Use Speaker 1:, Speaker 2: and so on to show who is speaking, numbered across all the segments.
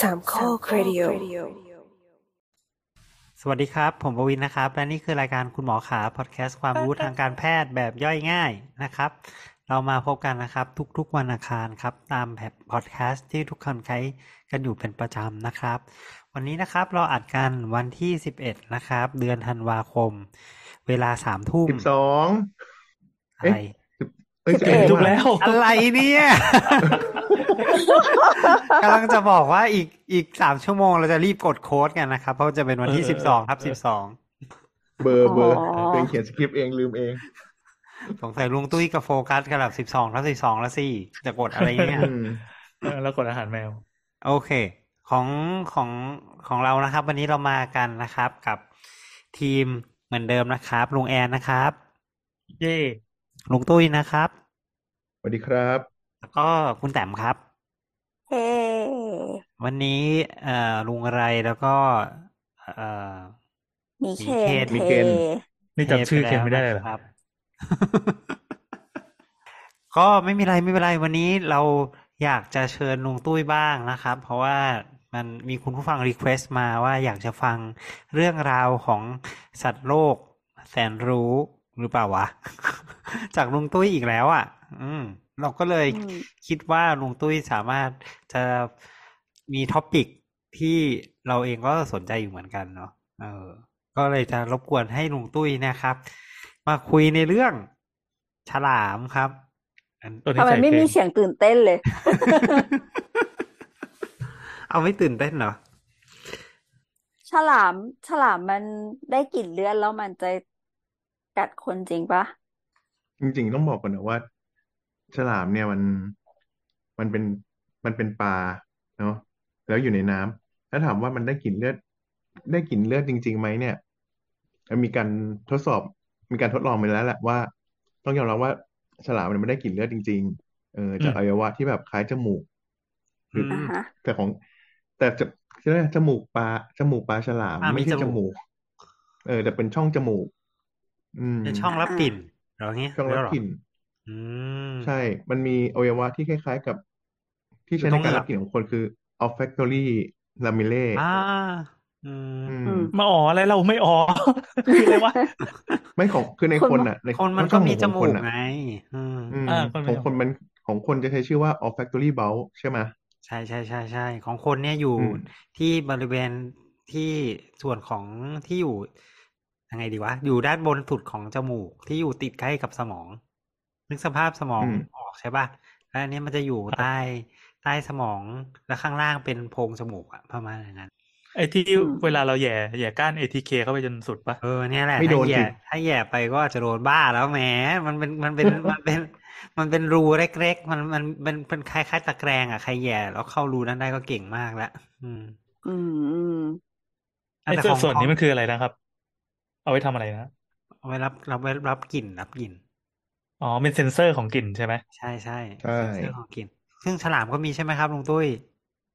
Speaker 1: สามข้อครดิโอ
Speaker 2: สวัสดีครับ ผมปวินนะครับ และนี่คือรายการคุณหมอขาพอดแคสต์ความรู้ทางการแพทย์แบบย่อยง่ายนะครับ เรามาพบกันนะครับ ทุกๆวันอังคารครับ ตามแบบพอดแคสต์ที่ทุกคนใช้กันอยู่เป็นประจำนะครับ วันนี้นะครับเราอัดกันวันที่ 11 นะครับ เดือนธันวาคม เวลาสามทุ่ม
Speaker 3: สิบสอง
Speaker 2: อะไร
Speaker 3: เอ้ย
Speaker 4: เอ็ด
Speaker 3: 11
Speaker 4: ถูกแล้ว
Speaker 2: อะไรเนี่ย กำลังจะบอกว่าอีกอีกสามชั่วโมงเราจะรีบกดโค้ดกันนะครับ เพราะจะเป็นวันที่สิบสองครับสิบสอง
Speaker 3: เบอร์เบอร์เองเขียนสคริปต์เองลืมเอง
Speaker 2: สงสัยลุงตุ้ยกับโฟกัสกันแบบสิบสองทับสิบสองแล้วสิจะกดอะไรเนี่ย
Speaker 3: อืม
Speaker 4: เออแล้วกดอาหารแมว
Speaker 2: โอเค ของของของเรานะครับ วันนี้เรามากันนะครับกับทีมเหมือนเดิมนะครับลุงแอนนะครับ
Speaker 4: เย่
Speaker 2: ลุงตุ้ยนะครับ
Speaker 3: สวัสดีครับ
Speaker 2: แล้วก็คุณแต้มครับ
Speaker 1: เฮ้
Speaker 2: วันนี้เอ่อลุงอะไรแล้วก็เอ่อ
Speaker 1: มีเคน
Speaker 3: มีเคน
Speaker 1: ท
Speaker 4: นี่จำชื่อเคนไม่ได้เลยเหรอ
Speaker 2: ครับ ก็ไม่มีไรไม่เป็นไรวันนี้เราอยากจะเชิญลุงตุ้ยบ้างนะครับ เพราะว่ามันมีคุณผู้ฟังรีเควสต์มาว่าอยากจะฟังเรื่องราวของสัตว์โลก แสนรู้หรือเปล่าวะ จากลุงตุ้ยอีกแล้วอ่ะ อืม เราก็เลย
Speaker 1: อืม
Speaker 2: คิดว่าลุงตุ้ยสามารถจะมีท็อปิกที่เราเองก็สนใจอยู่เหมือนกันเนาะ เออ ก็เลยจะรบกวนให้ลุงตุ้ยนะครับ มาคุยในเรื่องฉลามครับ อัน
Speaker 4: ตัวนี้
Speaker 1: ทำไม
Speaker 4: ใส่
Speaker 1: ไม่
Speaker 4: เพล
Speaker 1: มี
Speaker 4: ง
Speaker 1: เสียงตื่นเต้นเลย
Speaker 2: เอาไม่ตื่นเต้นเหรอ
Speaker 1: ฉลาม ฉลามมันได้กลิ่นเลือดแล้วมันจะกัดคนจริงปะ
Speaker 3: จริงๆต้องบอกก่อนนะว่า ฉลามเนี่ยมันมันเป็นมันเป็นปลาเนาะแล้วอยู่ในน้ำถ้าถามว่ามันได้กลิ่นเลือด ได้กลิ่นเลือดจริงๆไหมเนี่ยมันมีการทดสอบ มีการทดลองไปแล้วแหละว่า ต้องยอมรับว่าฉลามมันไม่ได้กลิ่นเลือดจริง ๆ เออจากอวัยวะที่แบบคล้ายจมูก
Speaker 2: อื
Speaker 1: อ่ะ
Speaker 2: ม
Speaker 1: ฮะ
Speaker 3: แต่ของแต่จะใช่ไหมจมูกปลาจมูกปลาฉลาม
Speaker 2: อ่ะมี
Speaker 3: ไม่ใช่
Speaker 2: จมูก
Speaker 3: เออ แต่เป็นช่องจมูก อืม
Speaker 2: เป็นช่องรับกลิ่นเหรอเงี้ย
Speaker 3: ช่องรับ
Speaker 2: เห
Speaker 3: กลิ่น
Speaker 2: อืม
Speaker 3: ใช่ มันมีอวัยวะที่คล้ายๆกับ ที่ใช้
Speaker 2: อยู่ตร
Speaker 3: ใน
Speaker 2: ง
Speaker 3: การ
Speaker 2: หลั
Speaker 3: รับ บกลิ่นของคนคือ olfactory lamellae
Speaker 2: อ่า อืม
Speaker 3: อืม
Speaker 1: อืม
Speaker 4: มาอ๋ออะไรเราไม่อ๋อ คืออะไรวะ
Speaker 3: ไม่ของคือในคนอ่ะ ใน
Speaker 2: คนมัน
Speaker 3: ช่
Speaker 2: ก็
Speaker 3: อง
Speaker 2: มี
Speaker 3: ของ
Speaker 2: จมู
Speaker 3: คน
Speaker 2: ก
Speaker 3: อ่ะ
Speaker 2: ไง อืม
Speaker 3: อืม
Speaker 4: อ่าคน
Speaker 3: ข
Speaker 4: มี
Speaker 3: อง
Speaker 4: จมูก
Speaker 3: คนมันของคนจะใช้ชื่อว่า olfactory bulb ใช่ไหม
Speaker 2: ใช่ใช่ใช่ใช่ของคนเนี่ยอยู่
Speaker 3: อืม
Speaker 2: ที่บริเวณที่ส่วนของที่อยู่ยังไงดีวะ อยู่ด้านบนสุดของจมูกที่อยู่ติดใกล้กับสมองนึกสภาพสมองออกใช่ป่ะแล้วอันเนี้ยมันจะอยู่ใต้ใต้สมองแล้วข้างล่างเป็นโพรงจมูกอะประมาณอย่างนั้น
Speaker 4: ไอ้ที่
Speaker 1: อืม
Speaker 4: เวลาเราแหย่แหย่ก้าน ATK เข้าไปจนสุดปะ
Speaker 2: เออเนี่ยแหละ
Speaker 3: ไม่โดน
Speaker 2: ถ้าแย่
Speaker 3: สิ
Speaker 2: ถ้าแย่ไปก็อาจจะโดนบ้าแล้วแหมมันเป็นมันเป็น มันเป็น มันเป็นรูเล็กๆมันมันเป็นเป็นคล้ายๆตะแกรงอะใครแย่แล้วเข้ารูนั้นได้ก็เก่งมากละอืม
Speaker 1: อืมอืม
Speaker 2: อ่ะ
Speaker 4: ไอ้
Speaker 2: แต่
Speaker 4: ส่
Speaker 2: ข
Speaker 4: ว
Speaker 2: อน ง
Speaker 4: ส่วนนี้มันคืออะไรนะครับ เอาไว้ทำอะไรนะ
Speaker 2: เอาไว้รับรับไว้รับกลิ่นรับกลิ่น
Speaker 4: อ๋อ เป็นเซนเซอร์ของกลิ่นใช่ไหม
Speaker 2: ใช่ใช่
Speaker 3: ใช่
Speaker 2: เรื่องของกลิ่นซึ่งฉลามก็มีใช่ไหมครับลุงตุ้ย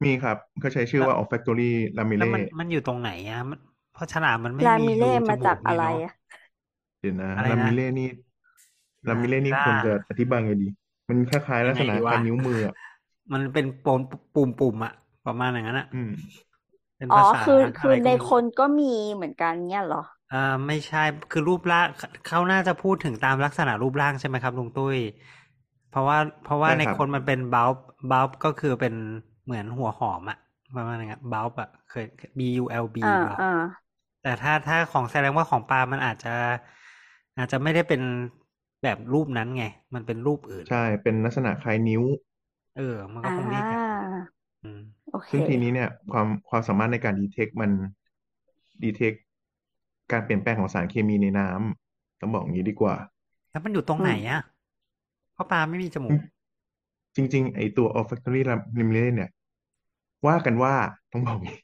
Speaker 3: มีครับ ก็ใช้ชื่อว่า olfactory
Speaker 2: แล้วมัน
Speaker 3: lamellae
Speaker 2: มันอยู่ตรงไหนอ่ะมันเพราะฉลามมันไม่
Speaker 1: ลา
Speaker 2: มี
Speaker 1: มิเล่
Speaker 2: รู
Speaker 1: มาจาก
Speaker 2: นี่
Speaker 1: อะไร
Speaker 2: เน
Speaker 1: อะ
Speaker 3: เดี๋ยวนะ
Speaker 2: อะไรนะ
Speaker 3: ลามิเล่นี่ ลามิเล่นี่
Speaker 2: ลา
Speaker 3: ควรจะอธิบายไงดี มันคล้ายๆลักษณะ
Speaker 2: ยังไงดีวะ
Speaker 3: การนิ้วมืออ่ะ
Speaker 2: มันเป็นปุ่มปุ่มปุ่มอะประมาณอย่างนั้นอะ
Speaker 3: อืม
Speaker 2: เป็น
Speaker 1: อ๋อ
Speaker 2: ภาษา
Speaker 1: คือคือ
Speaker 2: ะไร
Speaker 1: ใน
Speaker 2: ก็ไม่รู้
Speaker 1: คนก็มีเหมือนกันเนี่ยเหรอ
Speaker 2: อ่าไม่ใช่คือรูปร่างเขาน่าจะพูดถึงตามลักษณะรูปร่างใช่ไหมครับลุงตุ้ยเพราะว่าเพราะว่า
Speaker 3: ใช่
Speaker 2: ใน
Speaker 3: ครับ
Speaker 2: คนมันเป็นบัลบบัลบก็คือเป็นเหมือนหัวหอมอะประมาณอย่างนั้นบัลบอะเคย B U L B
Speaker 1: อ่า
Speaker 2: บัลบ
Speaker 1: อ่า
Speaker 2: แต่ถ้าถ้าของแสดงว่าของปลามันอาจจะ อาจจะไม่ได้เป็นแบบรูปนั้นไง มันเป็นรูปอื่น
Speaker 3: ใช่ เป็นลักษณะคล้ายนิ้ว
Speaker 2: เออ มันก็
Speaker 1: อ่า
Speaker 2: คงเรียกแบบนั้นอืม
Speaker 1: โอเค
Speaker 3: ซึ่งทีนี้เนี่ย ความความสามารถในการดีเทคมันดีเทคการเปลี่ยนแปลงของสารเคมีในน้ำต้องบอกอย่างนี้ดีกว่า
Speaker 2: แล้วมันอยู่ตรงไหนอ่ะเพราะปลาไม่มีจมูก
Speaker 3: จริง ๆ ไอตัว olfactory lamellae เนี่ย ว่ากันว่าต้องบอกอย่างนี้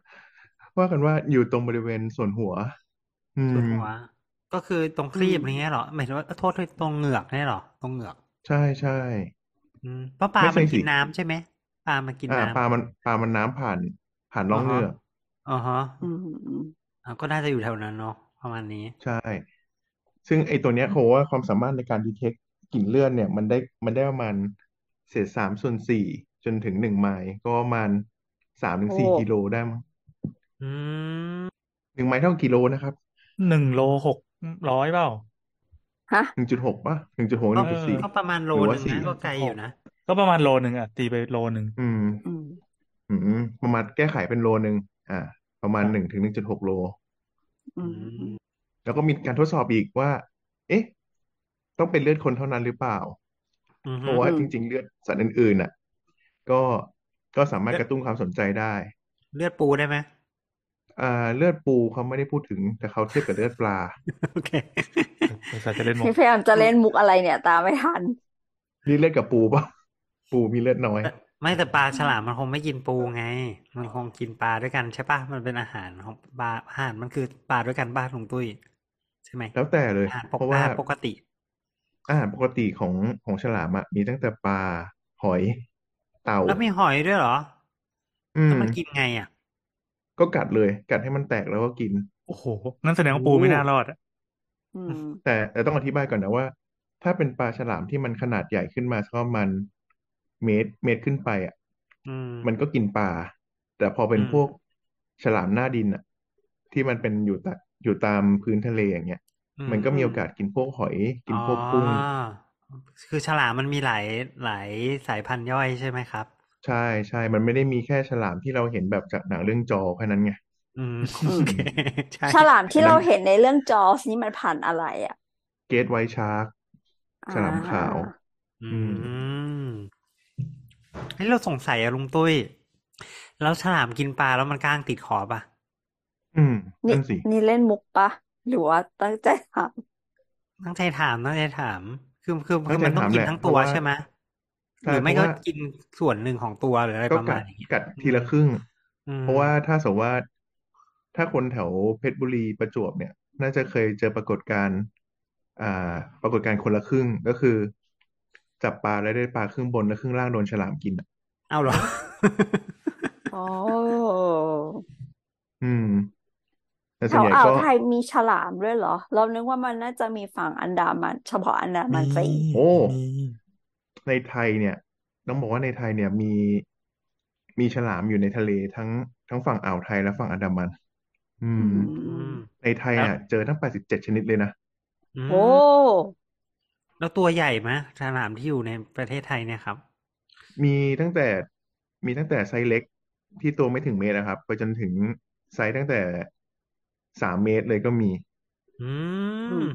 Speaker 3: ว่ากันว่าอยู่ตรงบริเวณส่วนหัว อื
Speaker 2: ส่วน
Speaker 3: ม
Speaker 2: หัว ก็คือตรงครีบ
Speaker 1: อืม
Speaker 2: อะไรเงี้ยเหรอหมายถึงว่าโทษด้วยตรงเหงือกเนี่ยเหรอ ตรงเหงือก
Speaker 3: ใช่ใช่
Speaker 2: อืมเพราะปลา
Speaker 3: ไม่ใช่
Speaker 2: มันกิน
Speaker 3: สิ
Speaker 2: น้ำใช่ไหมปลามันกิน
Speaker 3: อ่า
Speaker 2: น้ำ
Speaker 3: ปลามันปลามันน้ำผ่านผ่านร่องเหงือก
Speaker 2: อ๋อฮะ
Speaker 1: อืมอืม
Speaker 2: อ่ะก็น่าจะอยู่แถวนั้นเนาะประมาณนี้
Speaker 3: ใช่ ซึ่งไอตัวเนี้ยเขาบอกว่าความสามารถในการดีเทคกลิ่นเลือดเนี่ย มันได้มันได้ประมาณเศษสามส่วนสี่จนถึงหนึ่งไมล์ก็ประมาณ สามถึง
Speaker 1: โอ้
Speaker 3: สี่กิโลได้มั้ง
Speaker 2: อืม
Speaker 3: หนึ่งไม้เท่ากิโลนะครับ
Speaker 4: หนึ่งโลหกร้อยเปล่า
Speaker 1: ฮะ
Speaker 3: หนึ่งจุดหกป่ะหนึ่งจุดหกห
Speaker 2: ก็
Speaker 3: นึ่งจุดสี่
Speaker 2: ก็ประมาณโล
Speaker 3: หรือ
Speaker 2: ห
Speaker 3: ว่า
Speaker 2: นึ่ง
Speaker 3: สี่
Speaker 2: นะก็ไกลอยู่นะ
Speaker 4: ก็ประมาณโลหนึ่งอ่ะ ตีไปโลหนึ่ง
Speaker 3: อืม
Speaker 1: อืม
Speaker 3: อืมประมาณแก้ไขเป็นโลหนึ่งอ่า ประมาณหนึ่งถึงหนึ่งจุดหกโล
Speaker 1: อื
Speaker 2: อื
Speaker 1: ม
Speaker 2: ม
Speaker 3: แล้วก็มีการทดสอบอีกว่า เอ๊ะ ต้องเป็นเลือดคนเท่านั้นหรือเปล่า
Speaker 2: อืม
Speaker 3: เพราะว่าจริง ๆ เลือดสัตว์อื่นๆน่ะ ก็ก็สามารถกระตุ้นความสนใจได้
Speaker 2: เลือดปูได้ไหม
Speaker 3: อ่า เลือดปูเขาไม่ได้พูดถึง แต่เขาเทียบกับเลือดปลา
Speaker 2: โอเค
Speaker 4: บริษัทจะเล่น มุ
Speaker 1: นี่
Speaker 4: ก
Speaker 1: พยายามจะเล่นมุกอะไรเนี่ย ตามไม่ทัน
Speaker 3: นี่เลือดกับปูป่ะ ปูมีเลือดน้อย
Speaker 2: แต่ไม่แต่ปลาฉลามมันคงไม่กินปูไง มันคงกินปลาด้วยกันใช่ปะมันเป็นอาหารของปลาอาหารมันคือปลาด้วยกันบ้านของตุ้ยใช่ไหม
Speaker 3: แล้วแต่เลย
Speaker 2: อาหารป
Speaker 3: เพ
Speaker 2: ก
Speaker 3: ราะว่า
Speaker 2: อาหารปกติ
Speaker 3: อาหารปกติของของฉลามอ่ะมีตั้งแต่ปลาหอย เต่า
Speaker 2: แล้วมีหอยด้วยเหรอ
Speaker 3: อื
Speaker 2: แล้ว
Speaker 3: ม
Speaker 2: มันกินไงอ่ะ
Speaker 3: ก็กัดเลย กัดให้มันแตกแล้วก็กิน
Speaker 4: โอ้โหนั่นแสดงว่าปูไม่น่ารอดอะ
Speaker 1: อืม
Speaker 3: แต่แต่ต้องอธิบายก่อนนะว่า ถ้าเป็นปลาฉลามที่มันขนาดใหญ่ขึ้นมาสักประมาณเมตรเมตรขึ้นไปอ่ะ
Speaker 2: อืม
Speaker 3: มันก็กินปลา แต่พอเป็น
Speaker 2: อืม
Speaker 3: พวกฉลามหน้าดินอ่ะ ที่มันเป็นอยู่ตะอยู่ตามพื้นทะเลอย่างเงี้ย
Speaker 2: อื
Speaker 3: มันก็
Speaker 1: อื
Speaker 3: มี
Speaker 1: ม
Speaker 3: โอกาสกินพวกหอย กิน
Speaker 2: อ๋อ
Speaker 3: พวกกุ้ง
Speaker 2: คือฉลามมันมีหลายหลายสายพันธุ์ย่อยใช่ไหมครับ
Speaker 3: ใช่ใช่ มันไม่ได้มีแค่ฉลามที่เราเห็นแบบจากหนังเรื่องจอแค่นั้นไง
Speaker 2: อืม
Speaker 1: อืม
Speaker 2: โอเคใช่
Speaker 1: ฉลามที่เราเห็นในเรื่องจอสนี่มันพันธุ์อะไรอ่ะ
Speaker 3: เกตไวท์ชาร์ก
Speaker 1: อ่า
Speaker 3: ฉลามขาว
Speaker 2: อืมเฮ้ยเราสงสัยอะลุงตุ้ยแล้วฉลามกินปลาแล้วมันก้างติดขอบอ่ะ
Speaker 3: อืม
Speaker 1: นี่
Speaker 3: นั่นสิ
Speaker 1: นี่เล่นมุกปะ หรือว่าตั้งใจถาม
Speaker 2: ตั้งใจถามตั้งใจถามคือคือ
Speaker 3: ตั้
Speaker 2: คือง
Speaker 3: ใจ
Speaker 2: มันต้อง
Speaker 3: ถาม
Speaker 2: กิน
Speaker 3: แหละ
Speaker 2: ทั้ง
Speaker 3: เพ
Speaker 2: ตั
Speaker 3: ราะ
Speaker 2: ว
Speaker 3: ว่า
Speaker 2: ใช่ไหม
Speaker 3: ใช่
Speaker 2: หรือไม่
Speaker 3: เพ
Speaker 2: ก็
Speaker 3: ราะว่า
Speaker 2: กินส่วนหนึ่งของตัวหรืออะไร
Speaker 3: ก็
Speaker 2: ประ
Speaker 3: กั
Speaker 2: มา
Speaker 3: ด
Speaker 2: ณอย่างเงี้ย
Speaker 3: กัดทีละครึ่ง
Speaker 2: อืม
Speaker 3: เพราะว่าถ้าสมมติว่าถ้าคนแถวเพชรบุรีประจวบเนี่ย น่าจะเคยเจอปรากฏการณ์อ่า ปรากฏการณ์คนละครึ่งก็คือ จับปลาแล้วได้ปลาครึ่งบนและครึ่งล่างโดนฉลามกินอะ
Speaker 2: เอาเหรอ
Speaker 1: โอ้
Speaker 3: อืม แต่
Speaker 1: แถ
Speaker 3: ส่วน
Speaker 1: ว
Speaker 3: ใหญ่
Speaker 1: อ่าว
Speaker 3: ก็
Speaker 1: ไทยมีฉลามด้วยเหรอ เรานึกว่ามันน่าจะมีฝั่งอันดามัน เฉพาะอันดามันซะอีก
Speaker 3: โอ้ ในไทยเนี่ยต้องบอกว่าในไทยเนี่ยมีมีฉลามอยู่ในทะเลทั้งทั้งฝั่งอ่าวไทยและฝั่งอันดามัน อื
Speaker 1: อื
Speaker 3: ม
Speaker 2: อื
Speaker 1: ม
Speaker 2: ม
Speaker 3: ในไทยอ่ะเจอทั้ง 87 ชนิดเลยนะ
Speaker 2: อื
Speaker 1: โอ้
Speaker 2: มแล้วตัวใหญ่ไหมฉลามที่อยู่ในประเทศไทยเนี่ยครับ
Speaker 3: มีตั้งแต่มีตั้งแต่ไซส์เล็กที่ตัวไม่ถึงเมตรนะครับไปจนถึงไซส์ตั้งแต่สามเมตรเลยก็มี
Speaker 2: อื
Speaker 1: อื
Speaker 2: ม
Speaker 1: ม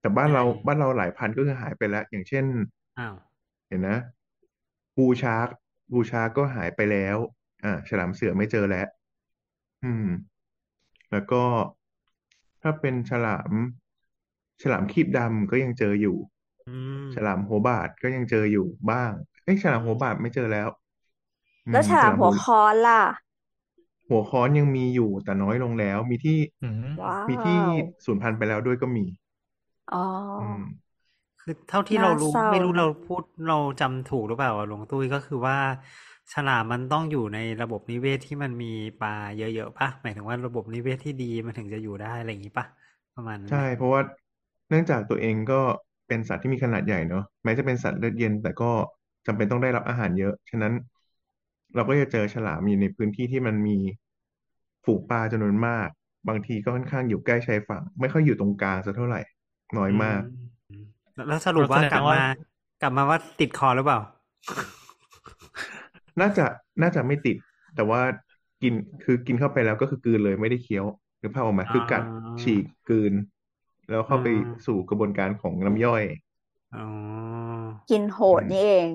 Speaker 3: แต่บ้านเราบ้านเราหลายพันธุ์ก็คือหายไปแล้ว อย่างเช่น
Speaker 2: อ้าว
Speaker 3: เห็นนะบูชาร์กบูชาร์กก็หายไปแล้ว อ่า ฉลามเสือไม่เจอแล้ว อืม แล้วก็ถ้าเป็นฉลาม ฉลามครีบดำก็ยังเจออยู่
Speaker 2: อืม
Speaker 3: ฉลามหัวบาดก็ยังเจออยู่บ้าง เอ้ยฉลามหัวบาดไม่เจอแล้ว อื
Speaker 1: แล้ว
Speaker 3: ม
Speaker 1: ฉลาม
Speaker 3: ฉลาม
Speaker 1: หั
Speaker 3: หั
Speaker 1: ว
Speaker 3: ว
Speaker 1: ค้อนล่ะ
Speaker 3: หัวค้อนยังมีอยู่แต่น้อยลงแล้ว มีที่
Speaker 4: อืม
Speaker 1: ว้า
Speaker 3: มีที่
Speaker 1: ว
Speaker 3: สูญพันธุ์ไปแล้วด้วยก็มี
Speaker 1: อ๋อ
Speaker 3: อืม
Speaker 2: คือเท่าที่เรา
Speaker 1: น่า
Speaker 2: รู้
Speaker 1: เศร้า
Speaker 2: ไม่รู้
Speaker 1: นะ
Speaker 2: เราพูดเราจำถูกหรือเปล่าอะหลวงตุ้ยก็คือว่า ฉลามมันต้องอยู่ในระบบนิเวศที่มันมีปลาเยอะๆป่ะหมายถึงว่าระบบนิเวศที่ดีมันถึงจะอยู่ได้อะไรอย่างงี้ป่ะประมาณนั้นไห
Speaker 3: ใช่
Speaker 2: ม
Speaker 3: เพราะว่าเนื่องจากตัวเองก็เป็นสัตว์ที่มีขนาดใหญ่เนอะแม้จะเป็นสัตว์เลือดเย็น แต่ก็จำเป็นต้องได้รับอาหารเยอะ ฉะนั้น เราก็จะเจอฉลามอยู่ในพื้นที่ที่มันมีฝูงปลาจำนวนมาก บางทีก็ค่อนข้างอยู่ใกล้ชายฝั่ง ไม่ค่อยอยู่ตรงกลางสักเท่าไหร่ น้อย
Speaker 2: อื
Speaker 3: มาก
Speaker 2: มแล้วแล้วสรุปว่ากลับมา กลับมาว่าติดคอหรือเปล่า
Speaker 3: น่าจะน่าจะไม่ติด แต่ว่ากินคือกินเข้าไปแล้วก็คือกลืนเลยไม่ได้เคี้ยวหรือภาพออกมา
Speaker 2: อ่า
Speaker 3: คือกัดฉีกกลืน แล้วเข้าไป
Speaker 2: อ่า
Speaker 3: สู่กระบวนการของน้ำย่อย
Speaker 2: อ๋อ
Speaker 1: กินโหดนี่เอง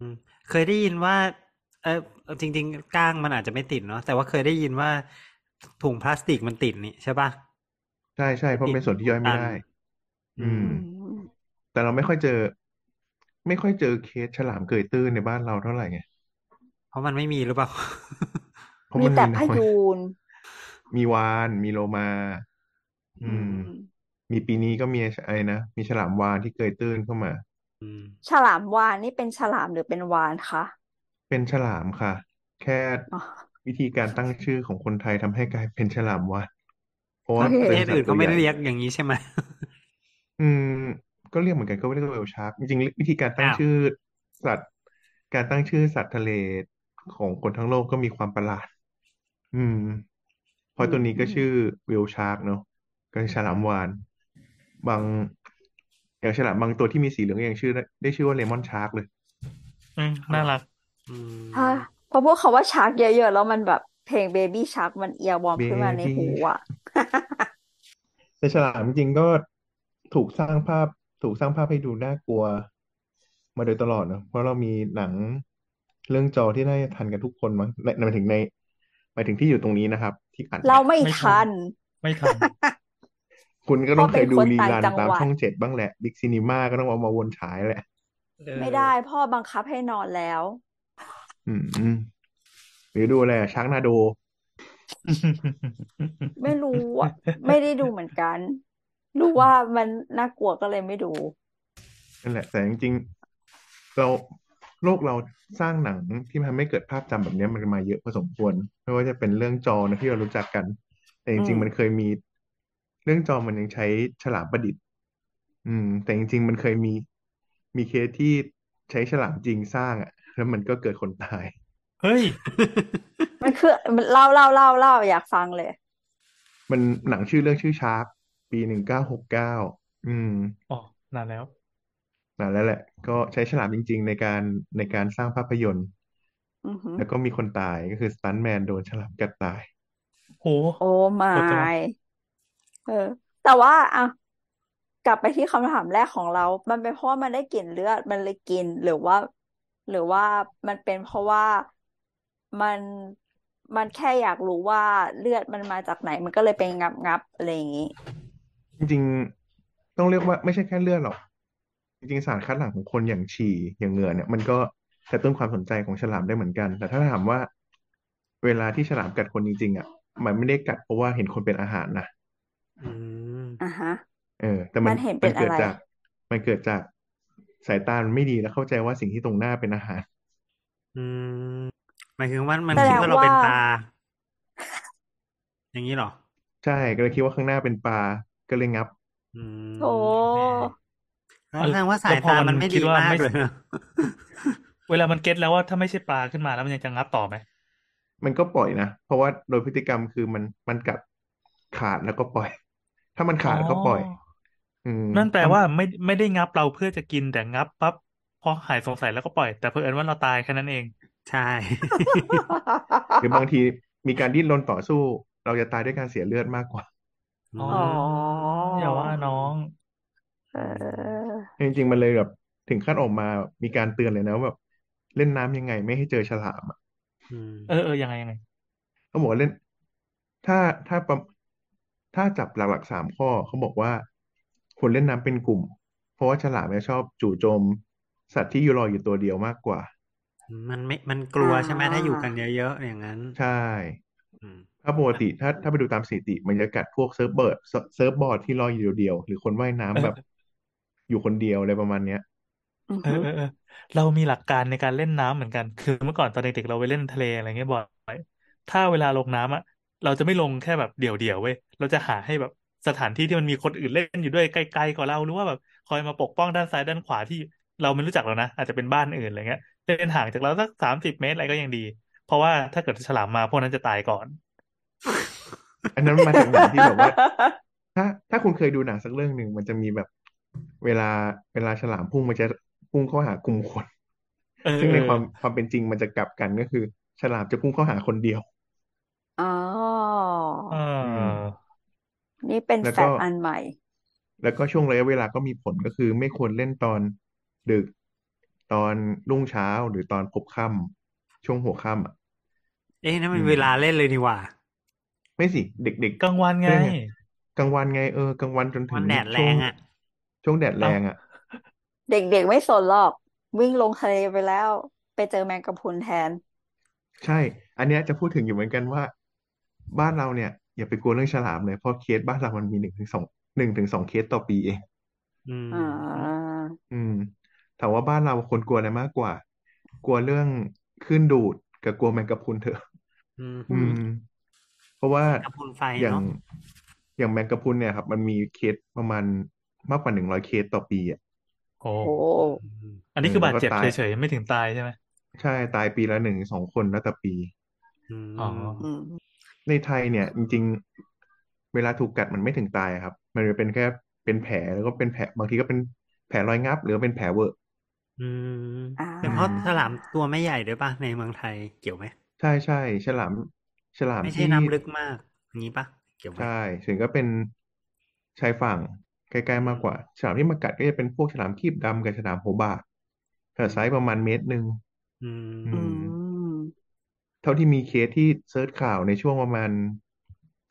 Speaker 2: อืมเคยได้ยินว่า เออจริง ๆ ก้างมันอาจจะไม่ติดเนาะแต่ว่าเคยได้ยินว่า ถุงพลาสติกมันติดนี่ใช่ป่ะ
Speaker 3: ใช่ใช่เพราะเป็นส่วนที่ย่อยไม่ได้ อื
Speaker 1: อื
Speaker 3: ม
Speaker 1: ม
Speaker 3: แต่เราไม่ค่อยเจอ ไม่ค่อยเจอเคสฉลามเกยตื้นในบ้านเราเท่าไหร่ไง
Speaker 2: เพราะมันไม่มีหรือเปล่า
Speaker 3: เพราะ
Speaker 1: มี
Speaker 3: มัน
Speaker 1: แต่
Speaker 3: มี
Speaker 1: พ
Speaker 3: น้อย
Speaker 1: ยูน
Speaker 3: มีวานมีโลมา
Speaker 1: อื
Speaker 3: อื
Speaker 1: ม
Speaker 3: ม มีปีนี้ก็มีไอ้นะมีฉลามวานที่เกยตื้นเข้ามา
Speaker 2: อืม
Speaker 1: ฉลามวาฬนี่เป็นฉลามหรือเป็นวาฬคะ
Speaker 3: เป็นฉลามค่ะ แค่
Speaker 1: อ๋อ
Speaker 3: วิธีการตั้งชื่อของคนไทยทำให้กลายเป็นฉลามวานเพราะ
Speaker 2: ป
Speaker 3: ว่า
Speaker 2: ระเท
Speaker 3: เป็น
Speaker 2: ศ
Speaker 3: สัต
Speaker 2: อื่น
Speaker 3: ว์ตั
Speaker 2: เขา
Speaker 3: ว
Speaker 2: ไม่
Speaker 3: ให
Speaker 2: ได้
Speaker 3: ญ่
Speaker 2: เรียกอย่างนี้ใช่ไหม
Speaker 3: อืม ก็เรียกเหมือนกันก็เรียกว่าเวลชาร์กจริงๆวิธีการตั้ง
Speaker 2: อ้าว
Speaker 3: ชื่อสัตว์ การตั้งชื่อสัตว์ทะเล ของคนทั้งโลกก็มีความประหลาด อืมเพราะตัวนี้ก็ชื่อวิลชาร์กเนาะก็ฉลามวาฬบางอย่างฉลามบางตัวที่มีสีเหลืองอย่างชื่อได้ได้ชื่อว่าเลมอนชาร์กเลย
Speaker 4: อืมน่ารัก
Speaker 2: อืม
Speaker 1: ถ้าพอพูดคำว่าชาร์กเยอะๆ แล้วมันแบบเพลงเบบี้ชาร์กมันเอียร์วอร์มขึ้นมาใน
Speaker 3: Baby
Speaker 1: หูอ่ะ
Speaker 3: แต่ฉลามจริงก็ถูกสร้างภาพ ถูกสร้างภาพให้ดูน่ากลัว มาโดยตลอดเนอะเพราะเรามีหนังเรื่องจอที่น่าจะทันกันทุกคนมั้งในหมายถึงในหมายถึงที่อยู่ตรงนี้นะครับ ที่อัด
Speaker 1: เราไม่
Speaker 4: ไม่ทั
Speaker 1: ทั
Speaker 4: น
Speaker 1: น
Speaker 4: ไม่ทัน
Speaker 3: คุณก็ต้องเคยดูรี
Speaker 1: เพราะเป็นคนต่าง
Speaker 3: รัน
Speaker 1: จังหวัด
Speaker 3: ตามช่องเจ็ดบ้างแหละบิ๊กซีนีมาก็ต้องเอามาวนฉายแหละ
Speaker 2: เออ
Speaker 1: ไม่ได้พ่อบังคับให้นอนแล้ว
Speaker 3: อืมอืมหรือดูอะไรช้างนาโด
Speaker 1: ไม่รู้อ่ะ ไม่ได้ดูเหมือนกัน รู้ว่ามันน่ากลัวก็เลยไม่ดู
Speaker 3: นั่นแหละแต่จริงๆเราโลกเราสร้างหนังที่ทำให้เกิดภาพจำแบบเนี้ยมันมาเยอะพอสมควร ไม่ว่าจะเป็นเรื่องจอนะที่เรารู้จักกัน แต่จริง
Speaker 1: อืม
Speaker 3: ๆมันเคยมี เรื่องจอมันยังใช้ฉลามประดิษฐ์ อืม แต่จริงๆมันเคยมีมีเคสที่ใช้ฉลามจริงสร้างอ่ะ แล้วมันก็เกิดคนตาย
Speaker 4: เฮ้ย
Speaker 1: มันคือมันเล่าเล่าเล่าเล่าอยากฟังเลย
Speaker 3: มันหนังชื่อเรื่องชื่อชาร์กปีหนึ่งเก้าหกเก้าอืม
Speaker 4: อ๋อ นานแล้ว
Speaker 3: นั่นแหละแหละ ก็ใช้ฉลามจริง ๆ ในการในการสร้างภาพยนตร์
Speaker 1: อือหือ
Speaker 3: แล้วก็มีคนตายก็คือสตันท์แมนโดนฉลามกัดตาย
Speaker 4: โห
Speaker 1: โอ้ my
Speaker 4: โคตรจะมา
Speaker 1: เออ แต่ว่าอ่ะกลับไปที่คำถามแรกของเรา มันเป็นเพราะว่ามันได้กลิ่นเลือดมันเลยกินหรือว่า หรือว่ามันเป็นเพราะว่ามันมันแค่อยากรู้ว่าเลือดมันมาจากไหน มันก็เลยไปงับงับอะไรอย่างงี้
Speaker 3: จริงๆ ต้องเรียกว่าไม่ใช่แค่เลือดหรอก จริงๆ สารคัดหลั่งของคนอย่างฉี่อย่างเหงื่อเนี่ย มันก็กระตุ้นความสนใจของฉลามได้เหมือนกัน แต่ถ้าถามว่า เวลาที่ฉลามกัดคนจริงๆอ่ะมันไม่ได้กัดเพราะว่าเห็นคนเป็นอาหารนะ
Speaker 2: อืม
Speaker 1: อ่ะฮะ
Speaker 3: เออ แต่
Speaker 1: มันเห็นเป็
Speaker 3: มัน นเกิด
Speaker 1: อะไร
Speaker 3: จาก มันเกิดจากสายตามันไม่ดีแล้วเข้าใจว่าสิ่งที่ตรงหน้าเป็นอาหาร
Speaker 2: อืมหมายถึงว่ามัน
Speaker 1: แสด
Speaker 2: คิด
Speaker 1: ง
Speaker 2: ว่าเราเป็น
Speaker 1: ว่า
Speaker 2: ตา อย่างนี้เหรอ
Speaker 3: ใช่ก็เลยคิดว่าข้างหน้าเป็นปลาก็เลยงับ
Speaker 2: อืม
Speaker 1: โอ้
Speaker 2: แม่แล้วแสดงว่าสาย
Speaker 4: แล้วพอ
Speaker 2: ตา
Speaker 4: มั
Speaker 2: มัน
Speaker 4: น
Speaker 2: ไม่
Speaker 4: คิ
Speaker 2: ดี
Speaker 4: ดว่า
Speaker 2: มา
Speaker 4: ไม่
Speaker 2: กเลยนะ
Speaker 4: เวลามันเก็ตแล้วว่าถ้าไม่ใช่ปลาขึ้นมาแล้วมันยังจะงับต่อไหม
Speaker 3: มันก็ปล่อยนะ เพราะว่าโดยพฤติกรรมคือมันมันกัดขาดแล้วก็ปล่อย ถ้ามันขาด
Speaker 4: อ๋อ
Speaker 3: ก็ปล่อย อืม
Speaker 4: นั่นแปล
Speaker 3: ถ้
Speaker 4: ว่าไม่ไม่ได้งับเราเพื่อจะกินแต่งับปั๊บพอหายสงสัยแล้วก็ปล่อย แต่เผอิญว่าเราตายแค่นั้นเอง
Speaker 2: ใช่
Speaker 3: หรือบางทีมีการดิ้นรนต่อสู้ เราจะตายด้วยการเสียเลือดมากกว่า
Speaker 2: อ
Speaker 4: อ๋อ
Speaker 1: อ๋อ
Speaker 4: อย่าว่าน้อง
Speaker 1: เออ
Speaker 3: จริงๆมันเลยแบบถึงขั้นออกมามีการเตือนเลยนะว่าแบบเล่นน้ำยังไงไม่ให้เจอฉลามอะ
Speaker 2: อืม
Speaker 4: เออเออยังไงยังไง
Speaker 3: เขาบอกว่าเล่น ถ้าถ้าประถ้าจับหลักๆสามข้อเขาบอกว่าควรเล่นน้ำเป็นกลุ่ม เพราะว่าฉลามเนี่ยชอบจู่โจม สัตว์ที่อยู่ลอยอยู่ตัวเดียวมากกว่า
Speaker 2: มันไม่มันกลัวใช่ไหม
Speaker 1: อ่า
Speaker 2: ถ้าอยู่กันเยอะๆอย่างนั้น
Speaker 3: ใช่
Speaker 2: อืม
Speaker 3: ถ้าปกติถ้าถ้าไปดูตามสถิติมันจะกัดพวกเซิร์ฟเบิร์ดเซิร์ฟเซิร์ฟบอร์ดที่ลอยอยู่เดียวๆหรือคนว่ายน้ำแบบ อยู่คนเดียวอะไรประมาณเนี้ย
Speaker 1: อือ
Speaker 4: เออ
Speaker 1: หือ
Speaker 4: เออเออเรามีหลักการในการเล่นน้ำเหมือนกัน คือเมื่อก่อนตอนเด็กๆเราไปเล่นทะเลอะไรเงี้ยบ่อยถ้าเวลาลงน้ำอ่ะ เราจะไม่ลงแค่แบบเดี่ยวๆเว้ยเราจะหาให้แบบสถานที่ที่มันมีคนอื่นเล่นอยู่ด้วยใกล้ๆกว่าเราหรือว่าแบบคอยมาปกป้องด้านซ้ายด้านขวาที่เราไม่รู้จักหรอกนะ อาจจะเป็นบ้านอื่นอะไรเงี้ยเล่นห่างจากเราสักสามสิบเมตรอะไรก็ยังดี เพราะว่าถ้าเกิดฉลามมาพวกนั้นจะตายก่อน
Speaker 3: อันนั้นมาจากหนังที่แบบว่า ถ้าถ้าคุณเคยดูหนังสักเรื่องหนึ่งมันจะมีแบบเวลาเวลาฉลามพุ่งมันจะพุ่งเข้าหากลุ่มคน
Speaker 4: เออ
Speaker 3: ซึ่งใน
Speaker 4: เออ
Speaker 3: ความความเป็นจริงมันจะกลับกันก็คือ ฉลามจะพุ่งเข้าหาคนเดียว
Speaker 1: อ๋อ
Speaker 4: เออ
Speaker 3: อืม
Speaker 1: นี่เป็น
Speaker 3: แล้ว
Speaker 1: แฟ
Speaker 3: ก็
Speaker 1: กต์อันใหม่
Speaker 3: แล้วก็ช่วงระยะเวลาก็มีผลก็คือ ไม่ควรเล่นตอนดึกตอนรุ่งเช้าหรือตอนพบค่ำช่วงหัวค่ำอ่ะ
Speaker 2: เอ๊ะนั่นมั
Speaker 3: อื
Speaker 2: น
Speaker 3: ม
Speaker 2: เวลาเล่นเลยนี่หว่า
Speaker 3: ไม่สิเด็ก
Speaker 4: กลางวัน
Speaker 3: ๆ
Speaker 4: ไง
Speaker 3: เรื่องเนี่ยกลางวันไงเออกลางวันจนถึ
Speaker 2: มั
Speaker 3: ง
Speaker 2: นแดดแร
Speaker 3: ช่วง
Speaker 2: งอ่ะ
Speaker 3: ช่วงแดดแรงอ่ะ
Speaker 1: เด็กๆไม่สนหรอก วิ่งลงทะเลไปแล้ว ไปเจอแมงกะพรุนแทน
Speaker 3: ใช่ อันเนี้ยจะพูดถึงอยู่เหมือนกันว่า บ้านเราเนี่ย อย่าไปกลัวเรื่องฉลามเลยเพราะเคสบ้านเรามันมีหนึ่งถึงสองหนึ่งถึงสองเคสต่อปีเอง
Speaker 2: อืม
Speaker 1: อ่า
Speaker 3: อืมถามว่าบ้านเราคนกลัวอะไรมากกว่า กลัวเรื่องคลื่นดูดกับกลัวแมงกะพรุนเถอะ
Speaker 2: อืม
Speaker 3: อืม เพราะว่า
Speaker 2: กับพูนไฟ
Speaker 3: อย่าง
Speaker 2: เนาะ
Speaker 3: อย่างแมงกะพรุนเนี่ยครับ มันมีเคสประมาณมากกว่าหนึ่งร้อยเคสต่อปีอ่ะ
Speaker 4: โอ้
Speaker 1: โอ้
Speaker 4: อันนี้คือบาดเจ็บ
Speaker 3: แล้วก็ตา
Speaker 4: เฉ
Speaker 3: ย
Speaker 4: ยๆไม่ถึงตายใช่ไหม
Speaker 3: ใช่ตายปีละหนึ่งสองคนแล้วแต่ปี
Speaker 2: อืม
Speaker 4: อ๋อ
Speaker 1: อืม
Speaker 3: ในไทยเนี่ย จริง ๆ เวลาถูกกัดมันไม่ถึงตายอะครับ มันเป็นแค่เป็นแผลแล้วก็เป็นแผลบางทีก็เป็นแผลรอยงับ หรือว่าเป็นแผลเวอะ
Speaker 2: อืม
Speaker 1: อ่า
Speaker 2: เป็นเพราะฉลามตัวไม่ใหญ่ด้วยป่ะในเมืองไทยเกี่ยวไหม
Speaker 3: ใช่ใช่ฉลาม ฉลาม
Speaker 2: ไม่ใช่
Speaker 3: ที่
Speaker 2: น้ำลึกมากอย่างนี้ป่ะเกี่ยวไหม
Speaker 3: ใช่ถึงก็เป็นชายฝั่งใกล้ๆมากกว่า ฉลามที่มากัดก็จะเป็นพวกฉลามครีบดำกับฉลามโหบาขนาดไซส์ประมาณเมตรหนึ่ง
Speaker 2: อืม
Speaker 3: อื
Speaker 1: อื
Speaker 3: ม
Speaker 1: ม
Speaker 3: เท่าที่มีเคสที่เซิร์ชข่าวในช่วงประมาณ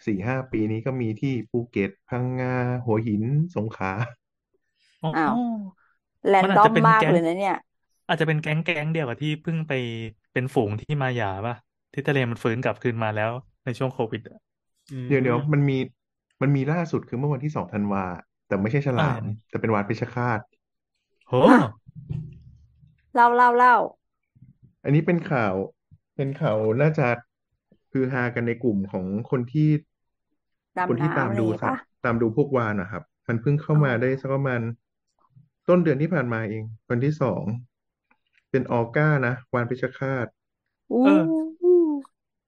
Speaker 3: สี่ห้าปีนี้ก็มีที่ภูเก็ตพังงาหัวหินสงขลา
Speaker 4: อ๋อ
Speaker 1: อ้าว แร
Speaker 4: มัน นอา
Speaker 1: ด
Speaker 4: จ
Speaker 1: อ
Speaker 4: จะ
Speaker 1: ม
Speaker 4: เป็น
Speaker 1: มาก
Speaker 4: แก๊
Speaker 1: เล
Speaker 4: ง
Speaker 1: ยนะเนี่ย
Speaker 4: อาจจะเป็นแก๊งแก๊งเดียวกับที่เพิ่งไปเป็นฝูงที่มาหยาป่ะ ที่ทะเลมันฟื้นกลับคืนมาแล้วในช่วงโควิดอะ
Speaker 2: อืม
Speaker 3: เดี๋ยวเดี๋ยวมันมีมันมีล่าสุดคือเมื่อวันที่สองธันวา แต่ไม่ใช่ฉลาม
Speaker 4: อ่า
Speaker 3: แต่เป็นวาฬเพชฌฆาต
Speaker 4: โห
Speaker 1: ฮะ เล่าเล่าเล่า
Speaker 3: อันนี้เป็นข่าวเป็นข่าวน่าจะคือฮากันในกลุ่มของคนที่ คน
Speaker 1: ดำ
Speaker 3: ที่
Speaker 1: น้ำ
Speaker 3: ตาม
Speaker 1: อะไรอ
Speaker 3: ดู
Speaker 1: ย่างงี้
Speaker 3: สัต
Speaker 1: ปะ
Speaker 3: ว์ตามดูพวกวาฬนะครับ มันเพิ่งเข้ามา
Speaker 1: อ๋อ
Speaker 3: ได้สักประมาณต้นเดือนที่ผ่านมาเอง วันที่สองเป็นออก้านะวาฬเพชฌฆาต
Speaker 1: อู้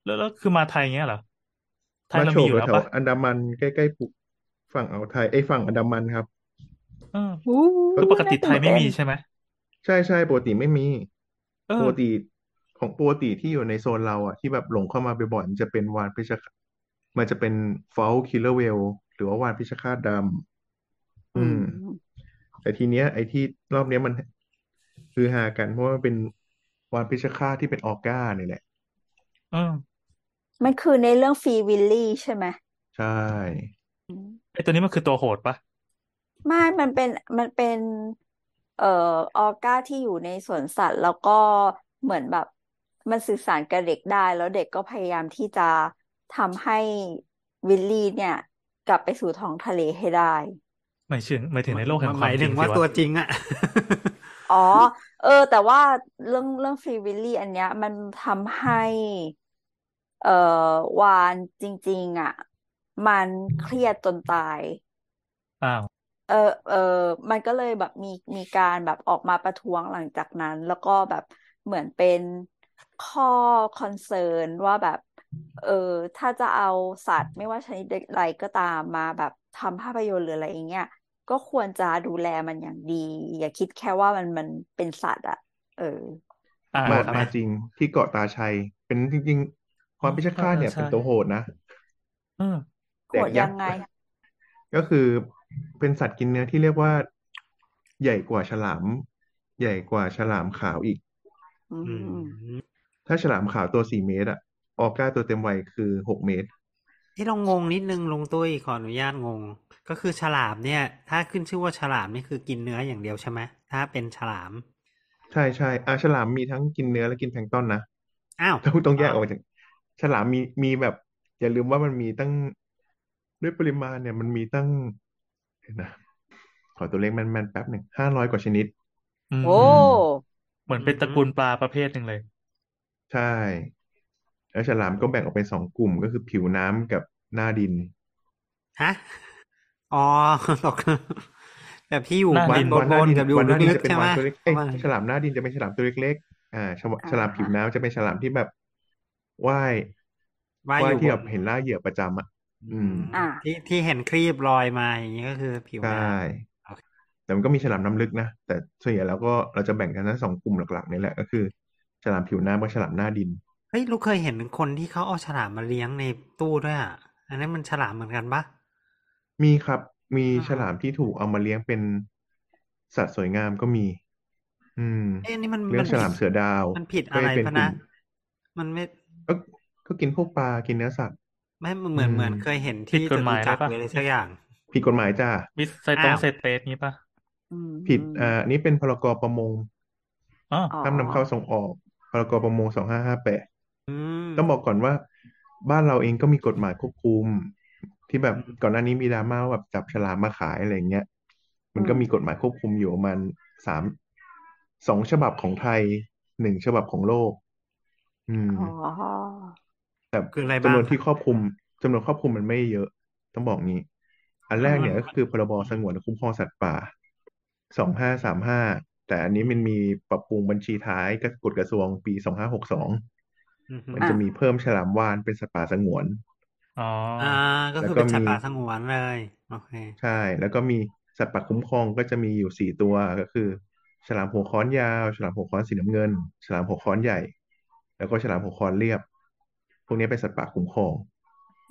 Speaker 4: แล้วแล้วคือมาไทยเงี้ยเหรอ ไทย
Speaker 3: มา
Speaker 4: เรา
Speaker 3: โฉ
Speaker 4: มี
Speaker 3: บ
Speaker 4: อยู่แล้ว
Speaker 3: แถว
Speaker 4: ป่ะ
Speaker 3: ๆอันดามันใกล้ๆปุฝั่งอ่าวไทยไอ้ยฝั่งอันดามันครับ
Speaker 4: เออ
Speaker 1: อู้
Speaker 4: คือปกติไทยไม่
Speaker 1: น่าตื่นเต้น
Speaker 4: มีใช่ไหม
Speaker 3: ใช่ใช่ปกติไม่มี
Speaker 4: เออ
Speaker 3: ปกติของปกติที่อยู่ในโซนเราอ่ะที่แบบหลงเข้ามาบ่อยๆมันจะเป็นวานเพชรฆาตมันจะเป็นฟอลคิลเลอร์เวลหรือว่าวานเพชรฆาตดำ
Speaker 1: อื
Speaker 3: อื
Speaker 1: ม
Speaker 3: ม แต่ทีเนี้ย ไอ้ที่รอบเนี้ยมันคือฮากัน เพราะว่ามันเป็นวานเพชรฆาตที่เป็นออก้าเนี่ยแหละ
Speaker 4: เออ
Speaker 1: มันคือในเรื่องฟรีวิลลี่ใช่ไหม
Speaker 3: ใช่
Speaker 1: อืม
Speaker 4: ไอตัวนี้มันคือตัวโหดป่ะ
Speaker 1: ไม่มันเป็น มันเป็น เอ่อ ออก้าที่อยู่ในสวนสัตว์ แล้วก็เหมือนแบบ มันสื่อสารกับเด็กได้ แล้วเด็กก็พยายามที่จะทำให้วิลลี่เนี่ย กลับไปสู่ท้องทะเลให้ได้
Speaker 4: หมายถึงหมายถึงในโลกแห่
Speaker 2: ห
Speaker 4: งความ
Speaker 2: มาย
Speaker 4: จ
Speaker 2: ถึ
Speaker 4: ริ
Speaker 2: ง
Speaker 4: งสิ
Speaker 2: ว่าตัว
Speaker 4: วะ
Speaker 2: จริงอ่ะ
Speaker 1: อ๋อ เออ แต่ว่าเรื่องเรื่องฟรีวิลลี่อันเนี้ย มันทำให้ เอ่อ วานจริง ๆ อ่ะ มันเครียดจนตาย
Speaker 4: อ้าว
Speaker 1: เออเออมันก็เลยแบบมีมีการแบบออกมาประท้วงหลังจากนั้น แล้วก็แบบเหมือนเป็นข้อคอนเซิร์นว่าแบบ เออ ถ้าจะเอาสัตว์ไม่ว่าชนิดใดก็ตามมาแบบทำภาพยนตร์หรืออะไรอย่างเงี้ย ก็ควรจะดูแลมันอย่างดี อย่าคิดแค่ว่ามันมันเป็นสัตว์อะเออ
Speaker 4: อ่า
Speaker 3: มา
Speaker 4: ครับ
Speaker 3: มาจริงที่เกาะตาชัย เป็นจริงๆความเพชรฆาตเนี่ย
Speaker 4: เกาะตาชัย
Speaker 3: เป็นตัวโหดนะ
Speaker 4: เออ
Speaker 1: โห
Speaker 3: แด
Speaker 1: ด
Speaker 3: ก
Speaker 1: ยั
Speaker 3: ยั
Speaker 1: ง
Speaker 3: กษ์
Speaker 1: ไง
Speaker 3: ก็คือเป็นสัตว์กินเนื้อที่เรียกว่า ใหญ่กว่าฉลาม ใหญ่กว่าฉลามขาวอีก
Speaker 1: อื
Speaker 2: อื
Speaker 1: ม
Speaker 2: ม
Speaker 3: ถ้าฉลามขาวตัวสี่เมตรอะออก้าตัวเต็มวัยคือหกเมตร
Speaker 2: ที่เรางงนิดนึงลุงตุ้ยขออนุญาตงง ก็คือฉลามเนี่ย ถ้าขึ้นชื่อว่าฉลามนี่คือกินเนื้ออย่างเดียวใช่ไหมถ้าเป็นฉลาม
Speaker 3: ใช่ใช่อ่ะฉลามมีทั้งกินเนื้อและกินแพลงก์ตอนนะ
Speaker 2: อ้าว
Speaker 3: ต้องต้องแยกออกจาก ฉลามมีมีแบบ อย่าลืมว่ามันมีตั้งด้วยปริมาณเนี่ย มันมีตั้งเดี๋ยวนะขอตัวเลขแม่นๆแป๊บหนึ่งห้าร้อยกว่าชนิด
Speaker 4: อืม
Speaker 1: โอ้
Speaker 4: อืมเหมือนเป็นตระกูลปลาประเภทหนึ่งเลย
Speaker 3: ใช่ แล้วฉลามก็แบ่งออกเป็นสองกลุ่มก็คือผิวน้ำกับหน้าดิน
Speaker 2: ฮะอ๋ อตกแบบที่อยู่
Speaker 4: หน้า
Speaker 2: บ
Speaker 4: ดิ
Speaker 2: น
Speaker 4: น
Speaker 2: บนบ
Speaker 3: หน้าน ดิน
Speaker 2: กับอยู่
Speaker 3: วันหน้าดิน
Speaker 2: ลึก
Speaker 3: จะ
Speaker 2: ๆใช่ไห
Speaker 3: เป็นวาม นตัวเล็กเอ้ย
Speaker 2: ประมาณ
Speaker 3: ฉลามหน้าดินจะเป็นฉลามตัวเล็กๆ อ่าฉลาม
Speaker 1: อ่า
Speaker 3: ฉลามผิวน้ำจะเป็นฉลามที่แบบว่าย
Speaker 2: ว่า
Speaker 3: ว่า
Speaker 2: อ
Speaker 3: ย
Speaker 2: ยู่
Speaker 3: ที่
Speaker 2: บ
Speaker 3: แบบ
Speaker 2: น
Speaker 3: เห็นล่าเหยื่อประจำอ่ะ อืม
Speaker 1: อ่า
Speaker 2: ที่ที่เห็นครีบลอยมาอย่างนี้ก็คือผิว
Speaker 3: ใช่
Speaker 2: น้
Speaker 3: แต่มันก็มีฉลามน้ำลึกนะ แต่ส่วนใหญ่แล้วก็เราจะแบ่งกันทั้งสองกลุ่มหลักๆนี่แหละก็คือฉลามผิวน้ำกับฉลามหน้าดิน
Speaker 2: ำเฮ้ยลูกเคยเห็นคนที่เขาเอาฉลามมาเลี้ยงในตู้ด้วยอ่ะ อันนั้นมันฉลามเหมือนกันปะ
Speaker 3: มีครับ มี
Speaker 2: อ่า
Speaker 3: ฉลามที่ถูกเอามาเลี้ยงเป็นสัตว์สวยงามก็มี อืม
Speaker 2: เอ้นี่มัน
Speaker 3: เรื่อง
Speaker 2: มัน
Speaker 3: ฉ
Speaker 2: ผิ
Speaker 3: ลา
Speaker 2: ด
Speaker 3: มเสือดาว
Speaker 2: มันผิด
Speaker 3: ก็
Speaker 2: อะไร
Speaker 3: จะเป็น
Speaker 2: ปะ
Speaker 3: กลุ่
Speaker 2: นะ
Speaker 3: ม
Speaker 2: มันไม่
Speaker 3: ก็ก็กินพวกปลากินเนื้อสัตว์
Speaker 2: ไม่เหมือน
Speaker 3: อืม
Speaker 2: เหมือนเคยเห็น
Speaker 4: ผิด
Speaker 2: ที่
Speaker 4: ก
Speaker 2: จ
Speaker 4: ฎห
Speaker 2: ตุ
Speaker 4: มาย
Speaker 2: จั
Speaker 4: ได้
Speaker 2: กร
Speaker 4: ป่ะ
Speaker 2: หรืออะไรสักอย่าง
Speaker 3: ผิดกฎหมายจ้า
Speaker 4: วิไซต
Speaker 2: อ้าง ว
Speaker 4: เซเตสนี้ป่ะ
Speaker 1: อืม
Speaker 3: ผิดอ่าอันนี้เป็นพรกประมง
Speaker 4: อ๋อ
Speaker 1: อ๋อ
Speaker 3: ห้ามนำเข้าส่งออก พรกประมงสองห้าห้าแปด
Speaker 2: อืม
Speaker 3: ต้องบอกก่อนว่า บ้านเราเองก็มีกฎหมายควบคุม ที่แบบก่อนหน้านี้มีดราม่าว่าแบบจับฉลามมาขายอะไรอย่างเงี้ย มันก็มีกฎหมายควบคุมอยู่ประมาณสามสองฉบับของไทยหนึ่งฉบับของโลก อืม
Speaker 1: อ๋อ
Speaker 2: คืออะไร
Speaker 3: จำ
Speaker 2: บ้านง
Speaker 3: วนที่ครอบคลุมจำนวนครอบคลุมมันไม่เยอะ ต้องบอกงี้ อันแรกเนี่ยก็คือพรบสงวนและคุ้มครองสัตว์ป่าสองห้าสามห้า แต่อันนี้มันมีปรับปรุงบัญชีท้ายกับกฎกระทรวงปีสองห้าหกสอง
Speaker 2: อือฮึ
Speaker 3: มันจะมีเพิ่มฉลามวาฬเป็นสัตว์ป่าสงวน
Speaker 4: อ๋อ
Speaker 2: อ่า ก็คือเป็นสัตว์ป่าสงวนเลยโอเค
Speaker 3: ใช่ แล้วก็มีสัตว์ป่าคุ้มครองก็จะมีอยู่สี่ตัวก็คือ ฉลามหัวค้อนยาว ฉลามหัวค้อนสีน้ำเงิน ฉลามหัวค้อนใหญ่ แล้วก็ฉลามหัวค้อนเรียบ พวกนี้เป็นสัตว์ป่าคุ้มครอง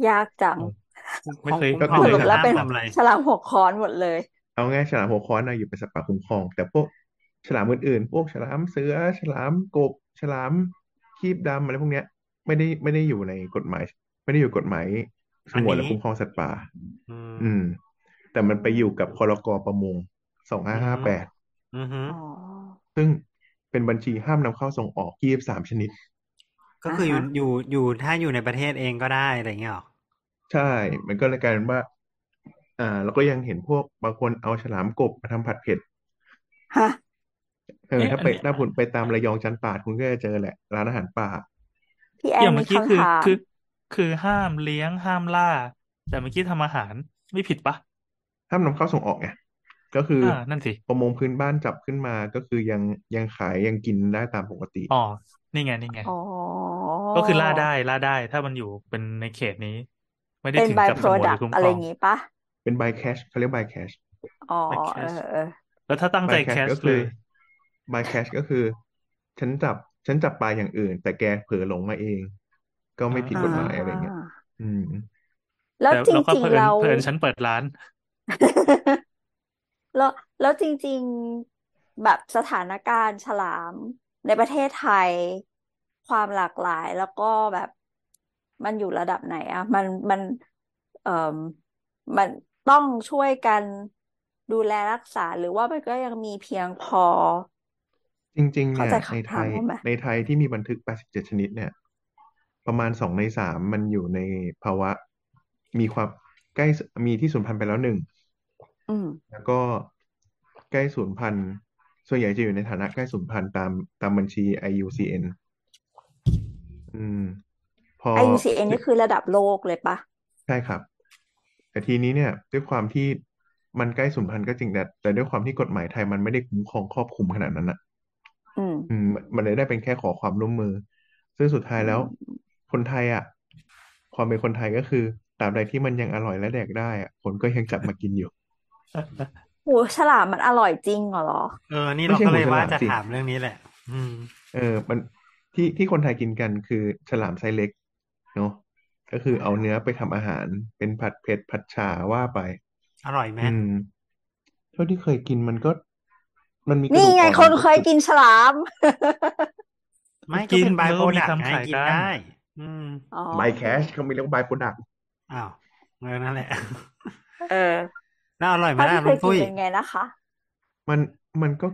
Speaker 1: ยากจัง
Speaker 4: ไม่เคย
Speaker 1: ส
Speaker 4: ไม่เคย
Speaker 1: รุป
Speaker 4: เห็น
Speaker 1: แล้วเป็น
Speaker 2: ทำอะไร
Speaker 1: ฉลามหัวค้อนหมดเลย
Speaker 3: เอาง่ายฉลามหัวค้อนนะอยู่เป็นสัตว์ป่าคุ้มครอง แต่พวกฉลามอื่นๆพวกฉลามเสือ ฉลามกบ ฉลามคีบดำอะไรพวกเนี้ย ไม่ได้ไม่ได้อยู่ในกฎหมาย ไม่ได้อยู่กฎหมายสงวนและคุ้มครองสัตว์ป่า
Speaker 2: อืม
Speaker 3: อืม แต่มันไปอยู่กับคลกประมงสองห้าห้าแปด
Speaker 2: อือฮึ
Speaker 1: อ๋อ
Speaker 3: ซึ่งเป็นบัญชีห้ามนำเข้าส่งออกยี่สิบสามชนิด
Speaker 2: ก็คืออยู่
Speaker 1: อ่าฮะ
Speaker 2: อยู่อยู่ถ้าอยู่ในประเทศเองก็ได้อะไรอย่างเงี้ยหรอ
Speaker 3: ใช่ มันก็เลยกลายเป็นว่า อ่า แล้วก็ยังเห็นพวกบางคนเอาฉลามกบมาทำผัดเผ็ด
Speaker 1: ฮะ
Speaker 3: เออ
Speaker 4: เอ๊ะ
Speaker 3: ถ้า
Speaker 4: อัน
Speaker 3: ไป
Speaker 4: เนี้ย
Speaker 3: ถ้าคุณไปตามระยองจันป่าดคุณก็จะเจอแหละ ร้านอาหารป่า
Speaker 1: พี่แอ
Speaker 4: อน ย่าง
Speaker 1: มี
Speaker 4: เมื่อกี้คื
Speaker 1: คำถาม
Speaker 4: คือ คือห้ามเลี้ยงห้ามล่า แต่เมื่อกี้ทำอาหารไม่ผิดปะ
Speaker 3: ห้ามนำเข้าส่งออกไง ก็คืออา
Speaker 4: นั่นสิ
Speaker 3: ประมงพื้นบ้านจับขึ้นมา ก็คือยังยังขายยังกินได้ตามปกติ
Speaker 4: อ๋อ นี่ไงนี่ไง
Speaker 1: อ๋อ
Speaker 4: ก็คือล่าได้ล่าได้ ถ้ามันอยู่เป็นในเขตนี้ ไม่ได้
Speaker 1: เป็น
Speaker 4: ถึง
Speaker 1: by
Speaker 4: กับสงวนหรื
Speaker 1: product
Speaker 4: อคุ้ม
Speaker 1: อะ
Speaker 4: ค
Speaker 1: ไร
Speaker 4: ร
Speaker 1: อ
Speaker 4: อง
Speaker 1: ย่างงี้ปะ
Speaker 3: เป็นบายแคชเขาเรียกบายแคช
Speaker 1: อ๋อ
Speaker 4: by
Speaker 1: เออ
Speaker 4: cash
Speaker 1: เออ
Speaker 4: แล้วถ้าตั้งใจ
Speaker 3: by cash
Speaker 4: แคช
Speaker 3: ก็
Speaker 4: เล
Speaker 3: คือย by cash ก็คือ ฉันจับ ฉันจับปลาอย่างอื่น แต่แกเผลอหลงมาเอง ก็ไม่ผิด
Speaker 1: อ่าก
Speaker 3: ฎหมายอะไรเงี้ย อืม
Speaker 1: แล้ว
Speaker 4: แต่
Speaker 1: จ
Speaker 4: เราก็
Speaker 1: ริงๆ
Speaker 4: เผอิญ
Speaker 1: เรา
Speaker 4: เผอิญฉันเปิดร้าน
Speaker 1: แล้วแล้วจริงๆแบบสถานการณ์ฉลามในประเทศไทย ความหลากหลายแล้วก็แบบมันอยู่ระดับไหนอะมันมัน เอ่อมันต้องช่วยกันดูแลรักษาหรือว่ามันก็ยังมีเพียงพอ
Speaker 3: จริง ๆ
Speaker 1: เข้า
Speaker 3: เนี่ย
Speaker 1: ใจ
Speaker 3: ใน
Speaker 1: คำ
Speaker 3: ไท
Speaker 1: ถาม
Speaker 3: ย
Speaker 1: ได้ไหม
Speaker 3: ในไทยที่มีบันทึก 87 ชนิด เนี่ย ประมาณสองในสามมันอยู่ในภาวะ มีความใกล้มีที่สูญพันธุ์ไปแล้วหนึ่ง
Speaker 1: อืม
Speaker 3: แล้วก็ใกล้สูญพันธุ์ส่วนใหญ่จะอยู่ในฐานะใกล้สูญพันธุ์ตามตามบัญชี IUCN อืม พอ
Speaker 1: IUCN นี่คือระดับโลกเลยปะ
Speaker 3: ใช่ครับ แต่ทีนี้เนี่ย ด้วยความที่มันใกล้สูญพันธุ์ก็จริงแต่แต่ด้วยความที่กฎหมายไทยมันไม่ได้คุ้มครองครอบคลุมขนาดนั้นอ่ะ
Speaker 1: อืม
Speaker 3: อืมมันเลยได้เป็นแค่ขอความร่วมมือ ซึ่งสุดท้ายแล้ว คนไทยอ่ะ ความเป็นคนไทยก็คือตราบใดที่มันยังอร่อยและแดกได้อ่ะคนก็ยังจับมากินอยู่
Speaker 1: โหฉลามมันอร่อยจริงเหรอ
Speaker 2: เออ นี่
Speaker 3: ไม่
Speaker 2: เรา
Speaker 3: ใช่
Speaker 2: ก็เลย
Speaker 3: หมูฉลาม
Speaker 2: ว่าจะ
Speaker 3: สิ
Speaker 2: ถามเรื่องนี้แหละ อืม
Speaker 3: เออ มันที่ที่คนไทยกินกันคือฉลามไซส์เล็กเนาะก็คือเอาเนื้อไปทำอาหาร เป็นผัดเผ็ดผัดฉ่าว่าไป
Speaker 2: อร่อยไหม
Speaker 3: อืมเท่าที่เคยกินมันก็ มันมีกระ
Speaker 1: นี่
Speaker 3: ดูก
Speaker 1: ไง
Speaker 3: อ่อน
Speaker 1: คนเคยกินฉลาม
Speaker 2: ไม่
Speaker 4: กิ
Speaker 2: ก็
Speaker 4: น
Speaker 2: เป็นบาย
Speaker 4: แล้ว
Speaker 2: โปร
Speaker 4: มี
Speaker 2: ดักต์ไง
Speaker 4: ทำขาย
Speaker 2: กิ
Speaker 4: กันน
Speaker 2: ได้ อืม
Speaker 1: อ๋อ
Speaker 3: บายแคชเขาไม่เรียกว่าบายโปรดัก
Speaker 2: อ้าวเออนั่นแหละ
Speaker 1: เออ
Speaker 2: แล้วอร่อยไหม
Speaker 1: เท่า
Speaker 2: ล่ะ
Speaker 1: ที่เคยกิน
Speaker 2: ลุงตุ้ย
Speaker 1: เป็นไงนะคะ
Speaker 3: มันมันก็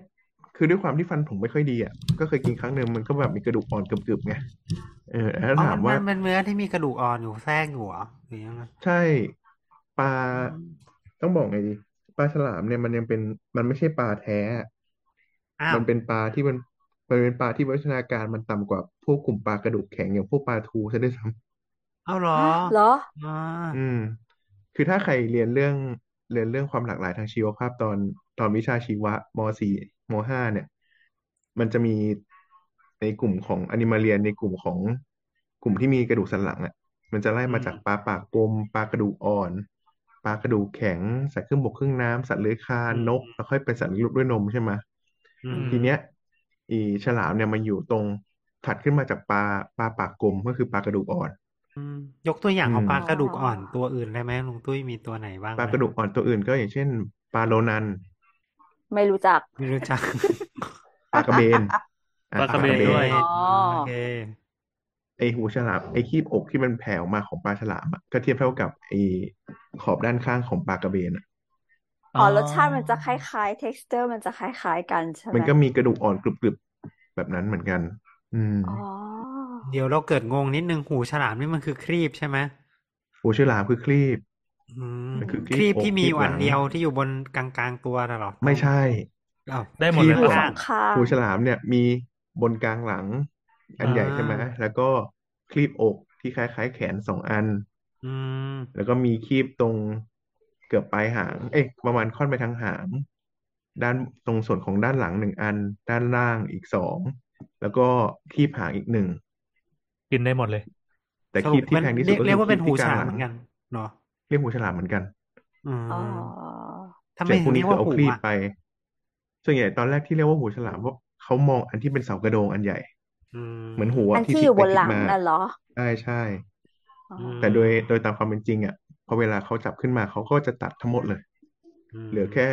Speaker 3: คือด้วยความที่ฟันผมไม่ค่อยดีอ่ะก็เคยกินครั้งหนึ่งมันก็แบบมีกระดูกอ่อนเกือบๆไงเออแล้ว
Speaker 2: อ๋อ
Speaker 3: ถาม
Speaker 2: มั
Speaker 3: ว่าน
Speaker 2: เป็นเนื้อที่มีกระดูกอ่อนอยู่แทรกอยู่เหรอหรือยังไง
Speaker 3: ใช่ปลาต้องบอกไงดีปลาฉลามเนี่ยมันยังเป็นมันไม่ใช่ปลาแท้
Speaker 2: อ้าว
Speaker 3: มันเป็นปลาที่มันมันเป็นปลาที่วิวัฒนาการมันต่ำกว่าพวกกลุ่มปลากระดูกแข็งอย่างพวกปลาทูซะด้วยซ้
Speaker 2: เอาเหรอ
Speaker 1: เหรอ
Speaker 2: อ๋อ
Speaker 3: ำอืม คือถ้าใครเรียนเรื่องเรียนเรื่องความหลากหลายทางชีวภาพตอนตอนวิชาชีวะมสี่มห้าเนี่ย มันจะมีในกลุ่มของอนิมาเรียนในกลุ่มของกลุ่มที่มีกระดูกสันหลังอ่ะ มันจะไล่มาจากปลาปากกลมปลากระดูกอ่อน ปลากระดูกแข็ง สัตว์ครึ่งบกครึ่งน้ำสัตว์เลื้อยคลานนกแล้วค่อยเป็นสัตว์เลี้ยงลูกด้วยนมใช่ไหม
Speaker 2: อืม
Speaker 3: ทีเนี้ยอีฉลามเนี่ยมันอยู่ตรงถัดขึ้นมาจากปลาปลาปากกลมก็คือปลากระดูกอ่อน
Speaker 2: อืมยกตัวอย่างของ
Speaker 3: อืม
Speaker 2: ปลากระดูกอ่อนตัวอื่นได้ไหมลุงตุ้ยมีตัวไหนบ้าง
Speaker 3: ปลากระดูกอ่อนตัวอื่นก็อย่างเช่น ปลาโลนัน
Speaker 1: ไม่รู้จัก
Speaker 2: ไม่รู้จัก
Speaker 3: ปลากระเบนอ่
Speaker 4: ปลากระเบนด้วย
Speaker 1: อ๋อ
Speaker 2: โอเค
Speaker 3: ไอหูฉลามไอคีบอกที่มันแผ่ออกมาของปลาฉลามอะก็เทียบเท่ากับไอขอบด้านข้างของปลากระเบนอะ
Speaker 1: อ๋อรสชาติมันจะคล้ายๆ texture มันจะคล้ายๆกันใช่
Speaker 3: มัน
Speaker 1: ไหม
Speaker 3: ก็มีกระดูกอ่อนกรึบๆแบบนั้นเหมือนกัน อืม
Speaker 1: อ๋อ
Speaker 2: เดี๋ยวเราเกิดงงนิดนึงหูฉลามนี่มันคือครีบใช่ไหม
Speaker 3: หูฉลามคือครีบ
Speaker 2: อืม
Speaker 3: มันคือค
Speaker 2: ค
Speaker 3: รี
Speaker 2: รี
Speaker 3: บบ
Speaker 2: ที่
Speaker 3: อก
Speaker 2: มี
Speaker 3: ครีบหลั
Speaker 2: วัน
Speaker 3: ง
Speaker 2: เดียวที่อยู่บนกลางๆตัวน่ะเหรอ
Speaker 3: ไม่ใช่
Speaker 2: อ้าว
Speaker 4: ได้หมดเลย
Speaker 1: มี
Speaker 3: ที่
Speaker 4: ปะ
Speaker 1: สองข้าง
Speaker 3: หูฉลามเนี่ยมีบนกลางหลัง อัน
Speaker 2: อ่า
Speaker 3: ใหญ่ใช่ไหมแล้วก็คลีบอกที่คล้าย ๆ แขนสองอัน
Speaker 2: อืม
Speaker 3: แล้วก็มีครีบตรงเกือบปลายหาง เอ๊ะประมาณค่อนไปทางหาง ด้านตรงส่วนของด้านหลังหนึ่งอัน ด้านล่างอีกสอง แล้วก็คีบหางอีกหนึ่ง
Speaker 4: กินได้หมดเลย
Speaker 3: แต่
Speaker 2: สรุ
Speaker 3: คี
Speaker 2: ป
Speaker 3: บที่
Speaker 2: มัน
Speaker 3: แพงที่สุ
Speaker 2: เรีย
Speaker 3: ด
Speaker 2: ก
Speaker 3: ก็
Speaker 2: เรียก
Speaker 3: คือ
Speaker 2: ว่าเป็น
Speaker 3: คี
Speaker 2: หู
Speaker 3: บที่กลา
Speaker 2: ฉาง ม
Speaker 3: ห
Speaker 2: เหมือ
Speaker 3: ลัง
Speaker 2: นกันเนาะ
Speaker 3: เรียกหูฉลามเหมือนกัน
Speaker 2: อืม
Speaker 1: อ๋อ
Speaker 2: ทำไม
Speaker 3: แต่พวก
Speaker 2: ถึง
Speaker 3: นี้
Speaker 2: เรียก
Speaker 3: คือ
Speaker 2: ว่า
Speaker 3: เอา
Speaker 2: หู
Speaker 3: ครีบ
Speaker 2: อ่ะ
Speaker 3: ไป ส่วนใหญ่ตอนแรกที่เรียกว่าหูฉลามเพราะเขามองอันที่เป็นเสากระโดงอันใหญ่
Speaker 2: อืม
Speaker 3: เหมือนหู
Speaker 1: อั
Speaker 3: อะ
Speaker 1: น
Speaker 3: ที่
Speaker 1: ที่อ
Speaker 3: พลิก
Speaker 1: ยู่
Speaker 3: ไป
Speaker 1: บน
Speaker 3: พ
Speaker 1: ห
Speaker 3: ลิก
Speaker 1: ลัง
Speaker 3: มา
Speaker 1: น่ะเหรอ
Speaker 3: ใช่ใช่
Speaker 1: อ๋อ
Speaker 2: อืม
Speaker 3: แต่โดยโดยตามความเป็นจริงอ่ะพอเวลาเขาจับขึ้นมาเขาก็จะตัดทั้งหมดเลย
Speaker 2: อืม
Speaker 3: เหลือแค่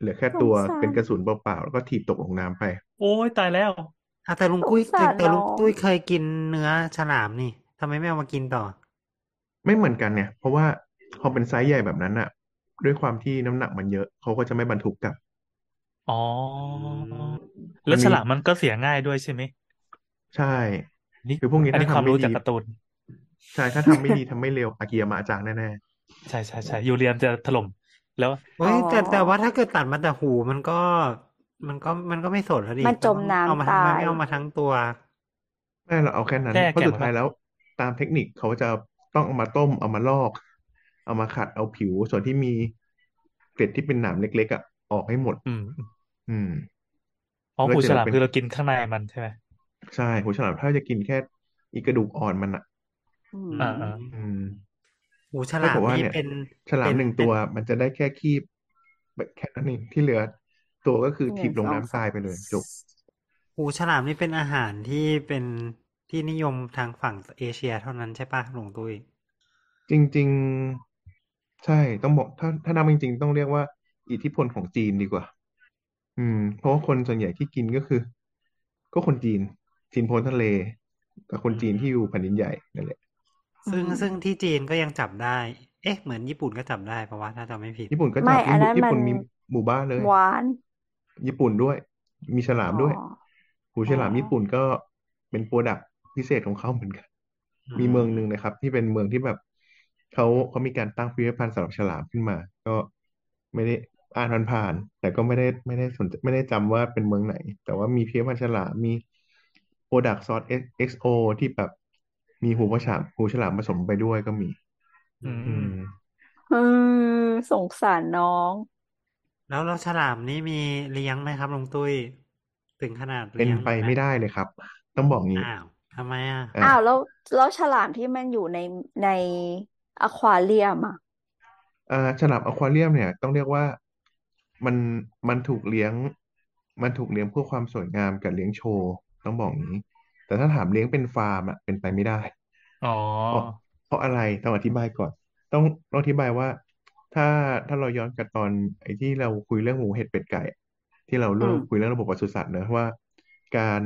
Speaker 3: เหลือแค่
Speaker 1: ส
Speaker 3: ตั
Speaker 1: ง
Speaker 3: ว
Speaker 1: สา
Speaker 3: เป็น
Speaker 1: ร
Speaker 3: กระสุนเปล่าๆแล้วก็ถีบตกลงน้ำไป
Speaker 4: โอ้ยตายแล้ว
Speaker 2: อ่ะแต่ลุง
Speaker 1: สง
Speaker 2: กุ้ย
Speaker 1: สาร
Speaker 2: แต่
Speaker 1: น้
Speaker 2: ลุ
Speaker 1: อง ง
Speaker 2: กุ้ยเคยกินเนื้อฉลามนี่ทำไมไม่เอามากินต่อ
Speaker 3: ไม่เหมือนกันเนี่ย เพราะว่าพอเป็นไซส์ใหญ่แบบนั้นอ่ะ ด้วยความที่น้ำหนักมันเยอะเขาก็จะไม่บรรทุกกลับ
Speaker 4: อ๋อ
Speaker 2: อืม
Speaker 4: แล้
Speaker 3: มั
Speaker 4: วน ฉ
Speaker 3: มี
Speaker 4: ลามมันก็เสียง่ายด้วยใช่ไหม
Speaker 3: ใช่
Speaker 4: นี่
Speaker 3: คือพวกนี้
Speaker 4: อัน
Speaker 3: ถ้า
Speaker 4: นี้
Speaker 3: ทำ
Speaker 4: ความ
Speaker 3: ไม่
Speaker 4: รู้
Speaker 3: ดี
Speaker 4: จากการ์ตูน
Speaker 3: ใช่ถ้าทำไม่ดีทำไม่เร็วอากิยามะอาจารย์แน่
Speaker 4: ใช่ใช่ใช่ยูเรียนจะถล่มแล้ว
Speaker 2: เฮ้
Speaker 1: อ๋อ
Speaker 2: ยแต่แต่ว่าถ้าเกิดตัดมาแต่หูมันก็ มันก็มันก็ไม่สดแล้วดิ
Speaker 1: มันจ
Speaker 2: ก็
Speaker 1: ม
Speaker 2: ต้องเอามา
Speaker 1: น้ำ
Speaker 2: ทำ
Speaker 1: ตา
Speaker 2: ไมไม่
Speaker 1: ย
Speaker 2: เอามาทั้งตัว
Speaker 3: ๆไม่เราเอาแค่นั้น
Speaker 4: แค่
Speaker 3: เพราะ
Speaker 4: แกะ
Speaker 3: สุด
Speaker 4: มัน
Speaker 3: ท้าย
Speaker 4: ปะ
Speaker 3: แล้ว ตามเทคนิคเขาจะต้องเอามาต้มเอามาลอก เอามาขัดเอาผิวส่วนที่มีเกล็ดที่เป็นหนามเล็กๆอ่ะออกให้หมด
Speaker 4: อืมอม
Speaker 3: อืม
Speaker 4: อ๋อ
Speaker 3: แล้ว
Speaker 4: หู
Speaker 3: จะเห
Speaker 4: ฉ
Speaker 3: ลื
Speaker 4: ลา
Speaker 3: อ
Speaker 4: ม
Speaker 3: เป็น
Speaker 4: คือเรากินข้างในมันใช่ไหม
Speaker 3: ใช่หูฉลามถ้าจะกินแค่อีกระดูกอ่อนมันอ่ะ
Speaker 1: อืม
Speaker 4: อ่าอ่า
Speaker 3: อืม
Speaker 2: หูฉ
Speaker 3: ถ้า
Speaker 2: ลา
Speaker 3: เกิ
Speaker 2: ม
Speaker 3: ดว่า
Speaker 2: นี่
Speaker 3: เนี่ย
Speaker 2: เป็น
Speaker 3: ฉลา
Speaker 2: เป็
Speaker 3: ม
Speaker 2: น
Speaker 3: หนึ่ง
Speaker 2: เป็
Speaker 3: ตั
Speaker 2: น
Speaker 3: วมันจะได้แค่คีบแบบแค่นั้นเองที่เหลือ ตัวก็คือ
Speaker 1: ห
Speaker 3: ถี
Speaker 1: นึ่งส
Speaker 3: บลง
Speaker 1: อง
Speaker 3: น้ำ
Speaker 1: สา
Speaker 3: ตาย
Speaker 1: ม
Speaker 3: ไปเลยจบ
Speaker 2: หูฉลามนี่เป็นอาหารที่เป็นที่นิยมทางฝั่งเอเชียเท่านั้นใช่ปะหลวงตุ้ย
Speaker 3: จริง ๆ ใช่ต้องบอกถ้าถ้านับจริง ๆ ต้องเรียกว่า อิทธิพลของจีนดีกว่า อืม เพราะว่าคนส่วนใหญ่ที่กินก็คือ ก็คนจีนจีนพ้นทะเล กับคนจีนที่อยู่แผ่นดินใหญ่นั่นแหละ
Speaker 1: อื
Speaker 2: ซึ่ง
Speaker 1: ม
Speaker 2: ซึ่งที่จีนก็ยังจับได้ เอ๊ะ เหมือนญี่ปุ่นก็จับได้เพราะว่าถ้าจำไม่ผิด
Speaker 3: ญี่ปุ่นก็
Speaker 1: ไม่
Speaker 3: จับ
Speaker 1: อั
Speaker 3: ญี่
Speaker 1: นนั้นมั
Speaker 3: ปุ่นญี่ปุ่
Speaker 1: น
Speaker 3: นมีหมู่บ้านเลย
Speaker 1: หวาน
Speaker 3: ญี่ปุ่นด้วย มีฉลา
Speaker 1: อ๋
Speaker 3: ม
Speaker 1: อ
Speaker 3: ด้วย หู
Speaker 1: อ๋อ
Speaker 3: ฉลามญี่ปุ่นก็เป็นโปรดักต์พิเศษของเขาเหมือนกัน
Speaker 2: อื
Speaker 3: มี
Speaker 2: ม
Speaker 3: เมืองหนึ่งนะครับ ที่เป็นเมืองที่แบบเขาเขามีการตั้งพิพิธภัณฑ์สำหรับฉลามขึ้นมา ก็ไม่ได้อ่านผ่านๆแต่ก็ไม่ได้ไม่ได้สนใจไม่ได้จำว่าเป็นเมืองไหน แต่ว่ามีพิพิธภัณฑ์ฉลามมีโปรดักต์ซอส XO ที่แบบมีหูฉลามหูฉลามผสมไปด้วยก็มี
Speaker 4: อืม
Speaker 3: อื
Speaker 4: อืม
Speaker 3: ม
Speaker 1: อืม สงสารน้อง
Speaker 2: แล้วแล้วฉลามนี่มีเลี้ยงไหมครับหลวงตุ้ยถึงขนาด
Speaker 3: เป็
Speaker 2: เลี้ย
Speaker 3: น
Speaker 2: ง
Speaker 3: ไป
Speaker 2: ไหม
Speaker 3: ไม่ได้เลยครับ ต้องบอกงี้
Speaker 2: อ้าวทำไมอ่ะ
Speaker 3: อ่า
Speaker 1: อ้าว แล้ว แล้วฉลามที่มันอยู่ใน ในอควาเรียมอ่ะ
Speaker 3: อ่าฉลามอควาเรียมเนี่ยต้องเรียกว่ามันมันถูกเลี้ยง มันถูกเลี้ยงเพื่อความสวยงามกับเลี้ยงโชว์ต้องบอกอย่างนี้ แต่ถ้าถามเลี้ยงเป็นฟาร์มอ่ะเป็นไปไม่ได้
Speaker 4: อ๋อ
Speaker 3: เพราะเพราะอะไรต้องอธิบายก่อน ต้องต้องอธิบายว่า ถ้าถ้าเราย้อนกลับตอนไอ้ที่เราคุยเรื่องหมูเห็ดเป็ดไก่ ที่เรา
Speaker 1: อื
Speaker 3: เริ่ม
Speaker 1: ม
Speaker 3: คุยเรื่องระบบปศุสัตว์เนอะว่า การ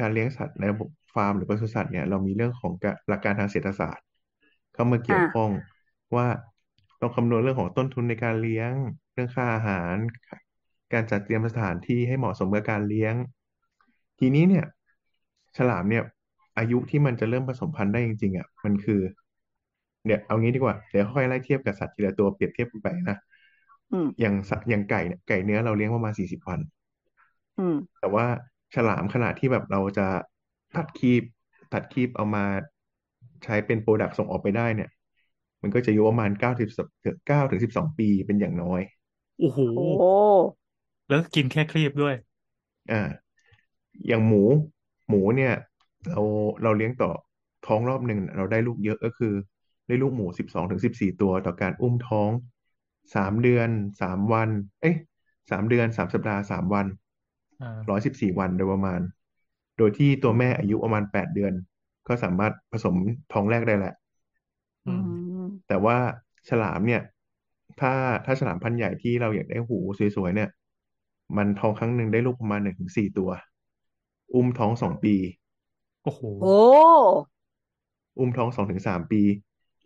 Speaker 3: การเลี้ยงสัตว์ในระบบฟาร์มหรือปศุสัตว์เนี่ยเรามีเรื่องของกะหลักการทางเศรษฐศาสตร์ เข้ามาเกี่
Speaker 1: อ่ะ
Speaker 3: ยวข้องว่าต้องคำนวณเรื่องของต้นทุนในการเลี้ยง เรื่องค่าอาหาร การจัดเตรียมสถานที่ให้เหมาะสมกับการเลี้ยง ทีนี้เนี่ย ฉลามเนี่ย อายุที่มันจะเริ่มผสมพันธุ์ได้จริงๆอ่ะมันคือเดี๋ยวเอางี้ดีกว่าเดี๋ยวค่อยไล่เทียบกับสัตว์ทีละตัวเปรียบเทียบกันไปนะ
Speaker 1: อืม
Speaker 3: อย่างสัตว์อย่างไก่เนี่ยไก่เนื้อเราเลี้ยงประมาณสี่สิบวัน
Speaker 1: อืม
Speaker 3: แต่ว่าฉลามขนาดที่แบบเราจะตัดครีบตัดครีบเอามาใช้เป็นโปรดักต์ส่งออกไปได้เนี่ย มันก็จะอยู่ประมาณเก้าถึงเก้าถึงสิบสองปีเป็นอย่างน้อย
Speaker 4: โอ้โห
Speaker 1: โอ้
Speaker 4: แล้วกินแค่ครีบด้วย
Speaker 3: อ่า อย่างหมู หมูเนี่ย เราเราเลี้ยงต่อท้องรอบหนึ่งเราได้ลูกเยอะก็คือ ได้ลูกหมูสิบสองถึงสิบสี่ตัวต่อการอุ้มท้องสามเดือนสามวัน เอ้ยสามเดือนสามสัปดาห์สามวัน
Speaker 4: อ่า
Speaker 3: ร้อยสิบสี่วันโดยประมาณ โดยที่ตัวแม่อายุประมาณแปดเดือน ก็สามารถผสมท้องแรกได้แหละ
Speaker 1: อื
Speaker 4: อืม
Speaker 1: ม
Speaker 3: แต่ว่าฉลามเนี่ย ถ้าถ้าฉลามพันธุ์ใหญ่ที่เราอยากได้หูสวยๆเนี่ย มันท้องครั้งหนึ่งได้ลูกประมาณหนึ่งถึงสี่ตัว อุ้มท้องสองปี
Speaker 4: โอ้โห
Speaker 1: โอ้
Speaker 3: อุ้มท้องสองถึงสามปี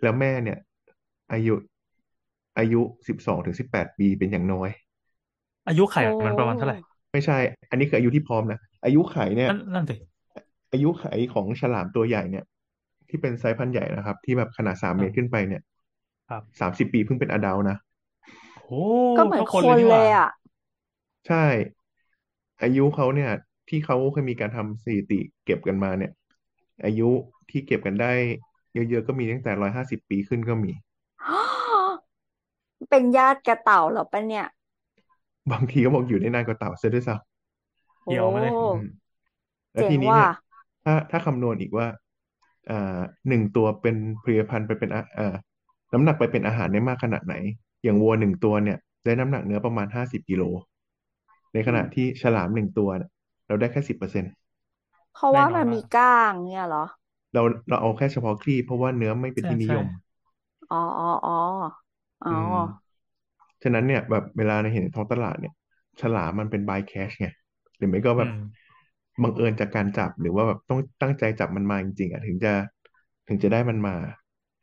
Speaker 3: แล้วแม่เนี่ย อายุอายุสิบสองถึงสิบแปดปีเป็นอย่างน้อย
Speaker 4: อายุไข่
Speaker 1: โอ้
Speaker 4: มันประมาณเท่าไหร่
Speaker 3: ไม่ใช่ อันนี้คืออายุที่พร้อมนะอายุไขเนี่ย
Speaker 4: นั่นนั่นสิ
Speaker 3: อายุไขของฉลามตัวใหญ่เนี่ย ที่เป็นไซส์พันธุ์ใหญ่นะครับ ที่แบบขนาดสาม
Speaker 4: อ่า
Speaker 3: เมตรขึ้นไปเนี่ย
Speaker 4: ครับ
Speaker 3: สามสิบปีเพิ่งเป็นอดัลนะ
Speaker 4: โอ้
Speaker 1: ก็เหมือนค
Speaker 4: เท่าคนเลย
Speaker 1: น
Speaker 4: นี่
Speaker 1: เล
Speaker 4: หว่า
Speaker 1: ยอ่ะ
Speaker 3: ใช่ อายุเขาเนี่ย ที่เขาเคยมีการทำสถิติเก็บกันมาเนี่ย อายุที่เก็บกันได้ เยอะๆก็มีตั้งแต่ร้อยห้าสิบปีขึ้นก็มี
Speaker 1: เป็นญาติกระเต่าเหรอปะเนี่ย
Speaker 3: บางทีก็บอกอยู่ได้นานกว่าเต่าเสียด้วยซ้
Speaker 1: โอ้
Speaker 4: เดี๋ยวมาเลย
Speaker 3: ำอืมแล้ว
Speaker 1: เจ๋
Speaker 3: ที
Speaker 1: ง
Speaker 3: นี้
Speaker 1: ว่ะ
Speaker 3: เนี่ยถ้าถ้าคำนวณอีกว่าอ่าหนึ่งตัวเป็นผลิตภัณฑ์ไปเป็นอาอ่าน้ำหนักไปเป็นอาหารได้มากขนาดไหน อย่างวัวหนึ่งตัวเนี่ย ได้น้ำหนักเนื้อประมาณห้าสิบกิโลในขณะที่ฉลามหนึ่งตัวเนี่ยเราได้แค่สิบเปอร์เซ็นต์
Speaker 1: เพราะ
Speaker 4: แน่
Speaker 1: ว่าน
Speaker 4: อ
Speaker 1: มันน
Speaker 4: ว่า
Speaker 1: มีก้างเนี่ยเหรอ
Speaker 3: เราเราเอาแค่เฉพาะคลีเพราะว่าเนื้อไม่เป็น
Speaker 4: ใช่
Speaker 3: ที่นิ
Speaker 4: ใช่
Speaker 3: ยม
Speaker 1: อ๋ออ๋ออ๋ออ๋อ
Speaker 3: อืม ฉะนั้นเนี่ยแบบเวลาในเห็นในท้องตลาดเนี่ย ฉลามมันเป็น by catch ไงหรือไม่ก็
Speaker 4: อื
Speaker 3: แบบ
Speaker 4: ม
Speaker 3: บังเอิญจากการจับหรือว่าแบบต้องตั้งใจจับมันมาจริงๆอ่ะถึงจะถึงจะได้มันมา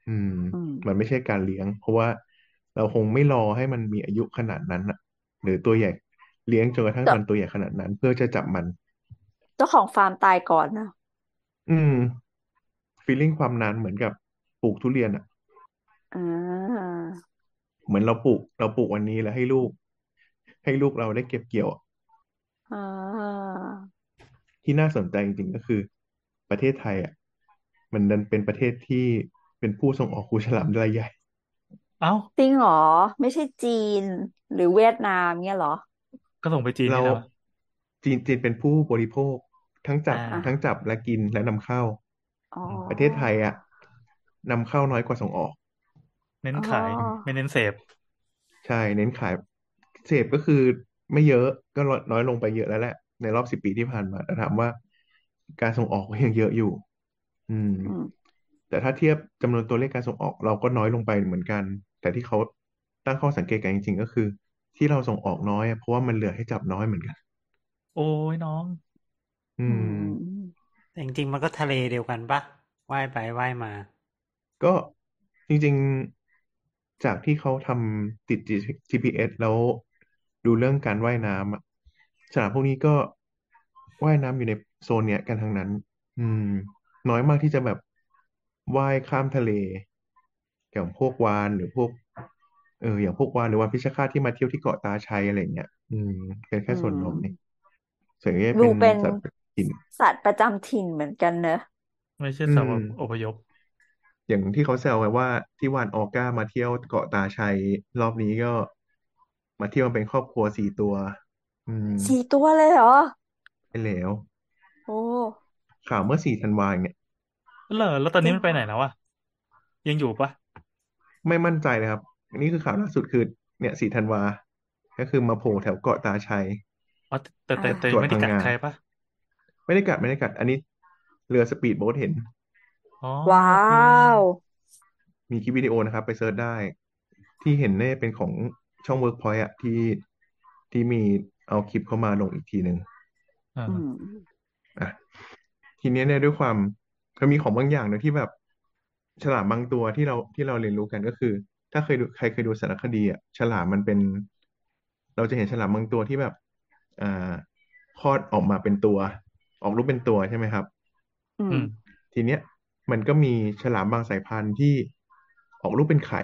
Speaker 3: อืม
Speaker 1: อืม
Speaker 3: มันไม่ใช่การเลี้ยง เพราะว่าเราคงไม่รอให้มันมีอายุขนาดนั้นอ่ะ หรือตัวใหญ่เลี้ยงจนกระทั่ง
Speaker 1: เจ้า
Speaker 3: มันตัวใหญ่ขนาดนั้น เพื่อจะจับมัน
Speaker 1: เจ้าของฟาร์มตายก่อนนะ
Speaker 3: อืมฟีลลิ่งความนานเหมือนกับปลูกทุเรียนอ่ะ
Speaker 1: อ่า
Speaker 3: เหมือนเราปลูก เราปลูกวันนี้แล้วให้ลูก ให้ลูกเราได้เก็บเกี่ยวอะ
Speaker 1: อ่า
Speaker 3: ที่น่าสนใจจริงๆก็คือ ประเทศไทยอ่ะมันดันเป็นประเทศที่เป็นผู้ส่งออกหูฉลามรายใหญ่
Speaker 4: เอ้า
Speaker 1: จริงเหรอ ไม่ใช่จีน หรือเวียดนามเนี่ยเหรอ
Speaker 4: ก็ส่งไปจีน
Speaker 3: เรา
Speaker 4: นี่แหละวะ
Speaker 3: จีนจีนเป็นผู้บริโภค ทั้งจั
Speaker 4: อ่า
Speaker 3: บ
Speaker 1: อ่ะ
Speaker 3: ทั้งจับและกินและนำเข้า
Speaker 1: อ๋อ
Speaker 3: ประเทศไทยอ่ะนำเข้าน้อยกว่าส่งออก
Speaker 4: เน้น
Speaker 1: อ๋อ
Speaker 4: ขายไม่เน้นเสพ
Speaker 3: ใช่ เน้นขายเสพก็คือไม่เยอะก็ลดน้อยลงไปเยอะแล้วแหละ ในรอบสิบปีที่ผ่านมาแต่ถามว่า การส่งออกก็ยังเยอะอยู่ อืม
Speaker 1: อืม
Speaker 3: แต่ถ้าเทียบจำนวนตัวเลขการส่งออกเราก็น้อยลงไปเหมือนกัน แต่ที่เขาตั้งข้อสังเกตกันจริงๆ ก็คือ ที่เราส่งออกน้อยอะเพราะว่ามันเหลือให้จับน้อยเหมือนกัน
Speaker 4: โอ้ยน้อง
Speaker 3: อื
Speaker 1: อื
Speaker 3: ม
Speaker 1: ม
Speaker 2: แต่จริงๆ มันก็ทะเลเดียวกันปะว่ายไปว่ายมา
Speaker 3: ก็จริงๆจากที่เขาทำติด GPS แล้วดูเรื่องการว่ายน้ำอะสนามพวกนี้ก็ว่ายน้ำอยู่ในโซนเนี้ยกันทั้งนั้น อืม น้อยมากที่จะแบบว่ายข้ามทะเล อย่างพวกวาฬหรือพวก เอออย่างพวกวาฬหรือวาฬพิชฆาตที่มาเที่ยวที่เกาะตาชัยอะไรอย่างเงี้ยอืมเป็น
Speaker 1: อื
Speaker 3: แค่ส่วน
Speaker 1: ม
Speaker 3: น้อยส่วนใหญ่
Speaker 1: ดู
Speaker 3: เป็น
Speaker 1: เป็น
Speaker 3: สัตว์ถิ่น
Speaker 1: สัตว์ประจำถิ่นเหมือนกันเนอะ
Speaker 4: ไม่ใช่
Speaker 3: อื
Speaker 4: สาว
Speaker 3: ม
Speaker 4: อพยพ
Speaker 3: อย่างที่เขาแซวไว้ว่าที่วานออก้ามาเที่ยวเกาะตาชัยรอบนี้ก็มาเที่ยวเป็นครอบครัวสี่ตัว อืม
Speaker 1: สี่ตัวเลยเหรอ
Speaker 3: ไปแล้ว
Speaker 1: โอ้
Speaker 3: ข่าวเมื่อสี่ธันวาเนี่ย
Speaker 4: เหรอแล้วตอน
Speaker 1: จ
Speaker 4: นี้
Speaker 1: ริง
Speaker 4: มัน
Speaker 1: เห
Speaker 4: ไป
Speaker 1: รอ
Speaker 4: ไหนแล้วอะยังอยู่ปะ
Speaker 3: ไม่มั่นใจเลยครับอันนี้คือข่าวล่าสุดคือ เนี่ยสี่ธันวา ก็คือมาโผล่แถวเกาะตาชัย
Speaker 4: อ๋อแต่
Speaker 1: อ่า
Speaker 4: แต่แต่
Speaker 3: จังหวัด
Speaker 4: ไม่ได้
Speaker 3: พัง
Speaker 4: กัด
Speaker 3: งา
Speaker 4: ใครปะ
Speaker 3: ไม่ได้กัดไม่ได้กัด อันนี้เรือสปีดโบ๊ทเห็น
Speaker 4: อ๋อ
Speaker 1: ว้า
Speaker 4: โอเค
Speaker 1: ว
Speaker 3: มีคลิปวิดีโอนะครับ ไปเซิร์ชได้ ที่เห็นเนี่ยเป็นของช่อง Workpoint อะที่ที่มีเอาคลิปเข้ามาลงอีกทีหนึ่ง
Speaker 4: อ่า
Speaker 1: อืม
Speaker 3: อ่ะทีเนี้ยเนี่ยด้วยความมันมีของบางอย่างเนอะที่แบบฉลามบางตัวที่เราที่เราเรียนรู้กันก็คือ ถ้าเคยดูใครเคยดูสารคดีอ่ะฉลามมันเป็น เราจะเห็นฉลามบางตัวที่แบบอ่าคลอดออกมาเป็นตัว ออกลูกเป็นตัวใช่ไหมครับ
Speaker 1: อื
Speaker 4: อื
Speaker 1: ม
Speaker 4: ม
Speaker 3: ทีเนี้ย มันก็มีฉลามบางสายพันธุ์ที่ออกลูกเป็นไข่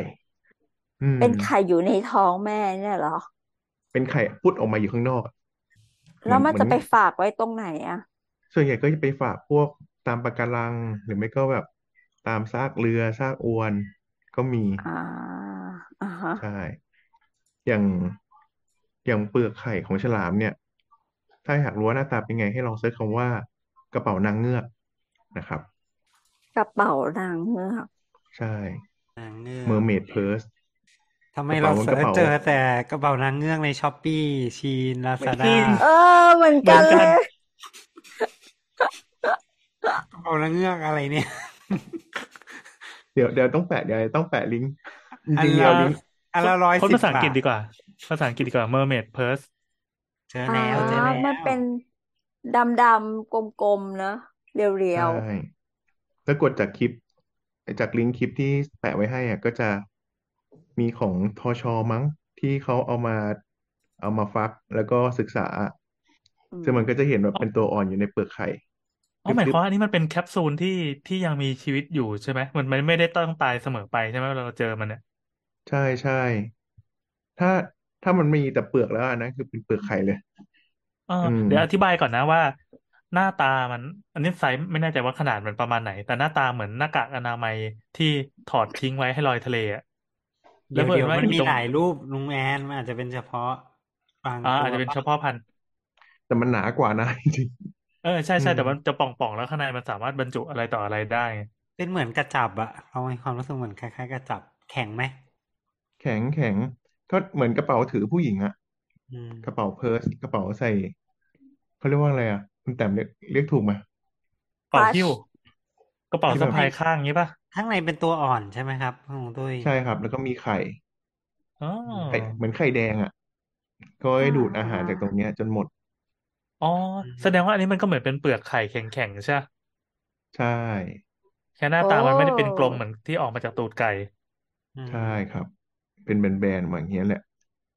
Speaker 3: อืม
Speaker 1: เป็นไข่อยู่ในท้องแม่เนี่ยเหรอ
Speaker 3: เป็นไข่พุดออกมาอยู่ข้างนอกอะเห
Speaker 1: แล้ว
Speaker 3: มือน
Speaker 1: มัน
Speaker 3: เหมือ
Speaker 1: จะ
Speaker 3: น
Speaker 1: ไปฝากไว้ตรงไหนอ่ะ
Speaker 3: ส่วนใหญ่ก็จะไปฝากพวกตามปะการัง หรือไม่ก็แบบตามซากเรือซากอวนก็มี
Speaker 1: อ่าอ่าฮะ
Speaker 3: ใช่ อย่างอย่างเปลือกไข่ของฉลามเนี่ย ถ้าอยากรู้ว่าหน้าตาเป็นไงให้ลองเซิร์ชคำว่ากระเป๋านางเงือกนะครับ
Speaker 1: กระเป๋านางเงือก
Speaker 3: ใช่
Speaker 2: นางเงื
Speaker 3: เม
Speaker 2: อ
Speaker 3: อก ร์เมดเพิร์ส
Speaker 2: ทำไม
Speaker 3: กระ
Speaker 2: เรา
Speaker 3: เป๋ามันก
Speaker 2: เสิร์ช
Speaker 3: ระเป๋า
Speaker 2: เจอแต่กระเป๋านางเงือกในช้อปปี้ชีนลาซา
Speaker 4: จริ
Speaker 2: ด้าง
Speaker 1: เออ เหมือน
Speaker 4: เหมื
Speaker 1: กั
Speaker 4: อน น
Speaker 1: เล
Speaker 4: กัน
Speaker 1: ย
Speaker 2: กระเป๋านางเงือกอะไรเนี่ย
Speaker 3: เดี๋ยวเดี๋ยวต้องแปะเดี๋ยวต้องแปะลิงก์จ
Speaker 2: อัน
Speaker 3: ริงๆมี
Speaker 2: ละ
Speaker 3: เอาลิงก์
Speaker 2: อันละร้อย
Speaker 4: ค้น
Speaker 2: สิบ
Speaker 4: ภาษาอัง
Speaker 2: บาก
Speaker 4: ฤษ
Speaker 2: ท
Speaker 4: ดีกว่า ภาษาอังกฤษดีกว่า mermaid purse
Speaker 2: เจอ
Speaker 1: อ่า
Speaker 2: แล้วเจอแล้
Speaker 1: มัน
Speaker 2: ว
Speaker 1: เป็นดำๆกลมๆเนอะเรีย
Speaker 3: ใช่
Speaker 1: ว
Speaker 3: ถ้ากดจากคลิป จากลิงก์คลิปที่แปะไว้ให้อ่ะก็จะมีของทอชอมั้งที่เขาเอามาเอามาฟักแล้วก็ศึกษา
Speaker 1: ๆ อื
Speaker 3: ซึ่
Speaker 1: ม
Speaker 3: งมันก็จะเห็นแบบ
Speaker 4: อ๋อ
Speaker 3: เป็นตัวอ่อนอยู่ในเปลือกไข่
Speaker 4: อ๋อหมาย
Speaker 3: ดึ
Speaker 4: ความ
Speaker 3: บ
Speaker 4: ว่าอันนี้มันเป็นแคปซูลที่ที่ยังมีชีวิตอยู่ใช่ไหมมันมันไม่ได้ต้องตายเสมอไปใช่ไหมเวลาเราเจอมันเนี่ย
Speaker 3: ๆ ใช่ใช่ถ้าถ้ามันมีแต่เปลือกแล้วอันนั้นคือเป็นเปลือกไข่เลย
Speaker 4: เออ
Speaker 3: อืม
Speaker 4: เดี๋ยวอธิบายก่อนนะว่า หน้าตามัน อันนี้ไซส์ไม่แน่ใจว่าขนาดมันประมาณไหน แต่หน้าตาเหมือนหน้ากากอนามัยที่ถอดทิ้งไว้ให้ลอยทะเลอะแล้ว
Speaker 2: เดี๋ยว
Speaker 4: เผอิ
Speaker 2: เดี๋ยวมั
Speaker 4: ญว่า
Speaker 2: น
Speaker 4: อ
Speaker 2: มี
Speaker 4: ยู่ตรง
Speaker 2: หลายรูปลุงแอนมันอาจจะเป็นเฉพาะ บาง
Speaker 4: อ่า
Speaker 2: ตัว
Speaker 4: อาจจะเป็นเฉพาะพันธุ์
Speaker 3: แต่มันหนากว่านะ จริง
Speaker 4: เออใช่ใช่
Speaker 3: อืม
Speaker 4: แต่มันจะป่องๆแล้วข้างในมันสามารถบรรจุอะไรต่ออะไรได้ไง
Speaker 2: เป็นเหมือนกระจับอะเรามีความรู้สึกเหมือนคล้ายๆกระจับแข็งไหม
Speaker 3: ๆแข็งแข็งก็เหมือนกระเป๋าถือผู้หญิงอะ
Speaker 2: อืม
Speaker 3: กระเป๋าเพิร์สกระเป๋าใส่เขาเรียกว่าอะไรอะคุณแต้มเรียกเรียกถูกไหม
Speaker 4: กระเป๋า
Speaker 1: Clutch
Speaker 4: หิ้วกระเป๋า
Speaker 3: ที่แบบ
Speaker 4: สะพายข้างอย่างนี้ป่ะ
Speaker 2: ข้างในเป็นตัวอ่อนใช่ไหมครับของตุ้ย
Speaker 3: ใช่ครับ แล้วก็มีไข่
Speaker 4: อ๋อ
Speaker 3: ไข่เหมือนไข่แดงอะก็ให้ดูดอาหารจากตรงเนี้ย จนหมด
Speaker 4: อ๋อแสดงว่าอันนี้มันก็เหมือนเป็นเปลือกไข่แข็งๆใช่ปะ
Speaker 3: ใช่
Speaker 4: แค่หน้าตามันไม่ได้เป็น
Speaker 1: โอ้
Speaker 4: กลมเหมือนที่ออกมาจากตูดไก่
Speaker 2: อืม
Speaker 3: ใช่ครับ เป็นแบนๆเหมือนอย่างเงี้ยแหละ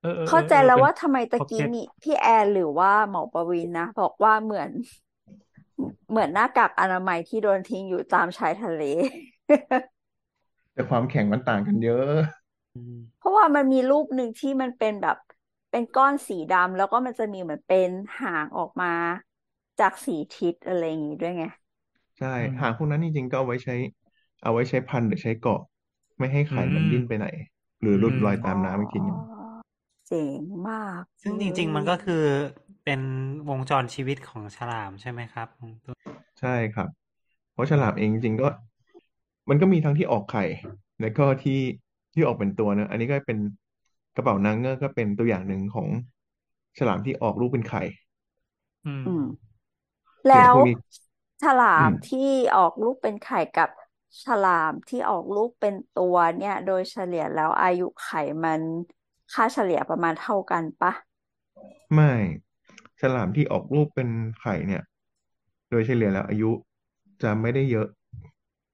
Speaker 4: เออเออ
Speaker 1: เข้าใจ
Speaker 4: เออ
Speaker 1: แล้ว
Speaker 4: เป็น
Speaker 1: ว่าทำไมตะกี้
Speaker 4: pocket
Speaker 1: นี่พี่แอร์หรือว่าหมอประวินนะ บอกว่าเหมือน เหมือนหน้ากากอนามัยที่โดนทิ้งอยู่ตามชายทะเล
Speaker 3: แต่ความแข็งมันต่างกันเยอะ
Speaker 2: อืม
Speaker 1: เพราะว่ามันมีรูปหนึ่งที่มันเป็นแบบเป็นก้อนสีดำแล้วก็มันจะมีเหมือนเป็นหางออกมา จากสีทิศอะไรอย่างงี้ด้วยไง
Speaker 3: ใช่
Speaker 4: อืม
Speaker 3: หางพวกนั้นจริงๆก็เอาไว้ใช้ เอาไว้ใช้พันหรือใช้เกาะ ไม่ให้ไข่มัน
Speaker 4: อืม
Speaker 3: ดิ้นไปไหน หรือหลุด
Speaker 4: อืม
Speaker 3: ลอย
Speaker 1: อ๋
Speaker 3: ตา
Speaker 1: อ
Speaker 3: มน้ำอีกทีหนึง
Speaker 1: เจ๋งมาก
Speaker 2: ซึ่งจริง ๆ มันก็คือเป็นวงจรชีวิตของฉลามใช่ไหมครับของตุ้ย
Speaker 3: ใช่ครับ เพราะฉลามเองจริงๆก็ มันก็มีทั้งที่ออกไข่ แล้วก็ที่ที่ออกเป็นตัวเนอะอันนี้ก็เป็นกระเป๋านางเงือกก็เป็นตัวอย่างหนึ่งของฉลามที่ออกลูกเป็นไข่
Speaker 4: อืม
Speaker 1: อืม แล้
Speaker 3: เนี่ยพ
Speaker 1: ว
Speaker 3: วกนี้
Speaker 1: ฉลา
Speaker 3: อื
Speaker 1: ม
Speaker 3: ม
Speaker 1: ที่ออกลูกเป็นไข่กับฉลามที่ออกลูกเป็นตัวเนี่ย โดยเฉลี่ยแล้วอายุไข่มันค่าเฉลี่ยประมาณเท่ากันปะ
Speaker 3: ไม่ฉลามที่ออกลูกเป็นไข่เนี่ย โดยเฉลี่ยแล้วอายุจะไม่ได้เยอะ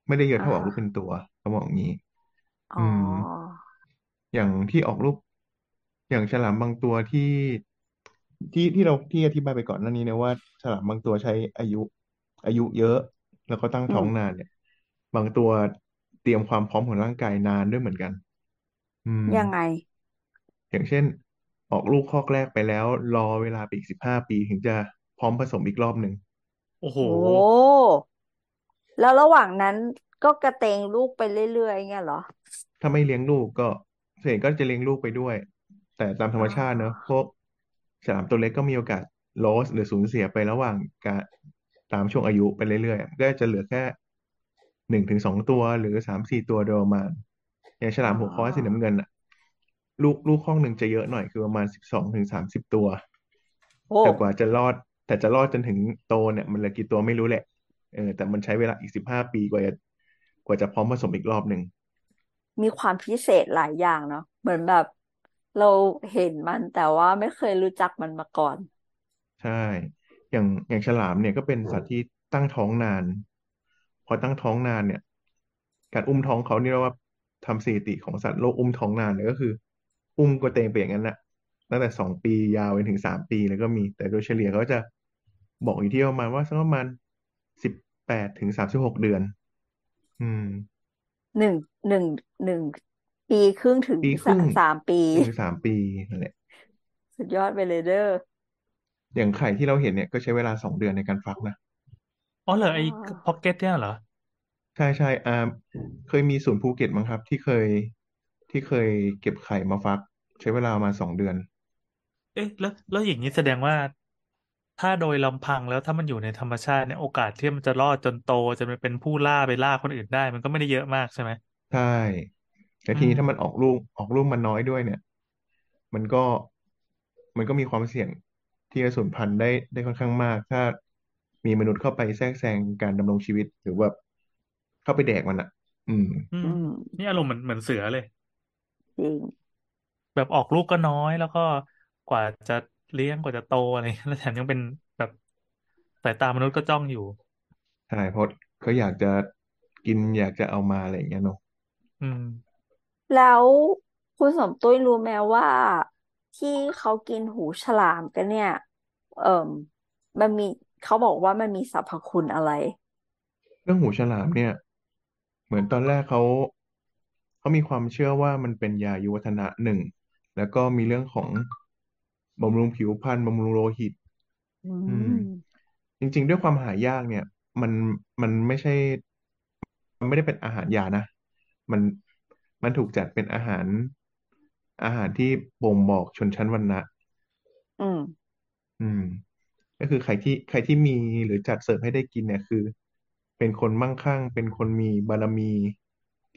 Speaker 3: ไม่ได้เยอะ
Speaker 1: อ่า
Speaker 3: เท่าออกลูกเป็นตัวเขาบอกอย่างนี้
Speaker 1: อ๋อ
Speaker 3: อืม อย่างที่ออกลูกอย่างฉลามบางตัวที่ที่ที่เราที่อธิบายไปก่อนหน้านี้นะว่าฉลามบางตัวใช้อายุ อายุเยอะ แล้วก็ตั้ง
Speaker 1: อื
Speaker 3: ท้อ
Speaker 1: ม
Speaker 3: งนานเนี่ย บางตัวเตรียมความพร้อมของร่างกายนานด้วยเหมือนกัน อืม
Speaker 1: ยังไง
Speaker 3: อย่างเช่น ออกลูกคอกแรกไปแล้ว รอเวลาไปอีกสิบห้าปีถึงจะพร้อมผสมอีกรอบหนึ่ง
Speaker 4: โอ้โห
Speaker 1: โอ้ แล้วระหว่างนั้นก็กระเตงลูกไปเรื่อยๆเงี้ยเหรอ
Speaker 3: ถ้าไม่เลี้ยงลูกก็ส่วนใหญ่ก็จะเลี้ยงลูกไปด้วย แต่ตามธร
Speaker 1: อ๋อ
Speaker 3: รมชาติเนอะพวกฉลามตัวเล็กก็มีโอกาส loss หรือสูญเสียไประหว่างการตามช่วงอายุไปเรื่อยๆก็จะเหลือแค่หนึ่งถึงสองตัวหรือสามสี่ตัวโดยประมาณอย่างฉ
Speaker 1: อ๋
Speaker 3: ลา
Speaker 1: อ
Speaker 3: มหัวค้อนสีน้ำเงินอะลูกลูกข้องหนึ่งจะเยอะหน่อยคือประมาณสิบสองถึงสามสิบตัว
Speaker 1: โอ้
Speaker 3: แต่กว่าจะรอด แต่จะรอดจนถึงโตเนี่ย มันเหลือกี่ตัวไม่รู้แหละเออแต่มันใช้เวลาอีกสิบห้าปีกว่าจะกว่าจะพร้อมผสมอีกรอบหนึ่ง
Speaker 1: มีความพิเศษหลายอย่างเนาะเหมือนแบบเราเห็นมันแต่ว่าไม่เคยรู้จักมันมาก่อน
Speaker 3: ใช่ อย่างอย่างฉลามเนี่ยก็เป็นสัตว์ที่ตั้งท้องนาน พอตั้งท้องนานเนี่ย การอุ้มท้องเขานี่เรียกว่าทำสถิติของสัตว์โลกอุ้มท้องนานเนี่ยก็คือ อุ้มกระเตงไปอย่างนั้นน่ะตั้งแต่สองปียาวไปถึงสามปีแล้วก็มี แต่โดยเฉลี่ยเขาจะบอกอยู่ที่ประมาณว่าสักประมาณสิบแปดถึงสามสิบหกเดือน อืม
Speaker 1: หนึ่งหนึ่งหนึ่งปีครึ่งถึง
Speaker 3: ปีค
Speaker 1: สา
Speaker 3: รึ่ง
Speaker 1: สามปี
Speaker 3: หนึ่งสามปีนั่นแหละ
Speaker 1: สุดยอดไปเลยเด้อ
Speaker 3: อย่างไข่ที่เราเห็นเนี่ยก็ใช้เวลาสองเดือนในการฟักนะ
Speaker 4: อ๋อเหรอ
Speaker 1: อ๋อ
Speaker 4: ไอ้พ็อกเก็ตเนี่ยเหรอ
Speaker 3: ใช่ใช่อ่าเคยมีสวนภูเก็ตมั้งครับ ที่เคยที่เคยเก็บไข่มาฟัก ใช้เวลามาสองเดือน
Speaker 4: เอ๊ะแล้วแล้วอย่างนี้แสดงว่า ถ้าโดยลำพังแล้วถ้ามันอยู่ในธรรมชาติเนี่ยโอกาสที่มันจะรอดจนโตจะไปเป็นผู้ล่าไปล่าคนอื่นได้ มันก็ไม่ได้เยอะมากใช่ไหม
Speaker 3: ใช่แต่
Speaker 4: อื
Speaker 3: ที
Speaker 4: ม
Speaker 3: นี้ถ้ามันออกลูกออกลูกมันน้อยด้วยเนี่ย มันก็มันก็มีความเสี่ยงที่จะสูญพันธุ์ได้ได้ค่อนข้างมาก ถ้ามีมนุษย์เข้าไปแทรกแซงการดำรงชีวิตหรือว่าเข้าไปแดกมันอ่ะ อืม
Speaker 4: อืม
Speaker 1: อืม
Speaker 4: นี่อารมณ์เหมือนเหมือนเสือเลย
Speaker 1: จริง
Speaker 4: แบบออกลูกก็น้อยแล้วก็กว่าจะเลี้ยงกว่าจะโตอะไร แล้วแถมยังเป็นแบบสายตามนุษย์ก็จ้องอยู่
Speaker 3: ใช่เพราะเขาอยากจะกินอยากจะเอามาอะไรอย่างเงี้ยเนาะ
Speaker 4: อืม
Speaker 1: แล้วคุณสมตุ้ยรู้ไหมว่าที่เขากินหูฉลามกันเนี่ย เอ่มมันมีเขาบอกว่ามันมีสรรพคุณอะไร
Speaker 3: เรื่องหูฉลามเนี่ย เหมือนตอนแรกเขาเขามีความเชื่อว่ามันเป็นยายุวัฒนะหนึ่ง แล้วก็มีเรื่องของบำรุงผิวพรรณบำรุงโลหิต
Speaker 1: อื
Speaker 3: อื
Speaker 1: ม
Speaker 3: ม จริง ๆ ด้วยความหายากเนี่ย มันมันไม่ใช่ มันไม่ได้เป็นอาหารยานะ มันมันถูกจัดเป็นอาหาร อาหารที่บ่งบอกชนชั้นวรรณะ
Speaker 1: อืม
Speaker 3: อืม ก็คือใครที่ใครที่มีหรือจัดเสิร์ฟให้ได้กินเนี่ยคือ เป็นคนมั่งคั่ง เป็นคนมีบารมี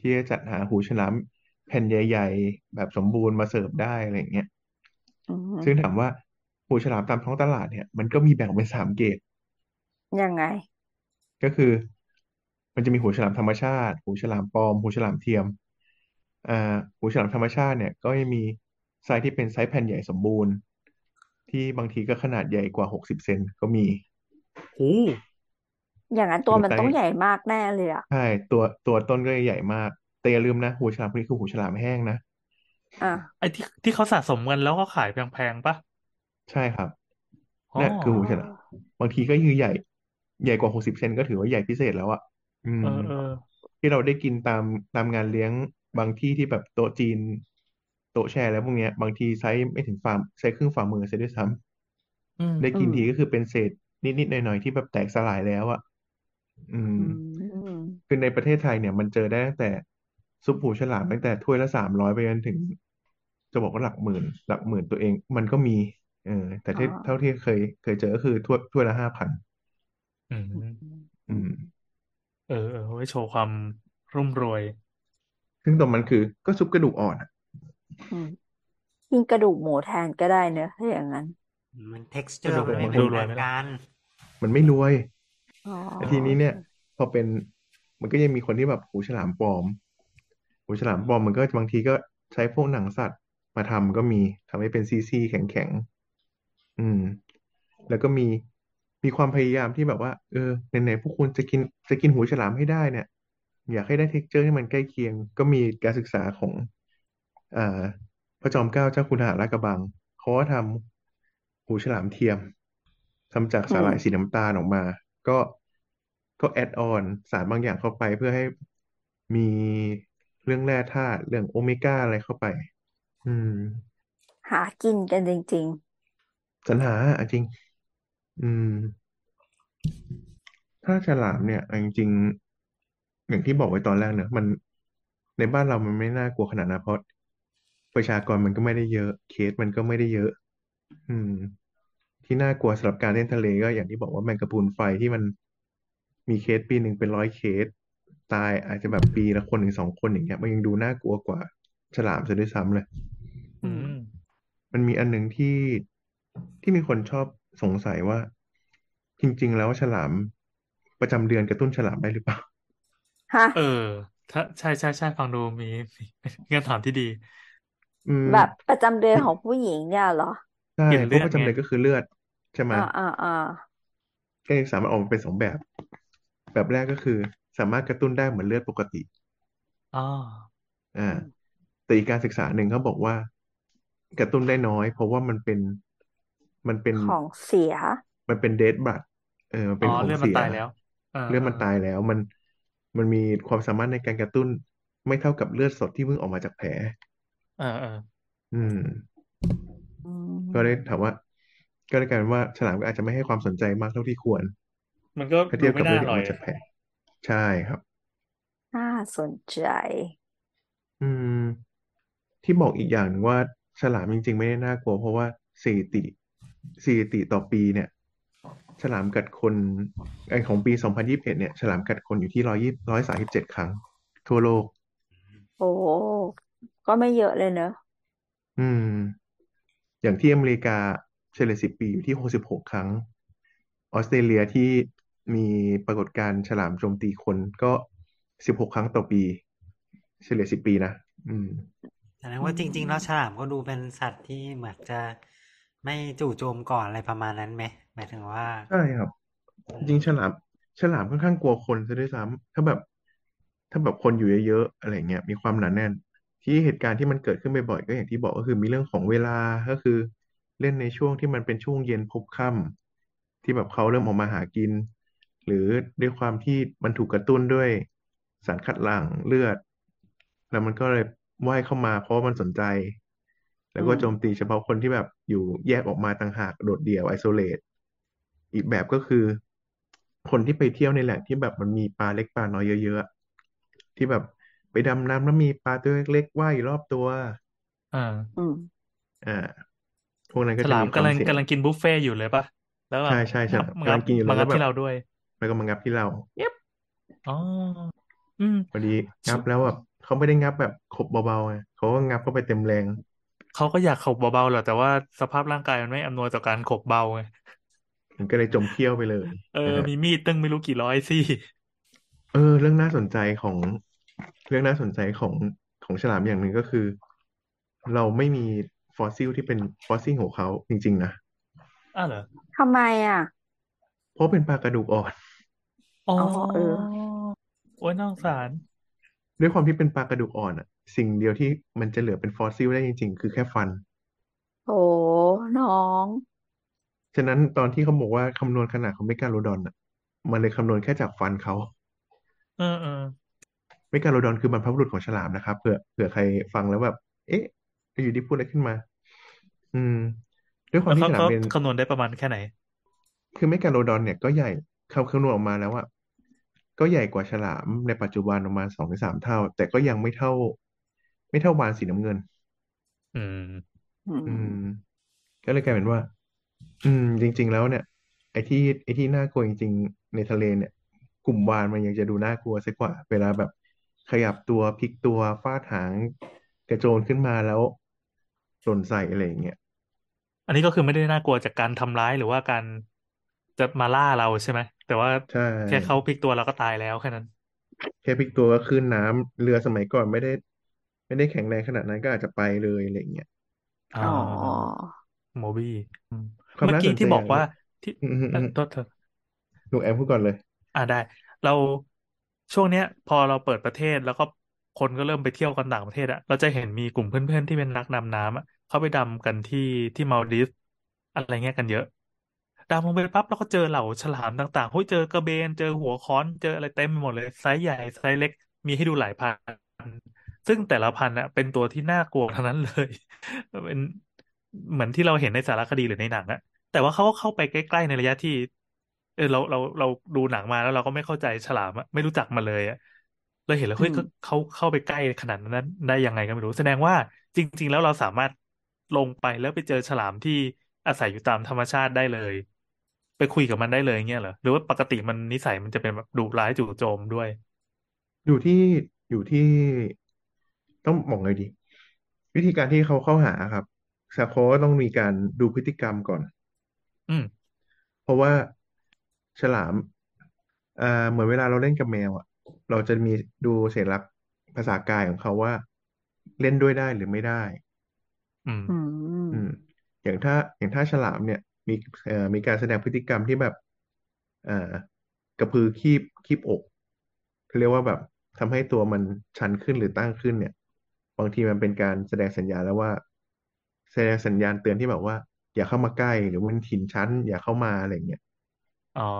Speaker 3: ที่จะจัดหาหูฉลาม แผ่นใหญ่ ๆ แบบสมบูรณ์มาเสิร์ฟได้อะไรอย่างเงี้ย
Speaker 1: อืม
Speaker 3: ซึ่งถามว่าหูฉลามตามท้องตลาดเนี่ยมันก็มีแบ่งเป็นสามเกรด
Speaker 1: ยังไง
Speaker 3: ก็คือมันจะมีหูฉลามธรรมชาติ หูฉลามปลอม หูฉลามเทียมอ่าหูฉลามธรรมชาติเนี่ย ก็จะมีไซส์ที่เป็นไซส์แผ่นใหญ่สมบูรณ์ ที่บางทีก็ขนาดใหญ่กว่าหกสิบเซนก็มี
Speaker 4: โอ้
Speaker 1: อย่างนั้นตั
Speaker 3: ห
Speaker 1: ว
Speaker 3: รือ
Speaker 1: มัน
Speaker 3: ไซ
Speaker 1: ต้อง
Speaker 3: ส์
Speaker 1: ใหญ่มากแน่เลยอ่ะ
Speaker 3: ใช่ตัวตัวต้นก็จะใหญ่มาก แต่อย่าลืมนะ หูฉลามพวกนี้คือหูฉลามแห้งนะ
Speaker 1: อ่ะ
Speaker 4: ไอ้ที่ที่เขาสะสมกันแล้วก็ขายแพงๆปะ
Speaker 3: ใช่ครับ
Speaker 4: อ๋อ
Speaker 3: นั่นคือ
Speaker 1: อ๋อ
Speaker 3: หูฉลามบางทีก็คือใหญ่ ใหญ่กว่าหกสิบเซนก็ถือว่าใหญ่พิเศษแล้วอ่ะอืม
Speaker 4: เออเออ
Speaker 3: ที่เราได้กินตามตามงานเลี้ยงบางที่ที่แบบโต๊ะจีน โต๊ะแชร์แล้วพวกเนี้ย บางทีไซส์ไม่ถึงฝ่าไซส์ครึ่งฝ่ามือเสียด้วยซ้
Speaker 4: อืม
Speaker 3: ำได้
Speaker 1: อื
Speaker 3: กิน
Speaker 1: ม
Speaker 3: ทีก็คือเป็นเศษนิดๆหน่อยๆที่แบบแตกสลายแล้วอ่ะอืม
Speaker 1: อืม
Speaker 3: คือในประเทศไทยเนี่ย มันเจอได้ตั้งแต่ซุปหูฉลามตั้งแต่ถ้วยละสามร้อยไปจนถึง จะบอกว่าหลักหมื่น หลักหมื่นตัวเอง มันก็มี เออ แต่
Speaker 1: อ๋อ
Speaker 3: ที่เท่าที่เคย เคยเจอก็คือถ้วยถ้วยละห้าพัน
Speaker 4: อืม
Speaker 3: อืม
Speaker 4: เออเออไว้โชว์ความร่ำรวย
Speaker 3: ซึ่งตรงมันคือก็ซุปกระดูกอ่อนอะ
Speaker 1: อืมกินกระดูกหมูแทนก็ได้เนอะถ้าอย่างนั้น
Speaker 2: มัน
Speaker 3: กระ
Speaker 2: texture
Speaker 3: ดูก
Speaker 2: มัน
Speaker 3: ข
Speaker 2: ไม่
Speaker 3: อง
Speaker 2: เห
Speaker 3: คุ
Speaker 2: มื
Speaker 3: ณ
Speaker 2: อน
Speaker 4: รวยไหมล่ะ
Speaker 2: กัน
Speaker 3: มันไม่รวย
Speaker 1: อ๋อ
Speaker 3: แต่ทีนี้เนี่ย พอเป็นมันก็ยังมีคนที่แบบหูฉลามปลอมหูฉลามปลอมมันก็บางทีก็ใช้พวกหนังสัตว์มาทำก็มีทำให้เป็นซีซีแข็งแข็งๆอืม แล้วก็มีมีความพยายามที่แบบว่า เออไหนๆพวกคุณจะกินจะกินหูฉลามให้ได้เนี่ย อยากให้ได้เท็กเจอร์ที่มันใกล้เคียง ก็มีการศึกษาของอ่าพระจอมเกล้าเจ้าคุณทหารลาดกระบังเขาก็ทำหูฉลามเทียมทำจาก
Speaker 1: อื
Speaker 3: สาม หร่ายสีน้ำตาลออกมา ก็ก็แอดออนสารบางอย่างเข้าไปเพื่อให้มีเรื่องแร่ธาตุเรื่องโอเมก้าอะไรเข้าไป อืม
Speaker 1: หากินกันจริง
Speaker 3: สรรหาอ่ะจริง อืม ถ้าฉลามเนี่ยเอาจริงๆอย่างที่บอกไว้ตอนแรกเนอะมันในบ้านเรามันไม่น่ากลัวขนาดนั้นเพราะประชากรมันก็ไม่ได้เยอะ เคสมันก็ไม่ได้เยอะ อืม ที่น่ากลัวสำหรับการเล่นทะเลก็อย่างที่บอกว่าแมงกะพรุนไฟที่มันมีเคสปีหนึ่งเป็นร้อยเคส ตายอาจจะแบบปีละคนถึงสองคนอย่างเงี้ย มันยังดูน่ากลัวกว่าฉลามซะด้วยซ้ำเลย
Speaker 1: ๆ
Speaker 4: อื
Speaker 1: อืม
Speaker 4: ม
Speaker 3: มันมีอันหนึ่งที่ที่มีคนชอบสงสัยว่า จริง ๆ แล้วฉลามประจำเดือนกระตุ้นฉลามได้หรือเปล่า
Speaker 1: ฮะ
Speaker 4: เออ ถ้าใช่ใช่ใช่ฟังดูมีมีคำถามที่ดี
Speaker 3: อืม
Speaker 1: แบบประจำเดือน
Speaker 3: ที่
Speaker 1: ของผู้หญิงเนี่ยเหรอ
Speaker 3: ใช่
Speaker 4: กิน
Speaker 3: เพ
Speaker 4: เลื
Speaker 3: ราะ
Speaker 4: อ
Speaker 3: ป
Speaker 4: ด
Speaker 3: ระจำ
Speaker 4: ไง
Speaker 3: เดือนก็คือเลือด ใช่ไหม
Speaker 1: อ่าอ่าอ่า
Speaker 3: การศึกษามันออกมาเป็นสองแบบ แบบแรกก็คือ สามารถกระตุ้นได้เหมือนเลือดปกติ
Speaker 4: อ๋อ
Speaker 1: อื
Speaker 3: อ่าม แต่อีกการศึกษาหนึ่งเขาบอกว่า กระตุ้นได้น้อย เพราะว่ามันเป็นมันเป็น
Speaker 1: ของเสีย
Speaker 3: มันเป็นเดดบลัดเออมัน
Speaker 4: อ๋อ
Speaker 3: เป็นของ
Speaker 4: เลือดมัน
Speaker 3: เสีย
Speaker 4: ตายแล้ว เออ
Speaker 3: เลือด
Speaker 4: เออ
Speaker 3: มันตายแล้วมันมันมีความสามารถในการกระตุ้น ไม่เท่ากับเลือดสดที่เพิ่งออกมาจากแผล
Speaker 4: เออเออ
Speaker 3: อืม
Speaker 1: อืม
Speaker 3: ก็เลยถามว่า ก็เลยกลายเป็นว่าฉลามก็อาจจะไม่ให้ความสนใจมากเท่าที่ควร
Speaker 4: มันก็
Speaker 3: ถ้า
Speaker 4: ดู
Speaker 3: เทียบ
Speaker 4: ไม่
Speaker 3: กับ
Speaker 4: น่า
Speaker 3: เลือด
Speaker 4: อ
Speaker 3: ที่อ
Speaker 4: ร่
Speaker 3: อ
Speaker 4: อกย
Speaker 3: มาจากแผลใช่ครับ
Speaker 1: น่าสนใจ
Speaker 3: อืม ที่บอกอีกอย่างหนึ่งว่าฉลามจริง ๆ ไม่ได้น่ากลัว เพราะว่าสถิติสถิติต่อปีเนี่ย ฉลามกัดคนไอของปีสองพันยี่สิบเอ็ดเนี่ย ฉลามกัดคนอยู่ที่ร้อยยี่ร้อยสามสิบเจ็ดครั้ง ทั่วโลก
Speaker 1: โอ้โหก็ไม่เยอะเลยเนอะ
Speaker 3: อืม อย่างที่อเมริกาเฉลี่ยสิบปีอยู่ที่หกสิบหกครั้ง ออสเตรเลียที่มีปรากฏการณ์ฉลามโจมตีคนก็สิบหกครั้งต่อปี เฉลี่ยสิบปีนะอืม
Speaker 2: แสดง
Speaker 1: อื
Speaker 2: ว่าม จริง ๆ แล้วฉลามก็ดูเป็นสัตว์ที่เหมือนจะไม่จู่โจมก่อนอะไรประมาณนั้นไหมหมายถึงว่า
Speaker 3: ใช่ครับ
Speaker 2: อืม
Speaker 3: จริงฉลามฉลามค่อนข้างกลัวคนซะด้วยซ้ำถ้าแบบ ถ้าแบบคนอยู่เยอะๆอะไรเงี้ยมีความหนาแน่น ที่เหตุการณ์ที่มันเกิดขึ้นบ่อยๆก็อย่างที่บอกก็คือมีเรื่องของเวลาก็คือ เล่นในช่วงที่มันเป็นช่วงเย็นพบค่ำที่แบบเขาเริ่มออกมาหากิน หรือด้วยความที่มันถูกกระตุ้นด้วยสารคัดหลั่งเลือด แล้วมันก็เลยว่ายเข้ามาเพราะว่ามันสนใจ แล้
Speaker 1: อื
Speaker 3: วก็
Speaker 1: ม
Speaker 3: โจมตีเฉพาะคนที่แบบอยู่แยกออกมาต่างหากโดดเดี่ยวไอโซเลตอีกแบบก็คือ คนที่ไปเที่ยวในแหล่งที่แบบมันมีปลาเล็กปลาน้อยเยอะๆอะที่แบบไปดำน้ำแล้วมีปลาตัวเล็กๆว่ายอยู่รอบตัว
Speaker 4: อ่า
Speaker 1: อืม
Speaker 3: อ่า พวกนั้นก็
Speaker 4: ฉ
Speaker 3: จะ
Speaker 4: ลา
Speaker 3: มีควาก
Speaker 4: มำลั
Speaker 3: ม
Speaker 4: ง
Speaker 3: เสี่ยง
Speaker 4: กำลังกินบุฟเฟ่ต์อยู่เลยป่ะแล้วแบบ
Speaker 3: ใช่ใช่ฉลาม
Speaker 4: มั
Speaker 3: กำลังกินอยู่เลย
Speaker 4: มางับ
Speaker 3: แล้วแบบ
Speaker 4: ที่เราด้วย
Speaker 3: แล้วก็มางับที่เรา
Speaker 4: อ๋ออืม
Speaker 3: พอดีงับแล้วแบบเขาไม่ได้งับแบบขบเบาๆไงเขาก็งับเข้าไปเต็มแรง
Speaker 4: เขาก็อยากขบเบาๆแหละแต่ว่าสภาพร่างกายมันไม่อำนวยต่อการขบเบาไง
Speaker 3: มันก็เลยจมเขี้ยวไปเลย
Speaker 4: เอ
Speaker 3: นะ
Speaker 4: อ
Speaker 3: ฮะ
Speaker 4: มีมีดตั้งไม่รู้กี่ร้อยซี่
Speaker 3: เออเรื่องน่าสนใจของเรื่องน่าสนใจของของฉลามอย่างหนึ่งก็คือ เราไม่มีฟอสซิลที่เป็นฟอสซิลของเขาจริง ๆ นะ
Speaker 4: อ้าวเหรอ
Speaker 1: ทำไมอ่ะ
Speaker 3: เพราะเป็นปลากระดูกอ่อน
Speaker 4: อ๋อ
Speaker 1: อ๋อเออ
Speaker 4: โอ้ยน่าสงสาร
Speaker 3: ด้วยความที่เป็นปลากระดูกอ่อนอ่ะ สิ่งเดียวที่มันจะเหลือเป็นฟอสซิลได้จริง ๆ คือแค่ฟัน
Speaker 1: โหน้อง
Speaker 3: ฉะนั้นตอนที่เขาบอกว่าคำนวณขนาดของเมกาโลดอนอ่ะ มันเลยคำนวณแค่จากฟันเขา
Speaker 4: เออเออ
Speaker 3: เมกาโลดอนคือบรรพบุรุษของฉลามนะครับเผื่อเผื่อใครฟังแล้วแบบ เอ๊ะอยู่ดีพูดอะไรขึ้นมา อืม ด้วยความ
Speaker 4: แล้ว
Speaker 3: ที่
Speaker 4: เขา
Speaker 3: ฉลาม
Speaker 4: เขา
Speaker 3: เป็น
Speaker 4: คำนวณได้ประมาณแค่ไหน
Speaker 3: คือเมกาโลดอนเนี่ยก็ใหญ่เขาคำนวณออกมาแล้วอะก็ใหญ่กว่าฉลามในปัจจุบันประมาณสองถึงสามเท่า แต่ก็ยังไม่เท่า ไม่เท่าวาฬสีน้ำเงิน
Speaker 4: อืม
Speaker 1: อืม
Speaker 3: อืม ก็เลยกลายเป็นว่า อืม จริง ๆ แล้วเนี่ย ไอ้ที่ไอ้ที่น่ากลัวจริง ๆ ในทะเลเนี่ย กลุ่มวาฬมันยังจะดูน่ากลัวซะกว่า เวลาแบบขยับตัวพลิกตัวฟาดหางกระโจนขึ้นมาแล้วหล่นใส่อะไรอย่างเงี้ย
Speaker 4: อันนี้ก็คือไม่ได้น่ากลัวจากการทำร้ายหรือว่าการจะมาล่าเราใช่ไหมแต่ว่า
Speaker 3: ใช่
Speaker 4: แค่เขาพลิกตัวเราก็ตายแล้วแค่นั้น
Speaker 3: แค่พลิกตัวก็ขึ้นน้ำเรือสมัยก่อนไม่ได้ ไม่ได้แข็งแรงขนาดนั้นก็อาจจะไปเลยอะไรอย่างเงี้ย
Speaker 4: อ๋อ
Speaker 1: อ๋อ
Speaker 4: โมบี้อืม
Speaker 3: ความ
Speaker 4: เมื่อ
Speaker 3: น่าส
Speaker 4: กี้
Speaker 3: นใจ
Speaker 4: ที่บอก
Speaker 3: ย่าง
Speaker 4: ว่า
Speaker 3: หนึ่ง
Speaker 4: ที่
Speaker 3: อืมอืม
Speaker 4: เอ
Speaker 3: อื
Speaker 4: อ
Speaker 3: ม
Speaker 4: โทษเถอะ
Speaker 3: หนูแอมพูดก่อนเลย
Speaker 4: อ่าได้ เราช่วงเนี้ย พอเราเปิดประเทศแล้วก็คนก็เริ่มไปเที่ยวกันต่างประเทศอะเราจะเห็นมีกลุ่มเพื่อนๆที่เป็นนักดำน้ำอะเขาไปดำกันที่ที่มาลดีฟส์อะไรเงี้ยกันเยอะดำลงไปปั๊บแล้วก็เจอเหล่าฉลามต่างๆเฮ้ยเจอกระเบนเจอหัวค้อนเจออะไรเต็มไปหมดเลยไซส์ใหญ่ไซส์เล็กมีให้ดูหลายพันซึ่งแต่ละพันอะเป็นตัวที่น่ากลัวทั้งนั้นเลย เป็นเหมือนที่เราเห็นในสารคดีหรือในหนังอะ แต่ว่าเขาก็เข้าไปใกล้ๆในระยะที่ เออเราเราเราดูหนังมาแล้วเราก็ไม่เข้าใจฉลามอะไม่รู้จักมันเลยอะเราเห็นแล้ว
Speaker 1: อื
Speaker 4: เฮ้ย
Speaker 1: ม
Speaker 4: ก็เขาเข้าไปใกล้ขนาดนั้นได้ยังไงก็ไม่รู้ แสดงว่าจริง ๆ แล้วเราสามารถลงไปแล้วไปเจอฉลามที่อาศัยอยู่ตามธรรมชาติได้เลย ไปคุยกับมันได้เลยเงี้ยเหรอหรือว่าปกติมันนิสัยมันจะเป็นแบบดุร้ายจู่โจมด้วย
Speaker 3: อยู่ที่อยู่ที่ต้องบอกเลยดี วิธีการที่เขาเข้าหาครับซาโคก็ต้องมีการดูพฤติกรรมก่อน
Speaker 4: อืม
Speaker 3: เพราะว่าฉลามเอ่อเหมือนเวลาเราเล่นกับแมวอ่ะ เราจะมีดูสัญลักษณ์ภาษากายของเขาว่า เล่นด้วยได้หรือไม่ได้
Speaker 4: อืม
Speaker 1: อืม
Speaker 3: อืมอย่างถ้าอย่างถ้าฉลามเนี่ยมีเอ่อมีการแสดงพฤติกรรมที่แบบเอ่อกระพือคีบคีบอกเขาเรียกว่าแบบทำให้ตัวมันชันขึ้นหรือตั้งขึ้นเนี่ย บางทีมันเป็นการแสดงสัญญาณแล้วว่า แสดงสัญญาณเตือนที่แบบว่า อย่าเข้ามาใกล้หรือมันถิ่นฉันอย่าเข้ามาอะไรอย่างเงี้ย
Speaker 4: อ๋อ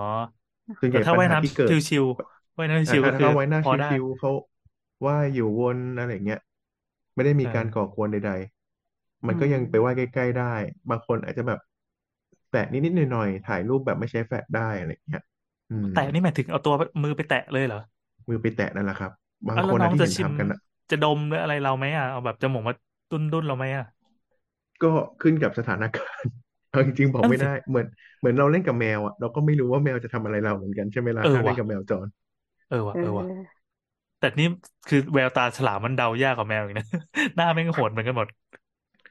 Speaker 3: ส่วนให
Speaker 4: แต่
Speaker 3: ญ่
Speaker 4: ถ้า
Speaker 3: ปัญ
Speaker 4: ว่าย
Speaker 3: หา
Speaker 4: น้ำ
Speaker 3: ที่เกิด
Speaker 4: ชิวๆว่ายน้ำ
Speaker 3: อ่า
Speaker 4: ชิว
Speaker 3: ถ้าถ้า
Speaker 4: ก็คือ
Speaker 3: เขาไว้หน้า
Speaker 4: พอได้
Speaker 3: ชิวๆเขาว่ายอยู่วนอะไรอย่างเงี้ยไม่ได้มี
Speaker 4: เออ
Speaker 3: การก่อกวนใด ๆ
Speaker 1: อื
Speaker 3: มันก็
Speaker 1: ม
Speaker 3: ยังไปไหว้ใกล้ๆได้ บางคนอาจจะแบบแตะนิดๆหน่อยๆถ่ายรูปแบบไม่ใช้แฟลชได้อะไรอย่างเงี้ย อืม
Speaker 4: แต่นี่หมายถึงเอาตัวมือไปแตะเลยเหรอ
Speaker 3: มือไปแตะนั่นแหละครับ บาง
Speaker 4: เอา
Speaker 3: คน
Speaker 4: แล้วน้
Speaker 3: นะ
Speaker 4: อง
Speaker 3: ที่
Speaker 4: จะ
Speaker 3: เห็น
Speaker 4: ชิ
Speaker 3: ทำ
Speaker 4: ม
Speaker 3: กันอ่ะ
Speaker 4: จะดมหรืออะไรเราไหมอ่ะเอาแบบจมูกมาดุนดุนๆเราไหมอ่ะ
Speaker 3: ก็ขึ้นกับสถานการณ์ เอาจริงๆบอก
Speaker 4: นั่น
Speaker 3: ไม่
Speaker 4: สิ
Speaker 3: ได้ เหมือนเหมือนเราเล่นกับแมวอ่ะ เราก็ไม่รู้ว่าแมวจะทำอะไรเราเหมือนกันใช่ไหมล่ะ
Speaker 4: เออ
Speaker 3: ถ้าเล่น
Speaker 4: ว่ะ
Speaker 3: กับแมวจร
Speaker 4: เออ
Speaker 1: เอ
Speaker 4: ว่ะ
Speaker 1: อ
Speaker 4: เออว่ะแต่นี่คือแววตาฉลามมันเดายากกว่าแมวอีกนะ หน้าแม่งโหดเหมือนกันหมด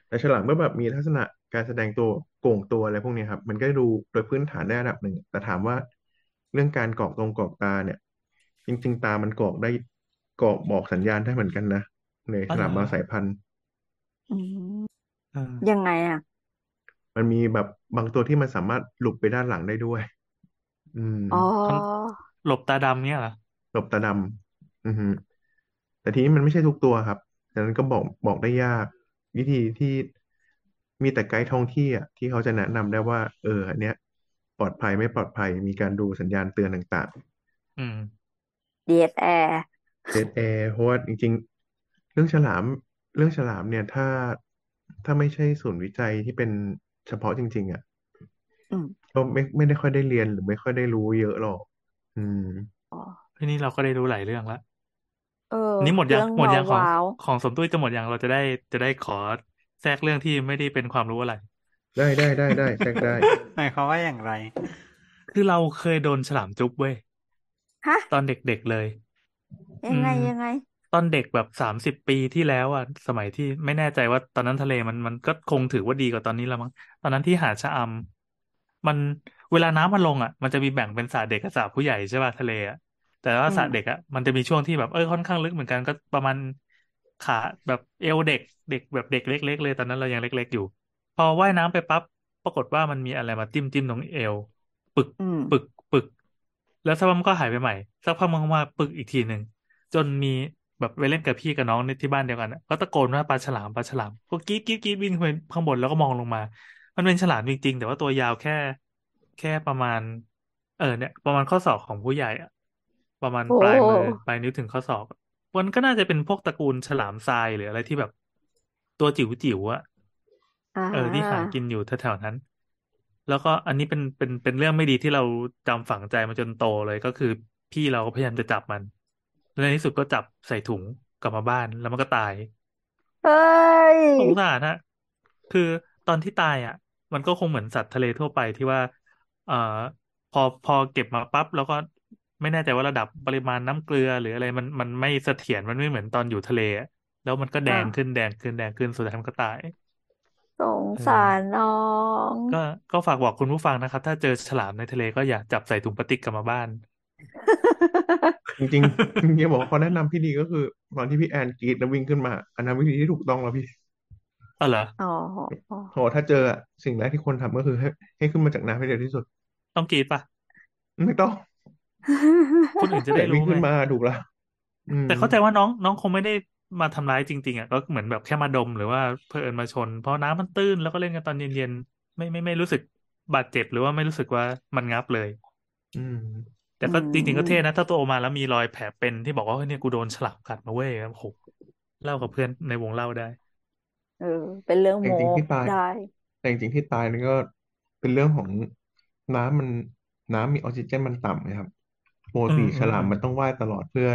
Speaker 3: แต่ฉลามก็แบบมีลักษณะการแสดงตัวโก่งตัวอะไรพวกเนี้ยครับ มันก็ดูโดยพื้นฐานได้ระดับหนึ่งแต่ถามว่าเรื่องการกรอกตรงกรอกตาเนี่ย จริง ๆ ตามันกรอกได้กรอกบอกสัญญาณได้เหมือนกันนะใน
Speaker 4: อ๋อ
Speaker 3: ฉ
Speaker 4: เหร
Speaker 3: ลา
Speaker 4: อ
Speaker 3: มบางสายพันธุ์
Speaker 1: อืม
Speaker 4: เออ
Speaker 1: ยังไงอ่ะ
Speaker 3: มันมีแบบบางตัวที่มันสามารถหลบไปด้านหลังได้ด้วย อืม
Speaker 1: อ๋อ
Speaker 4: ทำหลบตาดำเงี้ยเหรอ
Speaker 3: หลบตาดำอือฮึแต่ทีนี้มันไม่ใช่ทุกตัวครับดังนั้นก็บอกบอกได้ยาก วิธีที่มีแต่ไกด์ท้องที่อ่ะที่เขาจะแนะนำได้ว่า เอออันเนี้ย ปลอดภัยไม่ปลอดภัยมีการดูสัญญาณเตือนต่าง
Speaker 4: อืม
Speaker 1: เดทแอร์
Speaker 3: ๆเ e ดแอร์เพราะว่าจริง ๆ เรื่องฉลาม เรื่องฉลามเนี่ย ถ้าถ้าไม่ใช่ศูนย์วิจัยที่เป็นเฉพาะจริง ๆ อ่ะ
Speaker 1: อืม
Speaker 3: ก็ไม่ไม่ได้ค่อยได้เรียนหรือไม่ค่อยได้รู้เยอะหรอก อืม
Speaker 1: อ๋อ
Speaker 4: ที่นี่เราก็ได้รู้หลายเรื่องละ
Speaker 1: เออ
Speaker 4: อันนี้หมดยั
Speaker 1: เรื่
Speaker 4: ง
Speaker 1: อง
Speaker 4: หมด
Speaker 1: ว้า
Speaker 4: ยั
Speaker 1: ว
Speaker 4: งของ
Speaker 1: ว้าว
Speaker 4: ของสมตุ้ยจะหมดยังเราจะได้จะได้ขอแทรกเรื่องที่ไม่ได้เป็นความรู้อะไร
Speaker 3: ได้ได้ได้ได้แซกได้
Speaker 2: หมายความว่าอย่างไร
Speaker 4: คือเราเคยโดนฉลามจุ๊บเว้ย
Speaker 1: ฮะ
Speaker 4: ตอนเด็กๆเลย
Speaker 1: ยังไง
Speaker 4: อืม
Speaker 1: ยังไง
Speaker 4: ตอนเด็กแบบสามสิบปีที่แล้วอ่ะสมัยที่ไม่แน่ใจว่าตอนนั้นทะเลมันมันก็คงถือว่าดีกว่าตอนนี้แล้วมั้งตอนนั้นที่หาดชะอำมันเวลาน้ำมันลงอ่ะ มันจะมีแบ่งเป็นสระเด็กกับสระผู้ใหญ่ใช่ป่ะทะเลอ่ะแต่ว่า
Speaker 1: อืม
Speaker 4: สระเด็กอ่ะมันจะมีช่วงที่แบบเออค่อนข้างลึกเหมือนกันก็ประมาณขาแบบเอวเด็กเด็กแบบเด็กเล็ก ๆ เลยตอนนั้นเรายังเล็ก ๆ อยู่ พอว่ายน้ำไปปั๊บปรากฏว่ามันมีอะไรมาจิ้มจิ้มตรงเอว ปึก
Speaker 1: อืม
Speaker 4: ปึกปึก แล้วสักพักมันก็หายไปใหม่ สักพักมันก็มาปึกอีกทีหนึ่ง จนมีแบบไปเล่นกับพี่กับน้องในที่บ้านเดียวกันอะก็ตะโกนว่าปลาฉลามปลาฉลามก็กรี๊ดกรี๊ดกรี๊ดวิ่งไปข้างบนแล้วก็มองลงมา มันเป็นฉลามจริงๆ แต่ว่าตัวยาวแค่ แค่ประมาณ เออเนี่ย ประมาณข้อศอกของผู้ใหญ่อะประมาณ
Speaker 1: โอ้
Speaker 4: ปลายมือปลายนิ้วถึงข้อศอก มันก็น่าจะเป็นพวกตระกูลฉลามทรายหรืออะไรที่แบบ ตัวจิ๋วจิ๋วอะ
Speaker 1: อ่า
Speaker 4: เออที่หากินอยู่แถวๆนั้น แล้วก็อันนี้เป็นเป็นเป็นเรื่องไม่ดีที่เราจำฝังใจมาจนโตเลยก็คือพี่เราก็พยายามจะจับมันแล้วในที่สุดก็จับใส่ถุงกลับมาบ้านแล้วมันก็ตาย
Speaker 1: เฮ้ย
Speaker 4: สงสารนะคือตอนที่ตายอ่ะ มันก็คงเหมือนสัตว์ทะเลทั่วไปที่ว่า เอ่อพอพอเก็บมาปั๊บแล้วก็ไม่แน่ใจว่าระดับปริมาณน้ำเกลือหรืออะไรมันมันไม่เสถียรมันไม่เหมือนตอนอยู่ทะเลอะแล้วมันก็แด
Speaker 1: อ่า
Speaker 4: งขึ้นแดงขึ้นแดงขึ้นสุดท้ายมันก็ตาย
Speaker 1: สงสารน้อง
Speaker 4: ก็ก็ฝากบอกคุณผู้ฟังนะครับ ถ้าเจอฉลามในทะเลก็อย่าจับใส่ถุงพลาสติกกลับมาบ้าน
Speaker 3: จริงๆจริงๆบอกว่าเขาแนะนำที่ดีก็คือตอนที่พี่แอนกรีดแล้ววิ่งขึ้นมา อันนั้นวิธีที่ถูกต้องแล้วพี่
Speaker 4: เออเหรอ
Speaker 1: อ๋อ
Speaker 3: โหถ้าเจออะสิ่งแรกที่ควรทำก็คือให้ให้ขึ้นมาจากน้ำให้เร็วที่สุด
Speaker 4: ต้องกรีดป่ะ
Speaker 3: ไม่ต้อง
Speaker 4: คนอื่นจะได้
Speaker 3: แต่
Speaker 4: รู้
Speaker 3: วิ่ง
Speaker 4: ไง
Speaker 3: ขึ้นมาถูกละอืม
Speaker 4: แต่เข้าใจว่าน้องน้องคงไม่ได้มาทำร้ายจริง ๆอ่ะก็เหมือนแบบแค่มาดมหรือว่าเพอเอิญมาชน เพราะน้ำมันตื้นแล้วก็เล่นกันตอนเย็นๆไม่ไม่ไม่รู้สึกบาดเจ็บหรือว่าไม่รู้สึกว่ามันงับเลย
Speaker 3: อืม
Speaker 4: แต่ก็จริงๆก็เท่นะ ถ้าโตมาแล้วมีรอยแผลเป็นที่บอกว่าเฮ้ยเนี่ยกูโดนฉลามกัดมาเว้ยครับโหเล่ากับเพื่อนในวงเล่าได้
Speaker 1: เออ เป็นเรื่อง
Speaker 3: แต่
Speaker 1: โม
Speaker 3: จริงๆที่ตาย
Speaker 1: ได้
Speaker 3: แต่จริงๆที่ตายนี่ก็เป็นเรื่องของน้ำมันน้ำมีออกซิเจนมันต่ำนะครับปก
Speaker 4: อื
Speaker 3: ติ
Speaker 4: มอืม
Speaker 3: ฉลาม
Speaker 4: อืม
Speaker 3: มันต้องว่ายตลอดเพื่อ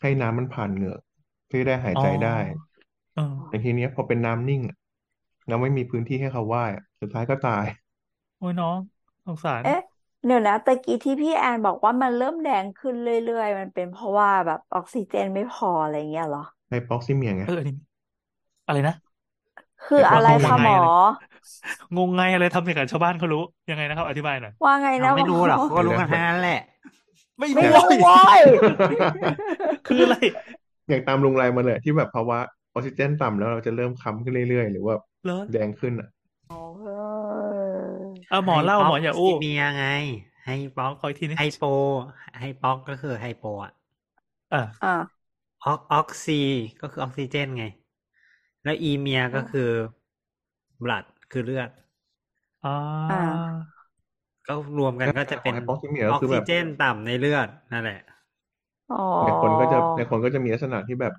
Speaker 3: ให้น้ำมันผ่านเหงือกเพื่อได้หาย
Speaker 4: อ๋อ
Speaker 3: ใจได้
Speaker 4: เออ
Speaker 3: แต่ทีเนี้ยพอเป็นน้ำนิ่งอะน้ำไม่มีพื้นที่ให้เขาว่ายอะสุดท้ายก็ตาย
Speaker 4: โอ้ยน้องสงสาร
Speaker 1: เอ๊ะเดี๋ยวนะตะกี้ที่พี่แอนบอกว่ามันเริ่มแดงขึ้นเรื่อยๆ มันเป็นเพราะว่าแบบออกซิเจนไม่พออะไรเงี้ยเหรอ
Speaker 3: ไฮปอกซิเมียไง
Speaker 4: เอออันนี้อะไรนะ
Speaker 1: คือ
Speaker 3: เดี๋ยว
Speaker 1: อะไร
Speaker 4: ว่า
Speaker 1: คะ
Speaker 4: ง
Speaker 1: ห
Speaker 4: ง
Speaker 1: ม
Speaker 4: ไง
Speaker 1: อ
Speaker 4: อะไร งงไงอะไรทำอย่างกับชาวบ้านเขารู้ยังไงนะครับ อธิบายหน่อย
Speaker 1: ว่าไงนะ
Speaker 2: เราไม่
Speaker 1: หม
Speaker 2: รู้
Speaker 1: อ
Speaker 2: หรอกเขาก็รู้กันทั้งนั้นแหละ ไม่
Speaker 1: ไม่
Speaker 2: รู้
Speaker 1: รู้โว้ย
Speaker 4: คืออะไร
Speaker 3: อย่างตามลุงไรมาเลย ที่แบบภาวะออกซิเจนต่ำแล้วเราจะเริ่มค้ำขึ้นเรื่อยๆ หรือว่า
Speaker 4: เหรอ
Speaker 3: แดงขึ้นอ่ะ
Speaker 1: เออ
Speaker 4: เอาหมอเล่าหมออย่าอู้
Speaker 2: ไฮโปกซิเมียไงไฮ
Speaker 4: หม
Speaker 2: ป๊
Speaker 4: อ
Speaker 2: อก
Speaker 4: คอยทีนี้
Speaker 2: ไฮโปไฮป๊อกก็คือไฮโปอะ
Speaker 4: อ่ะ
Speaker 1: อ่ะ
Speaker 2: ออกออกซีก็คือออกซิเจนไง แล้วอีเมียก็คือบลัดคือเลือด
Speaker 4: อ่า
Speaker 2: ก็รวมกันก็จะเป็น
Speaker 3: ไฮโปกซิเมียก็
Speaker 2: ออก
Speaker 3: คือแบบ
Speaker 2: ซิเจนต่ำในเลือดนั่นแหละ
Speaker 1: อ๋อ
Speaker 3: ในคนก็จะในคนก็จะมีลักษณะที่แบบ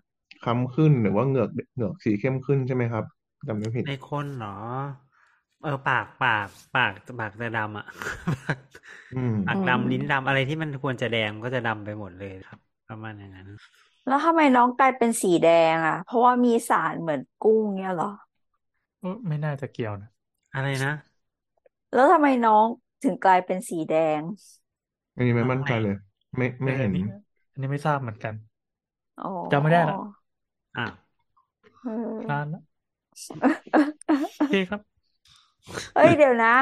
Speaker 3: ค้ำขึ้นหรือว่าเหงือกเหงือกสีเข้มขึ้นใช่ไหมครับจำไม่ผิด
Speaker 2: ในคนเหรอ เออปากปากปากปากจะดำอ่ะ
Speaker 3: อืม
Speaker 2: ปากดำลิ้นดำอะไรที่มันควรจะแดงก็จะดำไปหมดเลยครับ ประมาณอย่างนั้น
Speaker 1: แล้วทำไมน้องกลายเป็นสีแดงอ่ะ เพราะว่ามีสารเหมือนกุ้งเนี่ยเหรอ
Speaker 4: เออไม่น่าจะเกี่ยวนะ
Speaker 2: อะไรนะ
Speaker 1: แล้วทำไมน้องถึงกลายเป็นสีแดง
Speaker 3: อันนี้ไม่มั่นใจเลย ไม่
Speaker 4: เอ
Speaker 3: ไม่
Speaker 4: อ
Speaker 3: เห็น
Speaker 4: นี่อันนี้ไม่ทราบเหมือนกัน
Speaker 1: อ๋อ
Speaker 4: จำไม่ได้ละ
Speaker 2: อ่ะ
Speaker 1: เออ
Speaker 4: นานแล้วโอเคครับ
Speaker 1: เอ้ยเดี๋ยวนะ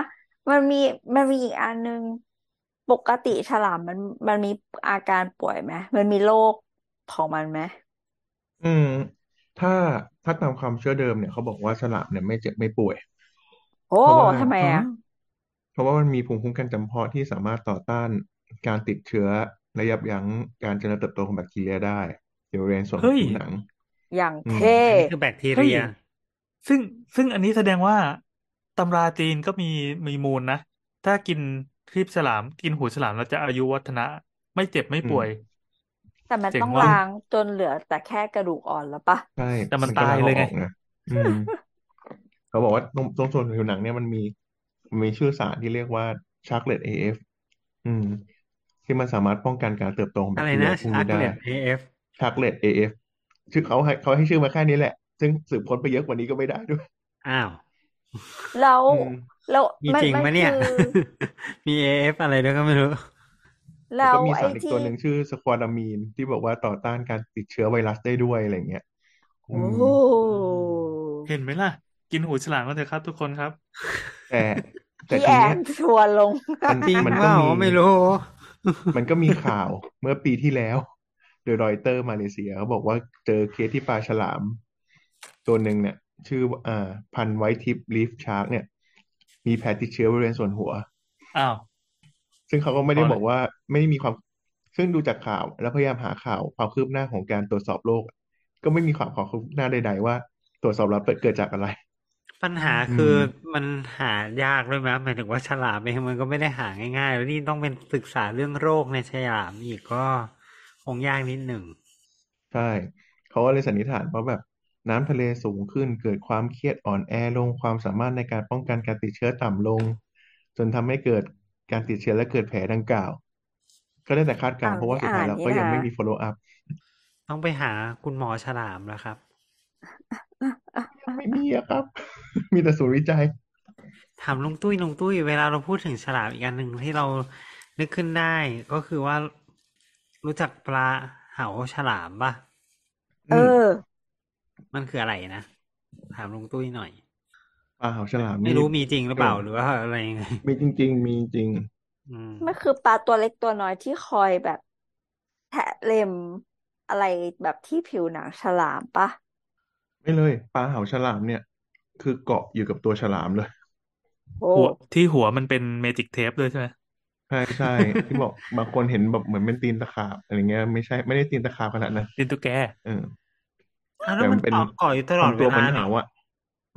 Speaker 1: มันมีมันมีอีกอันนึง ปกติฉลามมันมันมีอาการป่วยไหมมันมีโรคของมันไหม
Speaker 3: อืม ถ้าถ้าตามความเชื่อเดิมเนี่ยเขาบอกว่าฉลามเนี่ยไม่เจ็บไม่ป่วย
Speaker 1: โอ้
Speaker 3: เพราะว่า
Speaker 1: ทำไม
Speaker 4: อื
Speaker 1: อ่ะ
Speaker 4: ม
Speaker 3: เพราะว่ามันมีภูมิคุ้มกันจำเพาะที่สามารถต่อต้านการติดเชื้อและยับยั้งการเจริญเติบโตของแบคทีเรียได้เดี๋ยวเรียนส่วนของผิวหนัง
Speaker 1: อย่าง
Speaker 3: อืม
Speaker 1: เท่
Speaker 2: อันนี้คือแบคที
Speaker 4: เฮ้ย
Speaker 2: เรีย
Speaker 4: ซึ่งซึ่งอันนี้แสดงว่าตำราจีนก็มีมีมูลนะ ถ้ากินครีบฉลาม กินหูฉลามแล้วจะอายุวัฒนะ ไม่เจ็บไม่ป่วย
Speaker 1: แต่มัน
Speaker 4: เจ๋ง
Speaker 1: ต้อง
Speaker 4: ว่ะ
Speaker 1: ล้างจนเหลือแต่แค่กระดูกอ่อนแล้วปะ
Speaker 3: ใช่
Speaker 4: แต่มัน
Speaker 3: ก็
Speaker 4: ตาย
Speaker 3: ง
Speaker 4: เลย
Speaker 3: อ
Speaker 4: ไง
Speaker 3: อกนะอื ม เขาบอกว่าตรงตรงส่วนผิวหนังเนี่ยมันมีมันมีชื่อสารที่เรียกว่าชาร์กเลตเอฟอืม ที่มันสามารถป้องกันการเติบโตของแบ
Speaker 2: อะ
Speaker 3: ค
Speaker 2: ไร
Speaker 3: ทีเรี
Speaker 2: นะ
Speaker 3: ยพวก
Speaker 2: ชา
Speaker 3: นี้
Speaker 2: ร์ก
Speaker 3: ได้
Speaker 2: เลตเอฟ
Speaker 3: ชาร์กเลตเอฟชื่อเขาให้เขาให้ชื่อมาแค่นี้แหละ ซึ่งสืบค้นไปเยอะกว่านี้ก็ไม่ได้ด้วย
Speaker 2: อ้าว
Speaker 1: แล้ว
Speaker 3: อืม
Speaker 1: แล้ว
Speaker 2: มี
Speaker 1: มัน
Speaker 2: จริง
Speaker 1: มัน
Speaker 2: ไหมเนี่ย
Speaker 1: คือ
Speaker 2: มี AF อะไรด้วยก็ไม่รู้
Speaker 1: แล้
Speaker 3: แล้ว
Speaker 1: ว
Speaker 3: ก็มี
Speaker 1: ไอ้
Speaker 3: สารอีก
Speaker 1: ที่
Speaker 3: ตัวหนึ่งชื่อสควอตามีนที่บอกว่าต่อต้านการติดเชื้อไวรัสได้ด้วยอะไรอย่างเงี้ย
Speaker 1: โอ้
Speaker 3: อืม
Speaker 1: โห
Speaker 4: เห็นไหมล่ะ กินหูฉลามกันเถอะครับทุกคนครับ
Speaker 3: แต่แต่
Speaker 1: พี่
Speaker 3: ที
Speaker 1: แอ
Speaker 3: เนี้ย
Speaker 1: นชวนลง
Speaker 3: มัน
Speaker 2: จริง
Speaker 3: มัน
Speaker 2: เป
Speaker 3: ก็
Speaker 2: ล่า
Speaker 3: มี
Speaker 2: ไม่รู้
Speaker 3: มันก็มีข่าวเมื่อปีที่แล้ว โดยรอยเตอร์มาเลเซียเขาบอกว่าเจอเคสที่ปลาฉลาม ตัวหนึ่งเนี่ย ชื่ออ่าพันไวทิปลีฟชาร์กเนี่ย มีแผลติดเชื้อบริเวณส่วนหัว
Speaker 4: อ้าว
Speaker 3: ซึ่งเขาก็ไม่ได้
Speaker 4: อ๋อ
Speaker 3: บอกว่าไม่ได้มีความ ซึ่งดูจากข่าว แล้วพยายามหาข่าวความคืบหน้าของการตรวจสอบโรคก็ไม่มีความความคืบหน้าใดๆว่า ตรวจสอบแล้วเกิดจากอะไร
Speaker 2: ปัญหา
Speaker 3: อืม
Speaker 2: คือมันหายากด้วยมั้ยหมายถึงว่าฉลามเองมันก็ไม่ได้หาง่ายๆ แล้วนี่ต้องเป็นศึกษาเรื่องโรคในฉลามอีกก็คงยากนิดหนึ่ง
Speaker 3: ใช่เขาก็เลยสันนิษฐานว่าแบบน้ำทะเลสูงขึ้นเกิดความเครียดอ่อนแอลงความสามารถในการป้องกันการติดเชื้อต่ำลง จนทำให้เกิดการติดเชื้อและเกิดแผลดังกล่าว ก็ได้แต่คาดการ
Speaker 1: อ่า
Speaker 3: ณ์เพราะ
Speaker 1: ไม่
Speaker 3: ว่าสุด
Speaker 1: อ่า
Speaker 3: ท้าย
Speaker 1: น
Speaker 3: แล้ว
Speaker 1: นี่
Speaker 3: ก็ยัง
Speaker 1: นะ
Speaker 3: ไม่มี follow up
Speaker 2: ต้องไปหาคุณหมอฉลามแล้วครับ
Speaker 3: ยังไม่มีอะครับ มีแต่ศูนย์วิจัย
Speaker 2: ถามลุงตุ้ยลุงตุ้ยเวลาเราพูดถึงฉลามอีกอันหนึ่งที่เรานึกขึ้นได้ ก็คือว่ารู้จักปลาเห่าฉลามปะ
Speaker 1: เอ
Speaker 3: อื
Speaker 1: อ
Speaker 3: ม
Speaker 2: มันคืออะไรนะ ถามลุงตุ้ยหน่อย
Speaker 3: ปลาเห่าฉลาม
Speaker 2: ไม่
Speaker 3: นี่
Speaker 2: รู้มีจริงหรือเปล่าหรือว่าอะไรยังไง
Speaker 3: มีจริง ๆ มีจริง
Speaker 2: อืม
Speaker 1: มันคือปลาตัวเล็กตัวน้อยที่คอยแบบแทะเล็มอะไรแบบที่ผิวหนังฉลามปะ
Speaker 3: ไม่เลย ปลาเห่าฉลามเนี่ย คือเกาะอยู่กับตัวฉลามเลย
Speaker 1: โอ้
Speaker 4: หัวที่หัวมันเป็นเมจิกเทปด้วยใช่ไหม
Speaker 3: ใช่ใช่ ที่บอกบางคนเห็นแบบเหมือนเป็นตีนตะขาบอะไรเงี้ยไม่ใช่ไม่ได้ตีนตะขาบขนาดนั้น
Speaker 4: ตินตุ๊กแก
Speaker 3: เออ
Speaker 2: อ้าว
Speaker 3: แต่
Speaker 2: แล้วมัน
Speaker 3: มันเป็น
Speaker 2: เกาะเกาะอยู่ตลอด
Speaker 3: ทำ
Speaker 2: เว
Speaker 3: ตัว
Speaker 2: ลา
Speaker 3: เหมือน
Speaker 2: เหรอ
Speaker 3: หาวอะ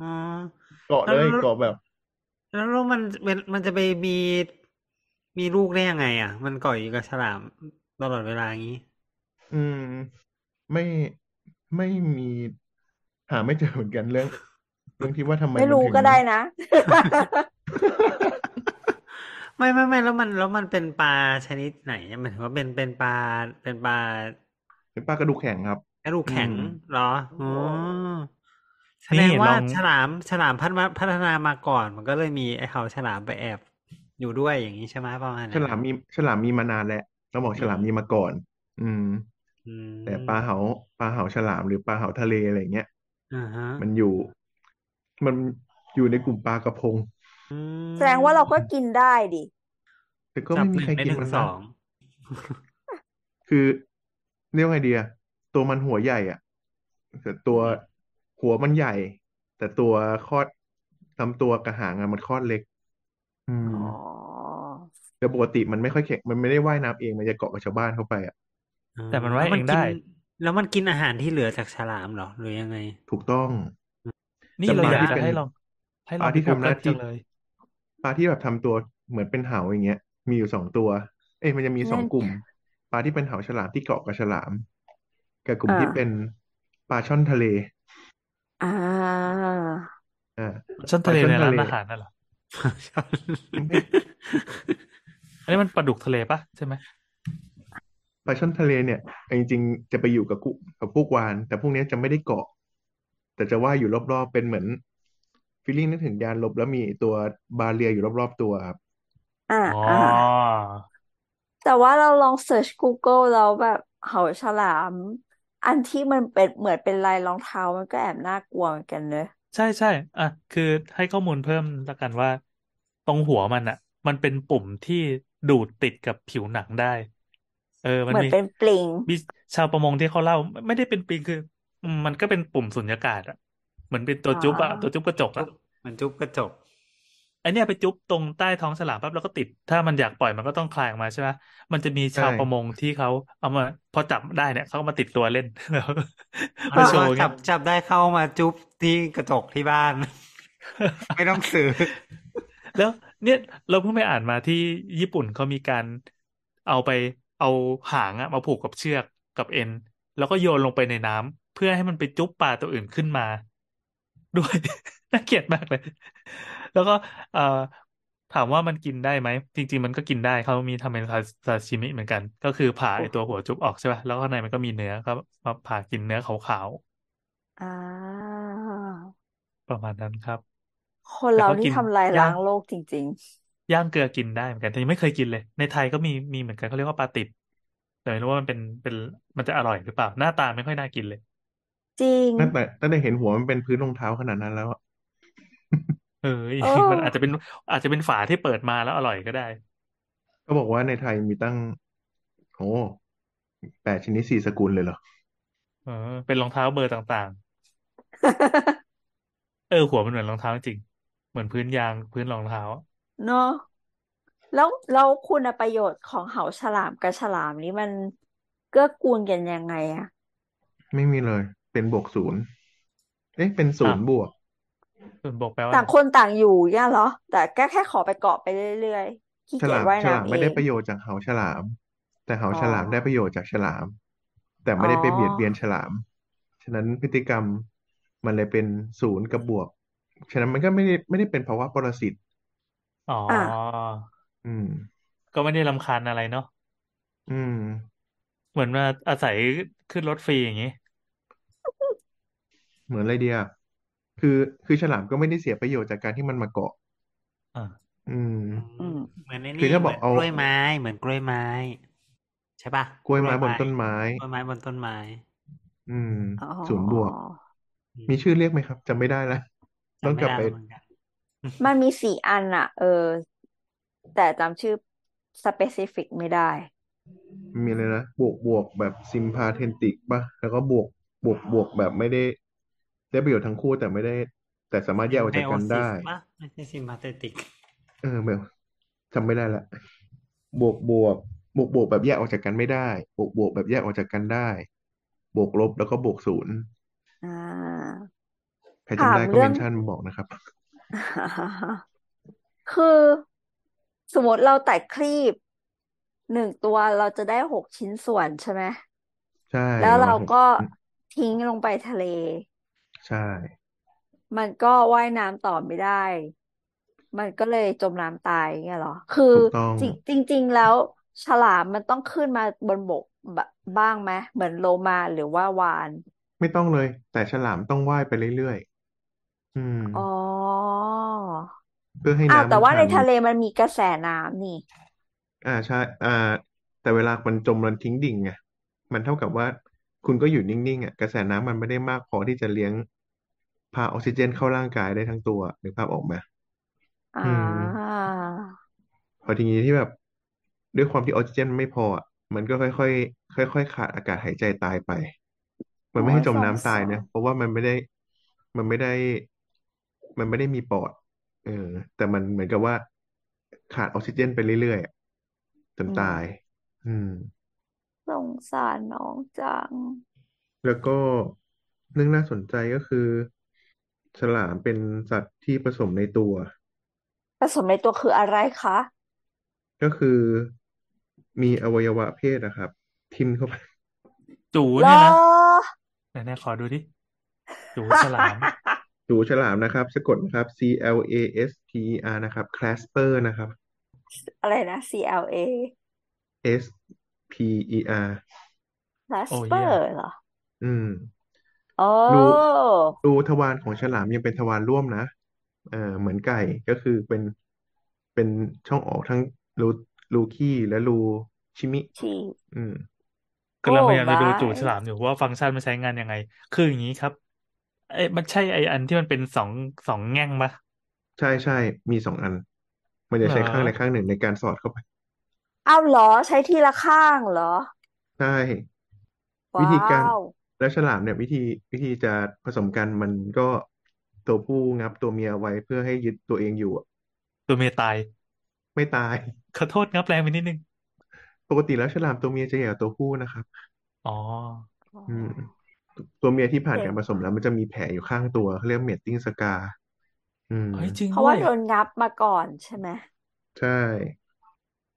Speaker 2: อ๋อ
Speaker 3: เกาะเลย
Speaker 2: แล้ว
Speaker 3: เกาะแบบ
Speaker 2: แล้วแล้วมันมันมันจะไปมีมีลูกได้ยังไง อ่ะ มันเกาะอยู่กับฉลามตลอดเวลาอย่างนี้
Speaker 3: อืม ไม่ไม่มีหาไม่เจอเหมือนกันเรื่องเรื่องที่ว่าทำไม
Speaker 1: ไม่
Speaker 3: มัน
Speaker 1: รู้
Speaker 3: ถึง
Speaker 1: ก็ได้นะ
Speaker 2: ไม่ไม่ไม่แล้วมันแล้วมันเป็นปลาชนิดไหนเนี่ยหมายถึงว่าเป็นเป็นปลาเป็นปลา
Speaker 3: เป็นปลากระดูกแข็งครับ
Speaker 2: กระดูกแข็ง
Speaker 3: อืม
Speaker 2: เหรออ๋อแส
Speaker 4: นี่
Speaker 2: ดงว่า
Speaker 4: ลอง
Speaker 2: ฉลามฉลามพัฒนาพัฒนามาก่อน มันก็เลยมีไอ้เขาฉลามไปแอบ อยู่ด้วยอย่างนี้ใช่ไหมประมาณ
Speaker 3: ฉ
Speaker 2: นั้น
Speaker 3: ลามมีฉลามมีมานานแล้วต้องบอกฉลามมีมาก่อน อืม
Speaker 2: อืม
Speaker 3: แต่ปลาเหาปลาเหาฉลามหรือปลาเหาทะเลอะไรเงี้ย
Speaker 2: อ่าฮะ
Speaker 3: มันอยู่ มันอยู่ในกลุ่มปลากระพง
Speaker 2: อืม
Speaker 1: แสดงว่าเราก็กินได้ดิ
Speaker 3: แต่ก็
Speaker 2: จับ
Speaker 3: ไม่
Speaker 2: หนึ่ง
Speaker 3: มีใคร
Speaker 2: ได้ห
Speaker 3: กิน
Speaker 2: นึ่ง
Speaker 3: มัน
Speaker 2: ส
Speaker 3: นะ
Speaker 2: อง
Speaker 3: คือเรียกว่าไงดีอะตัวมันหัวใหญ่อะแต่ตัว
Speaker 2: อืม
Speaker 3: หัวมันใหญ่ แต่ตัวคอดลำตัวกระหางอะมันคอดเล็ก อืม
Speaker 1: อ๋อ
Speaker 3: แต่ปกติมันไม่ค่อยแข็งมันไม่ได้ว่ายน้ำเองมันจะเกาะกับชาวบ้านเข้าไปอะ
Speaker 2: อ๋อ
Speaker 4: แต่มันว่าย
Speaker 2: แล้ว
Speaker 4: เองได้
Speaker 2: กิน แล้วมันกินอาหารที่เหลือจากฉลามเหรอ หรือ ยังไง
Speaker 3: ถูกต้อง
Speaker 4: นี่
Speaker 3: จะ
Speaker 4: เรา
Speaker 3: ปลา
Speaker 4: อ
Speaker 3: ที่
Speaker 4: ยากจะ
Speaker 3: เป็น
Speaker 4: ให้ลอง ให้
Speaker 3: ป
Speaker 4: ลอ
Speaker 3: ลาง
Speaker 4: ไป
Speaker 3: ที่ทำหน้า
Speaker 4: Google จั
Speaker 3: ที่
Speaker 4: งเลย
Speaker 3: ปลาที่แบบทำตัวเหมือนเป็นเหาอย่างเงี้ย มีอยู่สองตัว เอ้ยมันจะมีสอ
Speaker 1: นั่
Speaker 3: ง
Speaker 1: น
Speaker 3: กลุ่ม ปลาที่เป็นเหาฉลามที่เกาะกับฉลาม กับกลุ่ม
Speaker 1: อ่า
Speaker 3: ที่เป็นปลาช่อนทะเล
Speaker 1: อ่า
Speaker 3: อ่า
Speaker 4: ช่อน
Speaker 3: ป
Speaker 4: ทะ
Speaker 3: ลา
Speaker 4: เล
Speaker 3: ช่อน
Speaker 4: ใน
Speaker 3: ทะเล
Speaker 4: ร้านอาหารน่ะเหรอ อันนี้มันปลาดุกทะเลปะใช่ไหม
Speaker 3: ปลาช่อนทะเลเนี่ยจริงๆจะไปอยู่กับกุกับพวกวาน แต่พวกเนี้ยจะไม่ได้เกาะ แต่จะว่ายอยู่รอบๆเป็นเหมือนฟีลลิ่งนึกถึงยานลบแล้วมีตัวบาเรียอยู่รอบๆตัวครับ
Speaker 1: อ่า
Speaker 4: อ๋อ
Speaker 1: อ่า แต่ว่าเราลองเสิร์ช Google แล้วแบบเหาฉลาม อันที่มันเป็นเหมือนเป็นลายรองเท้ามันก็แอบน่ากลัวเหมือนกันเนอะ
Speaker 4: ใช่ใช่อ่ะ คือให้ข้อมูลเพิ่มละกันว่า ตรงหัวมันอ่ะ มันเป็นปุ่มที่ดูดติดกับผิวหนังได้ เออ มั
Speaker 1: เห
Speaker 4: น
Speaker 1: มือน
Speaker 4: มี
Speaker 1: เป็นปลิง
Speaker 4: มีชาวประมงที่เขาเล่า ไม่ได้เป็นปีคืออืมมันก็เป็นปุ่มสุญญากาศอ่ะ เหมือนเป็นตัว
Speaker 1: อ๋อ
Speaker 4: จุ๊บอ่ะ ตัวจุ๊บกระจก
Speaker 2: จุ๊
Speaker 4: อ่ะ
Speaker 2: บมันจุ๊บกระจก
Speaker 4: ไอเนี้ยไปจุ๊บตรงใต้ท้องฉลามปั๊บแล้วก็ติด ถ้ามันอยากปล่อยมันก็ต้องคลายออกมาใช่ไหมมันจะมี
Speaker 3: ใช่
Speaker 4: ชาวประมงที่เขาเอามา พอจับได้เนี่ยเขาเอามาติดตัวเล่น แล้ว
Speaker 2: อ๋อ
Speaker 4: มา
Speaker 2: นึก
Speaker 4: โชว์
Speaker 2: ว่าจั
Speaker 4: เงี้ย
Speaker 2: บจับได้เข้ามาจุ๊บที่กระจกที่บ้าน ไม่ต้องซื้อ
Speaker 4: แล้วเนี่ยเราเพิ่งไปอ่านมาที่ญี่ปุ่นเขามีการเอาไปเอาหางอะมาผูกกับเชือกกับเอ็น แล้วก็โยนลงไปในน้ำเพื่อให้มันไปจุ๊บปลาตัวอื่นขึ้นมา ด้วย น่าเกลียดมากเลย แล้วก็เอ่อถามว่ามันกินได้ไหม จริง ๆ มันก็กินได้เขามีทำเป็นซาซาชิมิเหมือนกัน ก็คือผ่าไอตัวหัวจุ๊บออกใช่ป่ะแล้วข้างในมันก็มีเนื้อก็มาผ่ากินเนื้อขาว
Speaker 1: อ่า
Speaker 4: ๆประมาณนั้นครับ
Speaker 1: คน
Speaker 4: แต่
Speaker 1: เรา
Speaker 4: ก็
Speaker 1: นี่
Speaker 4: กิน
Speaker 1: ทำลาย
Speaker 4: ย่า
Speaker 1: ล้าง งโลกจริง
Speaker 4: ย่างเกลือกินได้เหมือนกันแต่ยังไม่เคยกินเลย ในไทยก็มีมีเหมือนกันเขาเรียกว่าปลาติดแต่ไม่รู้ว่ามันเป็นเป็นมันจะอร่อยหรือเปล่า หน้าตาไม่ค่อยน่ากินเลย
Speaker 1: ๆ จริง
Speaker 3: ตั้งแต่ตั้งแต่เห็นหัวมันเป็นพื้นรองเท้าขนาดนั้นแล้วอะ
Speaker 4: เออ
Speaker 1: โอ้
Speaker 4: มันอาจจะเป็นอาจจะเป็นฝาที่เปิดมาแล้วอร่อยก็ได้
Speaker 3: ก็บอกว่าในไทยมีตั้งโอ้แปดชนิดสี่สกุลเลยเหรอ
Speaker 4: เออ เป็นรองเท้าเบอร์ต่างๆ เออหัวมันเหมือนรองเท้าจริง เหมือนพื้นยางพื้นรองเท้า
Speaker 1: เนาะแล้วแล้วคุณประโยชน์ของเหาฉลามกับฉลามนี้มันเกื้อกูลกันยังไงอะ
Speaker 3: ไม่มีเลย เป็นบวกศูนย์เอ๊ะ เป็นศู
Speaker 4: อ่ะ
Speaker 3: นย์บวก
Speaker 4: ส่วนบอกแปลว่า
Speaker 1: ต่า
Speaker 4: อะ
Speaker 1: ง
Speaker 4: ไร
Speaker 1: คนต่างอยู่เนี่ยเหรอ แต่แค่แค่ขอไปเกาะไปเรื่อยๆขี้
Speaker 3: ฉ
Speaker 1: เกียจ
Speaker 3: ลาม
Speaker 1: ว่าย
Speaker 3: ฉลาม
Speaker 1: น้ำเอ
Speaker 3: ไม่ได้
Speaker 1: ง
Speaker 3: ประโยชน์จากเหาฉลาม แต่เหา
Speaker 1: อ๋อ
Speaker 3: ฉลามได้ประโยชน์จากฉลาม แต่
Speaker 1: อ๋อ
Speaker 3: ไม่ได้ไปเบียดเบียนฉลาม ฉะนั้นพฤติกรรมมันเลยเป็นศูนย์กับบวก ฉะนั้นมันก็ไม่ได้ไม่ได้เป็นภาวะปรสิต
Speaker 4: อ๋อ
Speaker 1: อ่ะ
Speaker 3: อืม
Speaker 4: ก็ไม่ได้รำคาญอะไรเนาะ
Speaker 3: อืม
Speaker 4: เหมือนมาอาศัยขึ้นรถฟรีอย่างนี้
Speaker 3: เหมือนอะไรเดียคือคือฉลามก็ไม่ได้เสียประโยชน์จากการที่มันมาเกาะ
Speaker 4: อ่า
Speaker 3: อืม
Speaker 1: อืม
Speaker 2: เหมือนใน
Speaker 3: คือ
Speaker 2: นี่
Speaker 3: ถ้า
Speaker 2: เห
Speaker 3: บ
Speaker 2: มื
Speaker 3: อก
Speaker 2: อน
Speaker 3: เอา
Speaker 2: กล้วยไม้ เหมือนกล้วยไม้ ใช่ป่ะ
Speaker 3: กล้วย
Speaker 2: กล้วย
Speaker 3: ไม้บ
Speaker 2: ไม้
Speaker 3: นต้นไม้
Speaker 2: กล้วยไม้บนต้นไม้
Speaker 3: อืม
Speaker 1: อ๋อ
Speaker 3: ศูนย์บวก
Speaker 2: อืม
Speaker 3: มีชื่อเรียกไหมครับจำไม่ได้ละต้อ
Speaker 2: จำไม่
Speaker 3: งกลับ
Speaker 2: ได้
Speaker 3: ไป
Speaker 2: แล้วเหมือนกัน
Speaker 1: มันมีสี่อันอะเออ แต่จำชื่อสเปซิฟิกไม่ได้
Speaker 3: มีอะไรนะบวกบวกแบบซิมพาเทนติกป่ะ แล้วก็บวกบวกบวกแบบไม่ได้ ได้ประโยชน์ทั้งคู่แต่ไม่ได้ แต่สามารถแยกออกจากกันได้
Speaker 2: Symbiosis ป่ะไม่ใช่ซิมพาเทติ ก
Speaker 3: เออแบบจำไม่ได้ละบวกบวกบวกบวกแบบแยกออกจากกันไม่ได้ บวกบวกแบบแยกออกจากกันได้ บวกลบแล้วก็บวกศูนย์
Speaker 1: อ่า
Speaker 3: ใคร
Speaker 1: ถาม
Speaker 3: จำได้ก็
Speaker 1: เรื่
Speaker 3: เม
Speaker 1: อง
Speaker 3: นชั่นมาบอกนะครับ
Speaker 1: คือสมมติเราตัดครีบหนึ่งตัวเราจะได้หกชิ้นส่วนใช่ไหม
Speaker 3: ใช่
Speaker 1: แล้ว
Speaker 3: ป
Speaker 1: เรา
Speaker 3: ระมาณหก
Speaker 1: ก็ทิ้งลงไปทะเล
Speaker 3: ใช่
Speaker 1: มันก็ว่ายน้ำต่อไม่ได้ มันก็เลยจมน้ำตายเงี้ยเหรอ คือ
Speaker 3: ถูกต้อง
Speaker 1: จริงจริง ๆ แล้ว ฉลามมันต้องขึ้นมาบนบกบบ้างไหมเหมือนโลมาหรือว่าวาฬ
Speaker 3: ไม่ต้องเลย แต่ฉลามต้องว่ายไปเรื่อยๆอืม
Speaker 1: อ๋อ
Speaker 3: เพื่อให้
Speaker 1: อ้าวแต่
Speaker 3: น้ำมัน
Speaker 1: ว่า
Speaker 3: ผ่า
Speaker 1: ใน
Speaker 3: น
Speaker 1: ทะเลมันมีกระแสน้ำนี่
Speaker 3: อ่าใช่อ่า แต่เวลามันจมมันทิ้งดิ่งไงมันเท่ากับว่าคุณก็อยู่นิ่งๆอ่ะกระแสน้ำมันไม่ได้มากพอที่จะเลี้ยง พาออกซิเจนเข้าร่างกายได้ทั้งตัวนึกภาพออกไหม
Speaker 1: อ่า
Speaker 3: อืม พอทีนี้ที่แบบ ด้วยความที่ออกซิเจนมันไม่พออ่ะมันก็ค่อยๆค่อยๆขาดอากาศหายใจตายไป มั
Speaker 1: โอ้
Speaker 3: นไม่ให้
Speaker 1: ย
Speaker 3: จ
Speaker 1: ส
Speaker 3: ม
Speaker 1: ง
Speaker 3: น้ำตา
Speaker 1: สาย
Speaker 3: นะ
Speaker 1: ร
Speaker 3: เพราะว่ามันไม่ได้ มันไม่ได้ มันไม่ได้มีปอด เออ แต่มันเหมือนกับว่า ขาดออกซิเจนไปเรื่อยๆอะจน
Speaker 1: อื
Speaker 3: ตาม ย อืม
Speaker 1: สงสารน้องจัง
Speaker 3: แล้วก็เรื่องน่าสนใจก็คือ ฉลามเป็นสัตว์ที่ผสมในตัว
Speaker 1: ผสมในตัวคืออะไรคะ
Speaker 3: ก็คือมีอวัยวะเพศนะครับ ทิมเข้าไป
Speaker 4: จู
Speaker 1: เหรอ
Speaker 4: เนี่ยนะไหนๆขอดูดิจูฉลาม
Speaker 3: ดูฉลามนะครับ สะกดนะครับ C L A S P E R นะครับ Clasper นะครับ
Speaker 1: อะไรนะ CLA
Speaker 3: S P E R
Speaker 4: โอ้เยี่
Speaker 1: Lasper
Speaker 4: ยม
Speaker 1: เหรอ
Speaker 3: อืม
Speaker 1: โอ้
Speaker 3: รูรูทวารของฉลามยังเป็นทวารร่วมนะ เอ่อเหมือนไก่ก็คือเป็นเป็นช่องออกทั้งรูรูขี้และรูชิมิ
Speaker 1: ชี
Speaker 3: อืม
Speaker 1: โอ้
Speaker 4: กำลังพยายาม
Speaker 1: บา
Speaker 4: จะดูจู
Speaker 1: ย
Speaker 4: ฉลามอยู่ว่าฟังก์ชันมันใช้งานยังไง คืออย่างนี้ครับไอ้ยมันใช่ไอ้อันที่มันเป็นสองสองแง่งปะ
Speaker 3: ใช่ใช่ มีสองอัน มัน
Speaker 4: เหร
Speaker 3: จะ
Speaker 4: อ
Speaker 3: ใช้ข้างใดข้างหนึ่งในการสอดเข้าไป
Speaker 1: อ้าวเหรอใช้ทีละข้างเหรอ
Speaker 3: ใช่ วิ
Speaker 1: ว้า
Speaker 3: ธีการ
Speaker 1: ว
Speaker 3: แล้วฉลามเนี่ยวิธีวิธีจะผสมกันมันก็ตัวผู้งับตัวเมียไว้เพื่อให้ยึดตัวเองอยู่อะ
Speaker 4: ตัวเมียตาย
Speaker 3: ไม่ตาย
Speaker 4: ขอโทษงับแรงไปนิดนึง
Speaker 3: ปกติแล้วฉลามตัวเมียจะใหญ่กว่าตัวผู้นะครับ
Speaker 4: อ๋อ
Speaker 3: อืม ตัวเมียที่ผ่าน
Speaker 1: เจ๋
Speaker 3: กาง รผสม
Speaker 1: ว่ะ
Speaker 3: แล้วมันจะมีแผลอยู่ข้างตัวเขาเรียกเมตติ้งสกา อืม
Speaker 4: เฮ้ยจริง
Speaker 1: เพราะ
Speaker 4: ด้ว
Speaker 1: ว่าย โดนงับมาก่อนใช่ไหม
Speaker 3: ใช่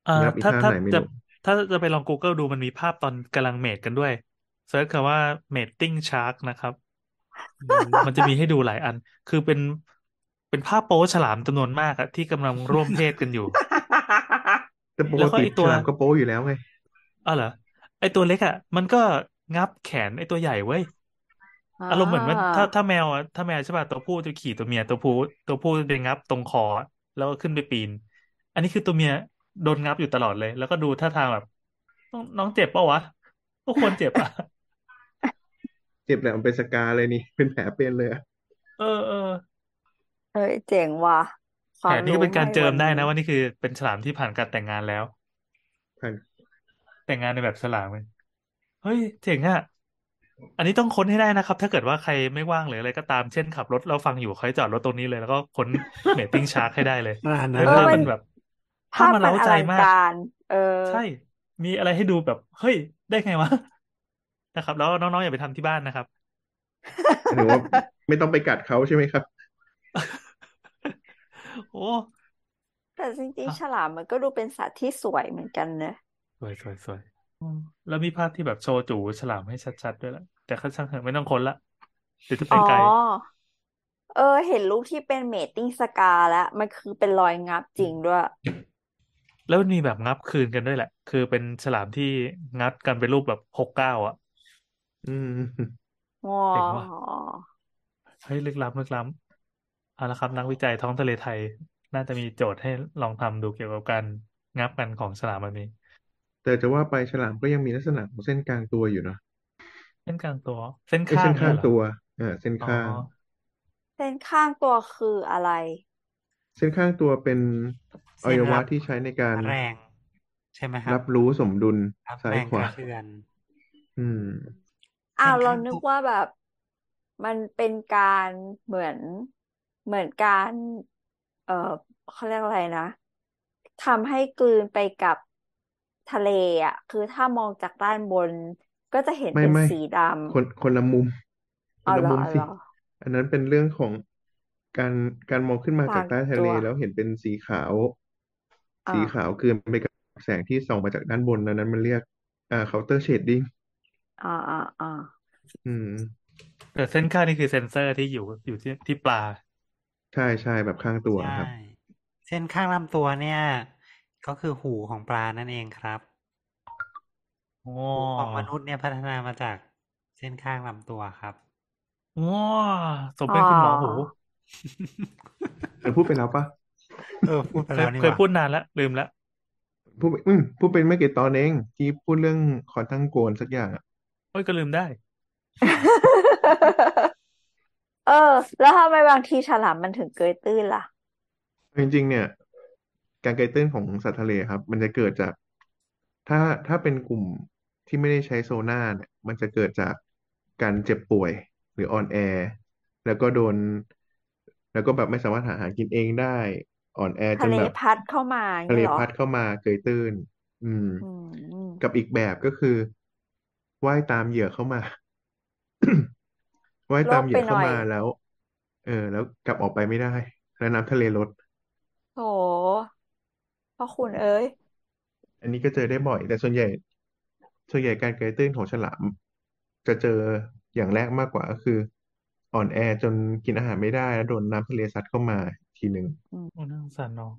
Speaker 4: อ่า
Speaker 3: งับอีก
Speaker 4: ถ้า
Speaker 3: ท่า
Speaker 4: ถ้า
Speaker 3: ไหนไม่
Speaker 4: จะ
Speaker 3: รู้
Speaker 4: ถ้าจะไปลอง Google ดูมันมีภาพตอนกำลังเมทกันด้วยเซิร์ชคำว่า mating shark นะครับ
Speaker 2: อืม
Speaker 4: มันจะมีให้ดูหลายอัน คือเป็นเป็นภาพโป๊ฉลามจำนวนมากอะที่กำลังร่วมเพศกันอยู่
Speaker 3: แต่ป
Speaker 4: แล้
Speaker 3: ก
Speaker 4: วก็
Speaker 3: ติ
Speaker 4: ไอตั
Speaker 3: ฉ
Speaker 4: ว
Speaker 3: ลามก็โป๊อยู่แล้วไง
Speaker 4: อ้าวเหรอไอตัวเล็กอะมันก็งับแขนไอตัวใหญ่เว้ย
Speaker 1: อ่า
Speaker 4: อารมณ์เหมือนว่าถ้าถ้าแมวอะถ้าแมวใช่ป่ะตัวผู้จะขี่ตัวเมียตัวผู้ตัวผู้จะงับตรงคอแล้วก็ขึ้นไปปีน อันนี้คือตัวเมียโดนงับอยู่ตลอดเลย แล้วก็ดูท่าทางแบบน้องน้องเจ็บเปล่าวะก็ควรเจ็บอ่ะ
Speaker 3: เจ็บแหละมันเป็นสกาเลยนี่ เป็นแผลเป็นเลยอะ
Speaker 4: เออเออ
Speaker 1: เอ้ยเจ๋งว่ะ ค
Speaker 4: แผ
Speaker 1: วา
Speaker 4: ล
Speaker 1: ม
Speaker 4: นี่
Speaker 1: รู้
Speaker 4: ก็เป็น
Speaker 1: ให
Speaker 4: การ
Speaker 1: ม่
Speaker 4: เจิ
Speaker 1: วั
Speaker 4: ม
Speaker 1: น
Speaker 4: ได้
Speaker 1: นี้
Speaker 4: นะว่านี่คือเป็นฉลามที่ผ่านการแต่งงานแล้ว
Speaker 3: ผ่าน
Speaker 4: แต่งงานในแบบฉลามเลยเฮ้ยเจ๋งอ่ะ อันนี้ต้องค้นให้ได้นะครับ ถ้าเกิดว่าใครไม่ว่างหรืออะไรก็ตามเช่นขับรถเราฟังอยู่ใครจอดรถตรงนี้เลย แล้วก็ค้ นเมตติ้งชาร์กให้ได้เลย
Speaker 2: อ่าน
Speaker 4: เฮ้
Speaker 2: นะ
Speaker 4: ย
Speaker 1: เออ
Speaker 4: ภาพ
Speaker 1: มั
Speaker 4: มัน นแบบภา
Speaker 1: ภา
Speaker 4: พ
Speaker 1: พมั
Speaker 4: มัน
Speaker 1: น
Speaker 4: เร้า
Speaker 1: อ
Speaker 4: ใจ
Speaker 1: ลัง
Speaker 4: มาก
Speaker 1: การ เออ
Speaker 4: ใช่ มีอะไรให้ดูแบบเฮ้ย ได้ไงวะ นะครับ แล้วน้องๆอย่าไปทำที่บ้านนะครับ
Speaker 3: หรือว่าไม่ต้องไปกัดเขาใช่ไหมครับ
Speaker 4: โอ้
Speaker 1: แต่จริง
Speaker 4: อ่ะ
Speaker 1: ๆ ฉลามมันก็ดูเป็นสัตว์ที่สวยเหมือนกันเนอะ
Speaker 4: สวยสวยสวยอืมแล้วมีภาพที่แบบโชว์จูฉลามให้ชัดๆด้วยละแต่ก็ช่างเถอะไม่ต้องค้นละเดี๋ยวจะ
Speaker 1: อ๋
Speaker 4: ไป
Speaker 1: อ
Speaker 4: ไกล
Speaker 1: เออ เห็นรูปที่เป็นเมตติ้งสกาแล้ว มันคือเป็นรอยงับจริงด้วย
Speaker 4: แล้วมันมีแบบงับคืนกันด้วยแหละ คือเป็นฉลามที่งับกันเป็นรูปแบบหกเก้าอ่ะ
Speaker 3: อืม
Speaker 1: อ๋อ
Speaker 4: เจ๋งว่ะ เฮ้ยลึกล้ำลึกล้ำเอาละครับ นักวิจัยท้องทะเลไทย น่าจะมีโจทย์ให้ลองทำดูเกี่ยวกับการงับกันของฉลามแบบนี้
Speaker 3: แต่จะว่าไปฉลามก็ยังมีลักษณะของเส้นกลางตัวอยู่เนอะ
Speaker 4: เส้นกลางตัว เส้น
Speaker 3: ไอ้ย
Speaker 4: ข้า
Speaker 3: เส้
Speaker 4: ง
Speaker 3: น
Speaker 4: เนี่
Speaker 3: ข้าย ง
Speaker 4: เหรอ
Speaker 3: ตัวเออเส้น
Speaker 4: อ๋อ
Speaker 3: ข้าง
Speaker 1: เส้นข้างตัวคืออะไร
Speaker 3: เส้นข้างตัวเป็นอวั
Speaker 2: เส้น
Speaker 3: ยวะ
Speaker 2: รับ
Speaker 3: ที่ใช้ในการ
Speaker 2: แรง ใช่ไหมครับ
Speaker 3: รับรู้สมดุล
Speaker 2: รับ
Speaker 3: ซ้า
Speaker 2: แร
Speaker 3: ย
Speaker 2: ง
Speaker 3: ข
Speaker 2: ก
Speaker 3: วา
Speaker 2: ระเทือน
Speaker 3: อืม
Speaker 1: อ้า
Speaker 2: เส้
Speaker 1: วน เรา
Speaker 2: ข้าง
Speaker 1: นึก
Speaker 2: ตัว
Speaker 1: ว่าแบบมันเป็นการเหมือนเหมือนการ เอ่อเขาเรียกอะไรนะทำให้กลืนไปกับทะเลอ่ะ คือถ้ามองจากด้านบน ก็จะเห็น
Speaker 3: ไม่
Speaker 1: เป็น
Speaker 3: ไม่
Speaker 1: สีด
Speaker 3: คนคนละมุม
Speaker 1: ำ
Speaker 3: ค
Speaker 1: เอา
Speaker 3: น
Speaker 1: เห
Speaker 3: ละ
Speaker 1: รอ
Speaker 3: มุม
Speaker 1: เอาเห
Speaker 3: สิ
Speaker 1: รอ
Speaker 3: อันนั้นเป็นเรื่องของการการมองขึ้นมา
Speaker 1: ต่า
Speaker 3: จาก
Speaker 1: ง
Speaker 3: ใต้ทะ
Speaker 1: ตั
Speaker 3: เล
Speaker 1: ว
Speaker 3: แล้วเห็นเป็นสีขาว
Speaker 1: อ่า
Speaker 3: สีขาวกลืนไปกับแสงที่ส่องมาจากด้านบนอันนั้นมันเรียกอ่าเคาน์เตอร์เชดดิ้ง
Speaker 1: อ่าอ่าอ่า
Speaker 3: อืม
Speaker 4: แต่เส้นข้างนี่คือเซ็นเซอร์ที่อยู่อยู่ที่ที่ปลา
Speaker 3: ใช่ใช่แบบข้างตัว
Speaker 2: ใช่
Speaker 3: ครับ
Speaker 2: เส้นข้างลำตัวเนี่ย ก็คือหูของปลานั่นเองครับ
Speaker 4: โอ้
Speaker 2: หูของมนุษย์เนี่ยพัฒนามาจากเส้นข้างลำตัวครับ
Speaker 4: โอ้สม
Speaker 1: อ๋อ
Speaker 4: เป็นคุณหมอหู
Speaker 3: มันพูดไปแล้วปะ
Speaker 2: เออ พูดไป
Speaker 4: เค
Speaker 2: แล้
Speaker 4: ยว
Speaker 2: นี่
Speaker 4: เค
Speaker 2: ห
Speaker 4: ย
Speaker 2: ว่า
Speaker 4: พูดนานละลืมละ
Speaker 3: พูดไปอืมพูดเป็นไม่กี่ตอนเองที่พูดเรื่องคอนทั้งโกนสักอย่างอะ
Speaker 4: โอ้ยก็ลืมได้
Speaker 1: เออ แล้วทำไมบางทีฉลามมันถึงเกยตื้นล่ะ
Speaker 3: จริงๆ เนี่ย การไกลตื้นของสัตว์ทะเลครับ มันจะเกิดจาก ถ้าถ้าเป็นกลุ่มที่ไม่ได้ใช้โซน่าเนี่ย มันจะเกิดจากการเจ็บป่วยหรืออ่อนแอ แล้วก็โดน แล้วก็แบบไม่สามารถหาอาหารกินเองได้ อ่อนแอจ
Speaker 1: ทะ
Speaker 3: น
Speaker 1: เล
Speaker 3: แบบ
Speaker 1: พัดเข้ามาอย่าง
Speaker 3: ทะเล
Speaker 1: เงี้ยเหรอ
Speaker 3: พัดเข้ามาเกยตื้น อืม
Speaker 1: อืม
Speaker 3: กับอีกแบบก็คือว่ายตามเหยื่อเข้า มา ว่าย
Speaker 1: โล
Speaker 3: ตาม
Speaker 1: ก
Speaker 3: เห
Speaker 1: ไป
Speaker 3: ยื่อ
Speaker 1: ห
Speaker 3: เข้า
Speaker 1: น่อย
Speaker 3: มาแล้ว เออ แล้วกลับออกไปไม่ได้ แล้วน้ำทะเลลด
Speaker 1: โถพระคุณเอ้ย
Speaker 3: อันนี้ก็เจอได้บ่อย แต่ส่วนใหญ่ ส่วนใหญ่การเกยตื้นของฉลาม จะเจออย่างแรกมากกว่าก็คือ อ่อนแอจนกินอาหารไม่ได้ แล้วโดนน้ำทะเลซัดเข้ามาทีหนึ่ง
Speaker 1: อืม
Speaker 4: โอ้น่าสงสารน้อง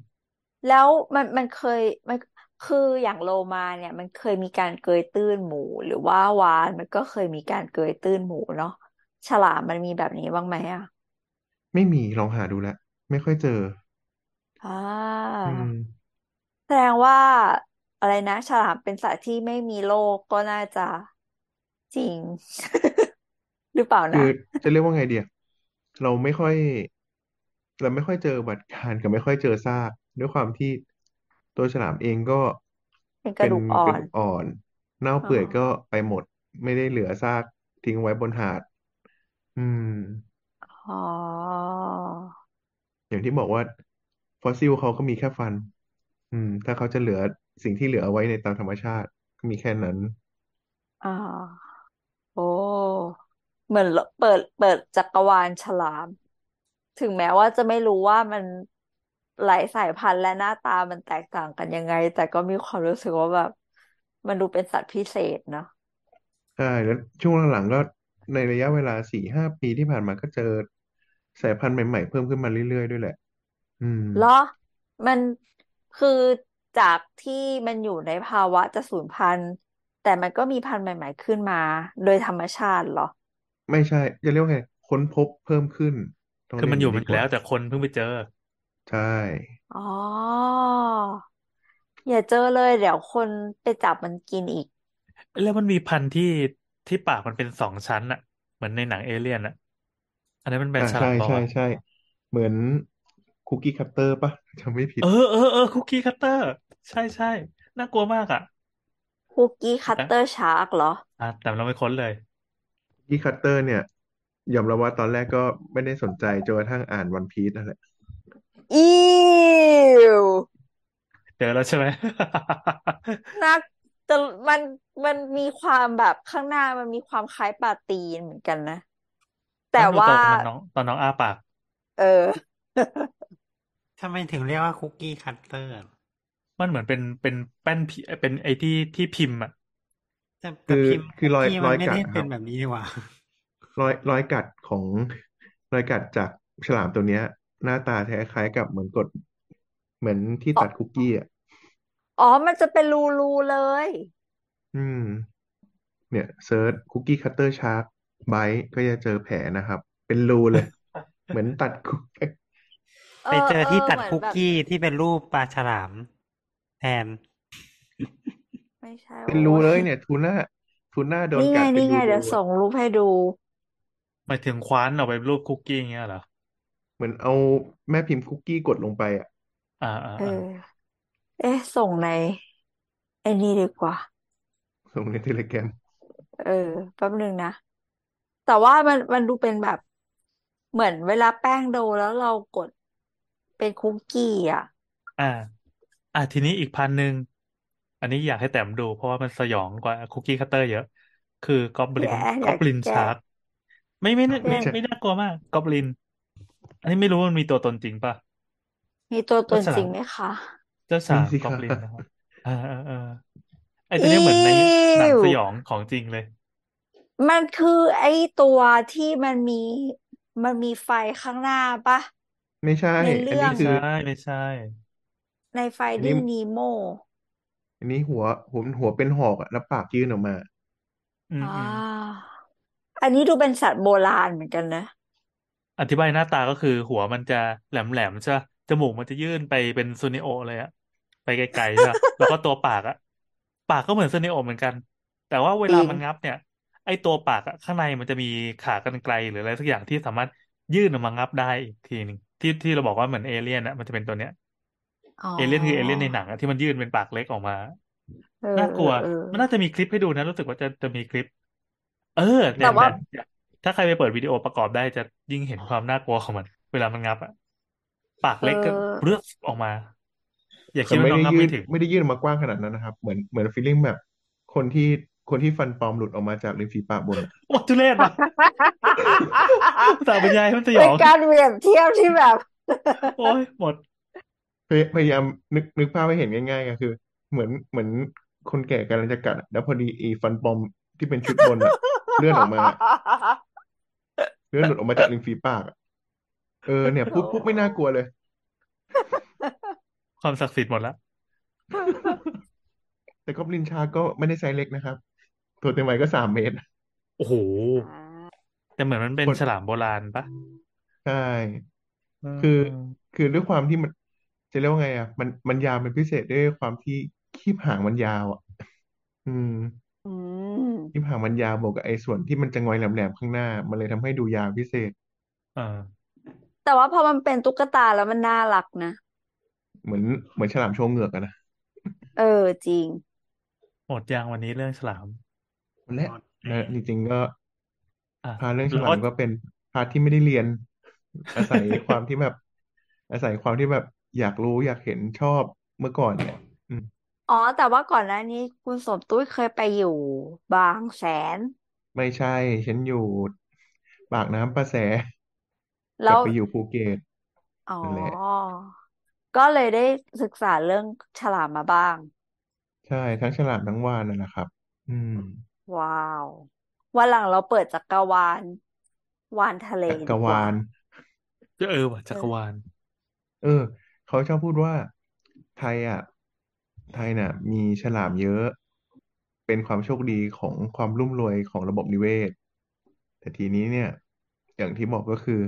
Speaker 1: แล้วมันมันเคยมันคืออย่างโลมาเนี่ย มันเคยมีการเกยตื้นหมูหรือว่าวาฬมันก็เคยมีการเกยตื้นหมูเนาะฉลามมันมีแบบนี้บ้างไหมอ่ะ
Speaker 3: ไม่มีลองหาดูแล้วไม่ค่อยเจอ
Speaker 1: อ่า
Speaker 3: อืม
Speaker 1: แสดงว่าอะไรนะ ฉลามเป็นสัตว์ที่ไม่มีโลกก็น่าจะจริง หรือเปล่า
Speaker 3: คือ
Speaker 1: นะ
Speaker 3: จะเรียกว่าไงเดียเราไม่ค่อย เราไม่ค่อยเจออุบัติการณ์กับไม่ค่อยเจอซากด้วยความที่ตัวฉลามเองก็
Speaker 1: เป็นก
Speaker 3: เป็
Speaker 1: ระ
Speaker 3: น
Speaker 1: ดูกอ่อก
Speaker 3: ระ
Speaker 1: น
Speaker 3: ดูกอ่อน เน่า
Speaker 1: อ๋อ
Speaker 3: เปื่อยก็ไปหมด ไม่ได้เหลือซากทิ้งไว้บนหาด อืม
Speaker 1: อ๋อ
Speaker 3: อย่างที่บอกว่า ฟอสซิลเขาก็มีแค่ฟัน อืม ถ้าเขาจะเหลือสิ่งที่เหลือเอาไว้ในตามธรรมชาติก็มีแค่นั้น
Speaker 1: อ่า โอ้ เหมือนเปิดเปิดจักรวาลฉลาม ถึงแม้ว่าจะไม่รู้ว่ามันหลายสายพันธุ์และหน้าตามันแตกต่างกันยังไง แต่ก็มีความรู้สึกว่าแบบ มันดูเป็นสัตว์พิเศษเนาะ
Speaker 3: ใช่แล้วช่วงหลังๆก็ในระยะเวลาสี่ห้าปีที่ผ่านมาก็เจอสายพันธุ์ใหม่ๆ เพิ่มขึ้นมาเรื่อยๆ ด้วยแหละ อืม
Speaker 1: เหรอมันคือจากที่มันอยู่ในภาวะจะสูญพันธุ์ แต่มันก็มีพันธุ์ใหม่ ๆ ขึ้นมา โดยธรรมชาติเหรอ
Speaker 3: ไม่ใช่จะเรียกว่าไงค้นพบเพิ่มขึ้นต้อง
Speaker 4: คือมัน
Speaker 3: เรี
Speaker 4: อ
Speaker 3: ย
Speaker 4: ยู่
Speaker 3: ก
Speaker 4: มัน
Speaker 3: ดี
Speaker 4: อยู่แล้ว
Speaker 3: ก่าว
Speaker 4: แต่คนเพิ่งไปเจอ
Speaker 3: ใช่
Speaker 1: อ๋อ อย่าเจอเลยเดี๋ยวคนไปจับมันกินอีก
Speaker 4: แล้วมันมีพันธุ์ที่ที่ปากมันเป็นสองชั้นอะเหมือนในหนังเอเลี่ยนอะอันนั้นมันเป็น
Speaker 3: อ่า
Speaker 4: ฉ
Speaker 3: ใช่
Speaker 4: ลามเปล่า
Speaker 3: ใช่
Speaker 4: วะ
Speaker 3: ใช่เหมือนคุกกี้คัตเตอร์ปะ จำไม่ผิ
Speaker 4: เอ
Speaker 3: ด
Speaker 4: อเออเออคุกกี้คัตเตอร์ ใช่ใช่น่ากลัวมากอะ
Speaker 1: คุกกี้คัต
Speaker 4: แต่
Speaker 1: เตอร์ชาร์กเหรอ
Speaker 4: อ่ะแต่เราไม่ค้นเลย
Speaker 3: ที่คัตเตอร์เนี่ยยอมรับว่าตอนแรกก็ไม่ได้สนใจจนกระทั่งอ่านวันพีซนั่นแหละ
Speaker 1: อิว
Speaker 4: เจอแล้วใช่ไหม
Speaker 1: นักแต่มันมันมีความแบบข้างหน้ามันมีความคล้ายปลาตีนเหมือนกันนะ แต่
Speaker 4: ต้องดู
Speaker 1: ว่า
Speaker 4: ตอนมันน้องตอนน้องอ้าปาก
Speaker 1: เออ
Speaker 2: ทำไมถึงเรียกว่าคุกกี้คัตเตอร์
Speaker 4: มันเหมือนเป็นเป็นแป้นพิเป็นไอ้ที่ที่พิมพ์อะ
Speaker 2: แต่แต่
Speaker 3: คือ
Speaker 2: พิมพ์
Speaker 3: คือรอย
Speaker 2: ที่
Speaker 3: ร
Speaker 2: มั
Speaker 3: อน ย
Speaker 2: ไม่
Speaker 3: กั
Speaker 2: ได้
Speaker 3: ดค
Speaker 2: เป็
Speaker 3: รั
Speaker 2: น
Speaker 3: บ
Speaker 2: แบบนี้ดีกว่าร
Speaker 3: อยรอยกัดของรอยกัดจากฉลามตัวเนี้ย หน้าตาคล้ายๆกับเหมือนกด เหมือนที่ตัดคุกกี้อ่ะ
Speaker 1: อ๋อ มันจะเป็นรูรูเลย
Speaker 3: อืม เนี่ยเซิร์ชคุกกี้คัตเตอร์ชาร์กไบต์ก็จะเจอแผลนะครับ เป็นรูเลย เหมือนตัดคุก
Speaker 1: เออ
Speaker 2: ไปเจอ
Speaker 1: เออ
Speaker 2: ที่ตัด
Speaker 1: เหมือน
Speaker 2: คุก
Speaker 1: แบบ
Speaker 2: กี้ที่เป็นรูปปลาฉลามแทน
Speaker 1: ไม่ใช่
Speaker 3: เป็น
Speaker 1: โว้
Speaker 3: รูเลย ยเนี่ยทูน่าทูน่าโดน
Speaker 1: นี่ไง
Speaker 3: กัดเป็
Speaker 1: นี่
Speaker 3: น
Speaker 1: ไง
Speaker 3: รู
Speaker 1: เดี๋ยว
Speaker 3: ๆ
Speaker 1: ส่
Speaker 3: อะ
Speaker 1: งรูปให้ดู
Speaker 4: หมายถึงคว้านออกไปรูปคุกกี้อย่างเงี้ยเหรอ
Speaker 3: เหมือนเอาแม่พิมพ์คุกกี้กดลงไปอ่ะ
Speaker 4: อ่าอ่า
Speaker 1: เออ
Speaker 4: อ่า
Speaker 1: เอ๊ะ ส่งในไอ้นี่ดีกว่า
Speaker 3: ส่งในเทเลแกรม
Speaker 1: เออแป๊บหนึ่งนะ แต่ว่ามันมันดูเป็นแบบเหมือนเวลาแป้งโดนแล้วเรากดเป็นคุกกี้อ่ะ
Speaker 4: อ่า อ่าทีนี้อีกพันหนึ่งอันนี้อยากให้แต้มดู เพราะว่ามันสยองกว่าคุกกี้คัตเตอร์เยอะ คือกอบลิ
Speaker 1: แย่อ
Speaker 4: นอย
Speaker 1: กา
Speaker 4: บ
Speaker 1: ก
Speaker 4: ลิน
Speaker 1: แก้
Speaker 4: ชาร์กไม่ไม่น่า
Speaker 1: แย่
Speaker 4: ไม่
Speaker 1: ง
Speaker 3: ใช่
Speaker 4: ไม่น่ากลัวมากกอบลิน อันนี้ไม่รู้ว่ามันมีตัวตนจริงป่ะ
Speaker 1: มีตัวต
Speaker 4: เจ้าน ฉ
Speaker 1: จ
Speaker 4: ลา
Speaker 1: ริง
Speaker 4: ม
Speaker 1: ไหมคะ
Speaker 4: เจ้าฉ
Speaker 3: มี
Speaker 4: ลาม
Speaker 3: สิ
Speaker 4: ก
Speaker 3: ค
Speaker 4: อบ
Speaker 3: รับ
Speaker 4: ลินนะครับอ่าอ่าอ่าไอ้
Speaker 1: อิ
Speaker 4: ตัวเนี้ยเหมือนในหนัง
Speaker 1: ว
Speaker 4: สยองของจริงเลย
Speaker 1: มันคือไอ้ตัวที่มันมีมันมีไฟข้างหน้าปะ
Speaker 3: ไม่ใช่
Speaker 1: ใน
Speaker 3: อั
Speaker 1: เรื่
Speaker 3: น
Speaker 1: อ
Speaker 3: นี้
Speaker 1: ง
Speaker 3: คือ
Speaker 4: ใช่ไม่ใช่
Speaker 1: ในไฟ
Speaker 3: อัน
Speaker 1: ดิ้
Speaker 3: นี้
Speaker 1: งนีโม
Speaker 3: อันนี้หัวหัวหัวเป็นหอกอะแล้วปากยื่นออกมา
Speaker 4: อืม
Speaker 1: อ่า
Speaker 4: อืม
Speaker 1: อันนี้ดูเป็นสัตว์โบราณเหมือนกันนะ
Speaker 4: อธิบายหน้าตาก็คือหัวมันจะแหลมแหลมใช่ปะจมูกมันจะยื่นไปเป็นซูนิโอเลยอะไปไกลๆใช่ปะแล้วก็ตัวปากอะปากก็เหมือนซูนิโอเหมือนกัน แต่ว่าเว
Speaker 1: จ
Speaker 4: ลา
Speaker 1: ริง
Speaker 4: มันงับเนี่ย ไอ้ตัวปากอะข้างในมันจะมีขากรรไกรหรืออะไรสักอย่างที่สามารถยื่นออกมางับได้อีกทีหนึ่งที่ที่เราบอกว่าเหมือนเอเลี่ยนอะมันจะเป็นตัวเนี้ย
Speaker 1: อ๋อ
Speaker 4: เอเลี่ยนคือเอเลี่ยนในหนังอะที่มันยื่นเป็นปากเล็กออกมา
Speaker 1: เออ
Speaker 4: น่าก
Speaker 1: เอ
Speaker 4: ลั
Speaker 1: อ
Speaker 4: ว
Speaker 1: เออ
Speaker 4: มันน่าจะมีคลิปให้ดูนะ รู้สึกว่าจะจะมีคลิป เออ
Speaker 1: แต่
Speaker 4: เนี่ย
Speaker 1: ว่า
Speaker 4: แต่ถ้าใครไปเปิดวิดีโอประกอบได้จะยิ่งเห็นความน่ากลัวของมัน เวลามันงับอะปาก
Speaker 1: เออ
Speaker 4: เล็กก็เปลือกออกมา อย่า
Speaker 3: แต่
Speaker 4: คิดว่า
Speaker 3: ไม่
Speaker 4: น้อง
Speaker 3: ได้
Speaker 4: งับ
Speaker 3: ยื
Speaker 4: ไม่
Speaker 3: ด
Speaker 4: ถึง
Speaker 3: ไม่ได้ยืดออกมากว้างขนาดนั้นนะครับ เหมือนเหมือนฟีลลิ่งแบบ คนที่คนที่ฟันปลอมหลุดออกมาจากริมฝีปากบนอะ
Speaker 4: โอ้ทุเรศ ว่ะภาษาบรรยายมันสย
Speaker 1: เป็
Speaker 4: อน ง
Speaker 1: การเปรียบเทียบที่แบบ
Speaker 4: โอ้ยหมด
Speaker 3: พยพยายามนึกนึกภาพให้เห็นง่ายๆก็คือ เหมือนเหมือนคนแก่กำลังจะกัดอะแล้วพอดีไอีฟันปลอมที่เป็นชุดบ นอะเลื่อนอ อกมา เลื่อนหลุดออกมาจากริมฝีปากอะเออเนี่ย
Speaker 1: โอ้
Speaker 3: พูดปุ๊บไม่น่ากลัวเลย
Speaker 4: ความศักดิ์สิทธิ์หมดละ
Speaker 3: แต่ก็ลินชาก็ไม่ได้ไซส์เล็กนะครับ ตัวเต็มวัยก็สามเมตร
Speaker 4: โอ้โห
Speaker 1: อ่า
Speaker 4: แต่เหมือนมันเป็
Speaker 3: คน น
Speaker 4: ฉลามโบราณปะ
Speaker 3: ใช่
Speaker 4: เออ
Speaker 3: คือคือด้วยความที่มันจะเรียกว่าไงอ่ะมันมันยาวเป็นพิเศษด้วยความที่คีบหางมันยาวอ่ะ อืม
Speaker 1: อืม
Speaker 3: คีบหางมันยาวบวกกับไอ้ส่วนที่มันจะงอยแหลมๆข้างหน้า มันเลยทำให้ดูยาวพิเศษ
Speaker 4: เออ
Speaker 1: แต่ว่าพอมันเป็นตุ๊กตาแล้วมันน่ารักนะ
Speaker 3: เหมือนเหมือนฉลามโชว์เหงือกอะนะ
Speaker 1: เออ จริง
Speaker 4: หมดยังวันนี้เรื่องฉลาม
Speaker 3: และ
Speaker 2: หมด
Speaker 3: และ
Speaker 2: แล้ว
Speaker 3: จริงๆก็
Speaker 4: อ่ะ
Speaker 3: พาร์ทเรื่องฉลา
Speaker 4: เราก็
Speaker 3: มก็เป็นพาร์ทที่ไม่ได้เรียน อาศัยความที่แบบ อาศัยความที่แบบอยากรู้อยากเห็นชอบเมื่อก่อนแหละ อืม
Speaker 1: อ๋อ แต่ว่าก่อนหน้านี้คุณสมตุ้ยเคยไปอยู่บางแสน
Speaker 3: ไม่ใช่ ฉันอยู่ปากน้ำประแส
Speaker 1: แล้
Speaker 3: กลับ
Speaker 1: ว
Speaker 3: ไปอยู่ภูเก็ต
Speaker 1: อ๋อ
Speaker 3: นั่นแหละ
Speaker 1: ก็เลยได้ศึกษาเรื่องฉลามมาบ้าง
Speaker 3: ใช่ทั้งฉลามทั้งวาฬนั่นแหละครับ อืม
Speaker 1: ว้าววันหลังเราเปิดจักรวาล วานทะเล
Speaker 3: จัก
Speaker 1: ดีก
Speaker 3: รวา
Speaker 1: ว่า
Speaker 3: ล
Speaker 4: ก็เออว่ะ
Speaker 1: เอ
Speaker 4: จั
Speaker 1: อ
Speaker 4: กรวาล
Speaker 3: เออ เขาชอบพูดว่า ไทยอ่ะ ไทยน่ะ มีฉลามเยอะ เป็นความโชคดีของความร่ำรวยของระบบนิเวศ แต่ทีนี้เนี่ย อย่างที่บอกก็คือ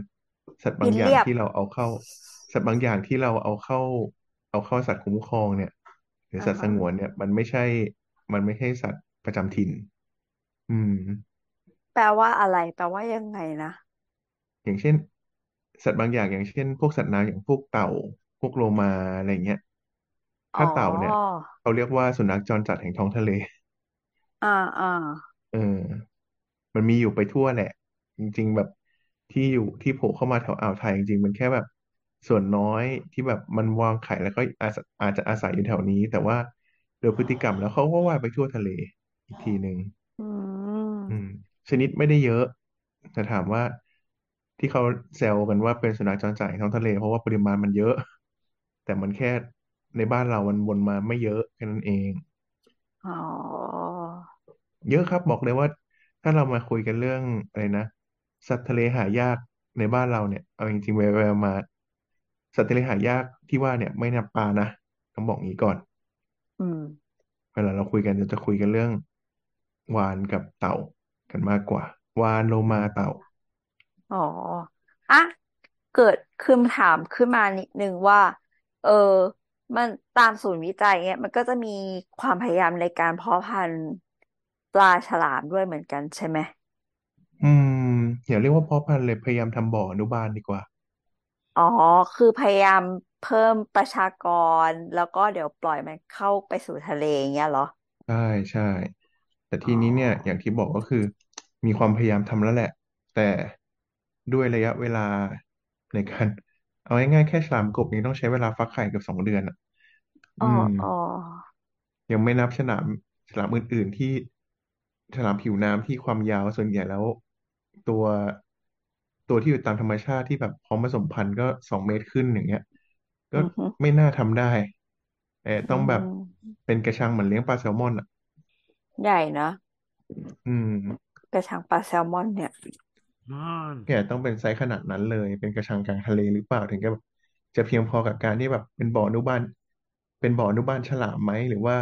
Speaker 3: สัตว์บา
Speaker 1: กิ
Speaker 3: ง
Speaker 1: น
Speaker 3: อย่า
Speaker 1: เรี
Speaker 3: ง
Speaker 1: ยบ
Speaker 3: ที่เราเอาเข้า สัตว์บางอย่างที่เราเอาเข้า เอาเข้าสัตว์คุ้มครองเนี่ย หรือสัตว์ส
Speaker 1: อ่าฮะ
Speaker 3: งวนเนี่ย มันไม่ใช่ มันไม่ใช่สัตว์ประจำถิ่น อืม
Speaker 1: แปลว่าอะไร แปลว่ายังไงนะ
Speaker 3: อย่างเช่น สัตว์บางอย่างอย่างเช่น พวกสัตว์น้ำอย่างพวกเต่า พวกโลมาอะไรอย่างเงี้ย
Speaker 1: อ๋อ
Speaker 3: ถ้าเต่าเนี่ยเขาเรียกว่าสุนัขจรจัดแห่งท้องทะเล
Speaker 1: อ่าอ่า
Speaker 3: เออ มันมีอยู่ไปทั่วแหละ จริง ๆ แบบที่อยู่ที่โผล่เข้ามาแถวอ่าวไทยจริงๆ มันแค่แบบส่วนน้อยที่แบบมันวางไข่แล้วก็อาจจะอาจจะอาศัยอยู่แถวนี้ แต่ว่าโดยพฤติกรรมแล้วเขาก็ว่ายไปทั่วทะเลอีกทีหนึ่ง
Speaker 1: อืม
Speaker 3: อืม ชนิดไม่ได้เยอะแต่ถามว่าที่เขาแซวกันว่าเป็นสุนัขจรจัดแห่งท้องทะเลเพราะว่าปริมาณมันเยอะ แต่มันแค่ในบ้านเรามันวนมาไม่เยอะแค่นั้นเอง
Speaker 1: อ๋อ
Speaker 3: เยอะครับบอกเลยว่า ถ้าเรามาคุยกันเรื่องอะไรนะสัตว์ทะเลหายากในบ้านเราเนี่ยเอาจริงๆไปๆมาๆสัตว์ทะเลหายากที่ว่าเนี่ย ไม่นับปลานะต้องบอกงี้ก่อน
Speaker 1: อืม
Speaker 3: เวลาเราคุยกันเราจะคุยกันเรื่องวาฬกับเต่ากันมากกว่า วาฬโลมาเต่า
Speaker 1: อ๋ออ่ะเกิดคำถามขึ้นมานิดนึงว่า เออ มันตามศูนย์วิจัยเนี้ย มันก็จะมีความพยายามในการเพาะพันธุ์ปลาฉลามด้วยเหมือนกันใช่ไหม
Speaker 3: อืมอย่าเรียกว่าเพาะพันธุ์เลยพยายามทำบ่ออนุบาลดีกว่า
Speaker 1: อ๋อ คือพยายามเพิ่มประชากร แล้วก็เดี๋ยวปล่อยมันเข้าไปสู่ทะเลอย่างเงี้ยเหรอ
Speaker 3: ใช่ใช่แต่
Speaker 1: อ๋อ
Speaker 3: ทีนี้เนี่ย อย่างที่บอกก็คือ มีความพยายามทำแล้วแหละ แต่ด้วยระยะเวลาในการ เอาง่ายๆแค่ฉลามกบนี้ต้องใช้เวลาฟักไข่เกับสองเดือนอ่ะ
Speaker 1: อ๋
Speaker 3: อื
Speaker 1: อ
Speaker 3: ม
Speaker 1: อ๋อ
Speaker 3: ยังไม่นับฉลามฉลามอื่น ๆ ที่ฉลามผิวน้ำที่ความยาวส่วนใหญ่แล้ว ตัวตัวที่อยู่ตามธรรมชาติที่แบบพร้อมผสมพันธุ์ก็สองเมตรขึ้นอย่างเงี้ย ก็
Speaker 1: อือฮึ
Speaker 3: ไม่น่าทำได้แต่
Speaker 1: อื
Speaker 3: ต้องแบ
Speaker 1: ม
Speaker 3: บเป็นกระชังเหมือนเลี้ยงปลาแซลมอนอ่ะ
Speaker 1: ใหญ่นะ
Speaker 3: อืม
Speaker 1: กระชังปลาแซลมอนเนี่ย
Speaker 2: อืม
Speaker 3: แกต้องเป็นไซส์ขนาดนั้นเลย เป็นกระชังกลางทะเลหรือเปล่าถึงจะแบบจะเพียงพอกับการที่แบบเป็นบ่ออนุบาล เป็นบ่ออนุบาลฉลามไหมหรือว่า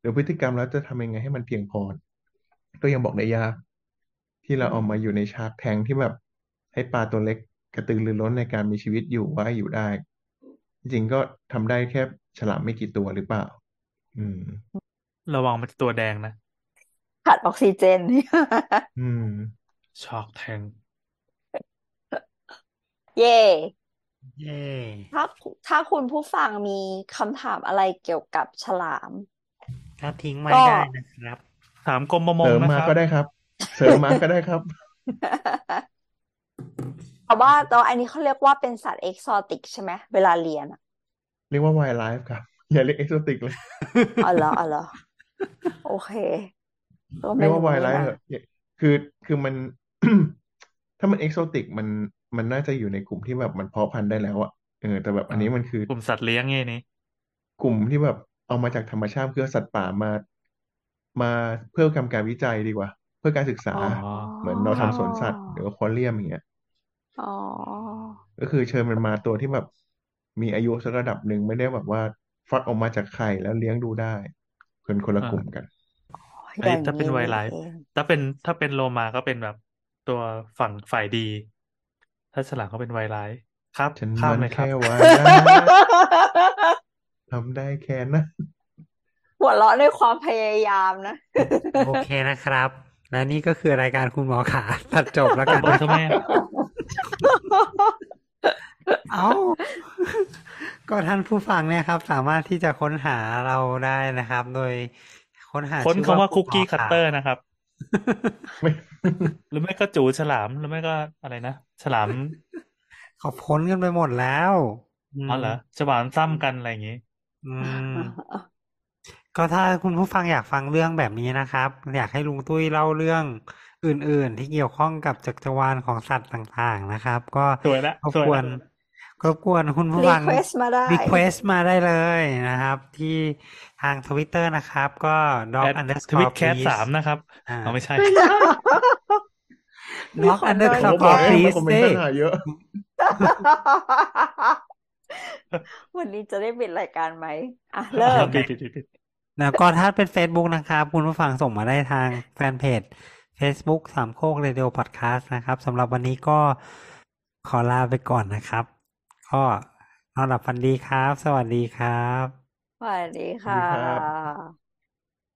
Speaker 3: หรือพฤติกรรมแล้วจะทำยังไงให้มันเพียงพอ ก็ยังบอกได้ยากที่
Speaker 1: อื
Speaker 3: เราเอา
Speaker 1: ม
Speaker 3: มาอยู่ในชาร์กแทงที่แบบ ให้ปลาตัวเล็กกระตือรือร้นในการมีชีวิตอยู่ว่าอยู่ได้ จริงๆก็ทำได้แค่ฉลามไม่กี่ตัวหรือเปล่า อืม
Speaker 4: ระวังมันจะตัวแดงนะ
Speaker 1: ขาดออกซิเจน
Speaker 3: อืม
Speaker 4: ช็อกแทง
Speaker 1: เย้
Speaker 2: เย้
Speaker 1: ถ้าถ้าคุณผู้ฟังมีคำถามอะไรเกี่ยวกับฉลาม
Speaker 2: ถ้าทิ้งไว้
Speaker 1: ก็
Speaker 2: ได้นะครับ
Speaker 4: ถามกรมประม
Speaker 3: เสริ
Speaker 4: ง
Speaker 3: ม
Speaker 4: นะ
Speaker 3: มา
Speaker 4: ครับ
Speaker 3: ก็ได้ครับ เสริมมาก็ได้ครับ
Speaker 1: แต่ว่าตอนอันนี้เขาเรียกว่าเป็นสัตว์เอกซอติกใช่ไหมเวลาเรียนอะ
Speaker 3: เรียกว่า wildlife ครับ อย่าเรียก exotic เลย
Speaker 1: อ๋อเหรออ๋อเหรอโอเค ก็
Speaker 3: เรี
Speaker 1: ไม่
Speaker 3: ยกว่า
Speaker 1: รู้
Speaker 3: ไว
Speaker 1: นี่
Speaker 3: ไลท์
Speaker 1: นะ
Speaker 3: เหอะอย่าคือ คือมัน ถ้ามันเอกโซติกมัน มันน่าจะอยู่ในกลุ่มที่แบบมันเพาะพันธุ์ได้แล้วอะเออ แต่แบบอันนี้มันคือก
Speaker 4: ลุ่มสัตว์เลี้ยงไงนี่
Speaker 3: กลุ่มที่แบบเอามาจากธรรมชาติเพื่อสัตว์ป่ามา มาเพื่อทำการวิจัยดีกว่า เพื่อการศึกษา
Speaker 1: อ๋อ
Speaker 3: เหมือนเรา
Speaker 4: ครับ
Speaker 3: ทำสวนสัตว์หรือว่าควาเรียมอย่างเงี้ย
Speaker 1: อ๋อ
Speaker 3: ก็คือเชิญมันมาตัวที่แบบ มีอายุสักระดับหนึ่งไม่ได้แบบว่าฟักออกมาจากไข่แล้วเลี้ยงดูได้เป็นคนละ
Speaker 4: อ่า
Speaker 3: กลุ่มกัน
Speaker 4: อั
Speaker 1: อน ย่า
Speaker 4: นี้
Speaker 1: ง
Speaker 4: จะ
Speaker 1: นี้
Speaker 4: เป็นไว
Speaker 1: นี่
Speaker 4: ไล
Speaker 1: เอ
Speaker 4: ฟ์
Speaker 1: ง
Speaker 4: ถ้าเป็นถ้าเป็นโลมาก็เป็นแบบตัวฝั่งฝ่ายดี ถ้าฉลามก็เป็นไวไลฟ์ครับ
Speaker 3: ฉัน
Speaker 4: ข้าม
Speaker 3: มัน
Speaker 4: เลยครั
Speaker 3: แค่
Speaker 4: บ
Speaker 3: วานะ ทำได้แค่นะ
Speaker 1: หัวเราะด้วยความพยายามนะ
Speaker 2: โอเคนะครับ และนี่ก็คือรายการคุณหมอขา ตัดจบแล้ว
Speaker 4: ตัด
Speaker 2: กัน
Speaker 4: บททำไมอะ
Speaker 2: เอ้า ก็ท่านผู้ฟังเนี่ยครับ สามารถที่จะค้นหาเราได้นะครับ โดยค้นหา
Speaker 4: ค้น
Speaker 2: ชื่อ
Speaker 4: คำว่าคุก
Speaker 2: ณหม
Speaker 4: กี้
Speaker 2: อ
Speaker 4: คัต
Speaker 2: ขา
Speaker 4: เตอร์นะครับ
Speaker 3: ไม่
Speaker 4: หรือไม่ก็จูฉลามหรือไม่ก็อะไรนะฉลาม
Speaker 2: เขาพ้นกันไปหมดแล้ว อื
Speaker 4: อ๋อ
Speaker 2: ม
Speaker 4: เหรอฉลามซ้ำกันอะไรอย่างงี้
Speaker 2: อืม ก็ถ้าคุณผู้ฟังอยากฟังเรื่องแบบนี้นะครับ อยากให้ลุงตุ้ยเล่าเรื่องอื่น ๆ ที่เกี่ยวข้องกับจักรวาลของสัตว์ต่างๆนะครับ ก็
Speaker 4: สวยละ
Speaker 2: รบ
Speaker 4: สวย
Speaker 2: กว
Speaker 4: ละ
Speaker 2: นรบกวนคุณผู้
Speaker 1: รี
Speaker 2: ฟัง
Speaker 1: เควสมาได้
Speaker 2: request มาได้เลยนะครับ ที่ทางทวิตเตอร์นะครับ ก็ dog
Speaker 4: แอดทวิ
Speaker 2: underscore
Speaker 4: ตแคส
Speaker 2: please
Speaker 4: สามนะครับ
Speaker 2: อ่า
Speaker 4: เอาไม่ใช่
Speaker 1: มี
Speaker 2: ด็อก
Speaker 1: ค
Speaker 2: อั
Speaker 1: น
Speaker 2: นเดอ ร์
Speaker 1: ด้อย
Speaker 2: ค
Speaker 1: ห
Speaker 2: ลั
Speaker 1: น่
Speaker 2: บ
Speaker 1: อ
Speaker 3: เขา
Speaker 1: ย
Speaker 2: พ
Speaker 3: บอ
Speaker 2: อ
Speaker 1: แล้ว
Speaker 2: กพลีส
Speaker 3: ให้ทำไมคอมเมน
Speaker 2: เด้
Speaker 3: ต์ปัญหาเยอะ
Speaker 1: วันนี้จะได้ปิดรายการไหม อ่ะ เริ่
Speaker 4: เอา
Speaker 1: ม
Speaker 4: ปิดปิดปิดปิด
Speaker 2: แล้วก็ถ้าเป็น Facebook นะครับ คุณผู้ฟังส่งมาได้ทางแฟนเพจ Facebook สามโคกเรดิโอพอดแคสต์นะครับสำหรับวันนี้ก็ขอลาไปก่อนนะครับ ก็นอนหลับฝันดีครับ สวัสดีครับ
Speaker 1: สวัสดี
Speaker 4: สวัสดีครับ
Speaker 1: ค่ะ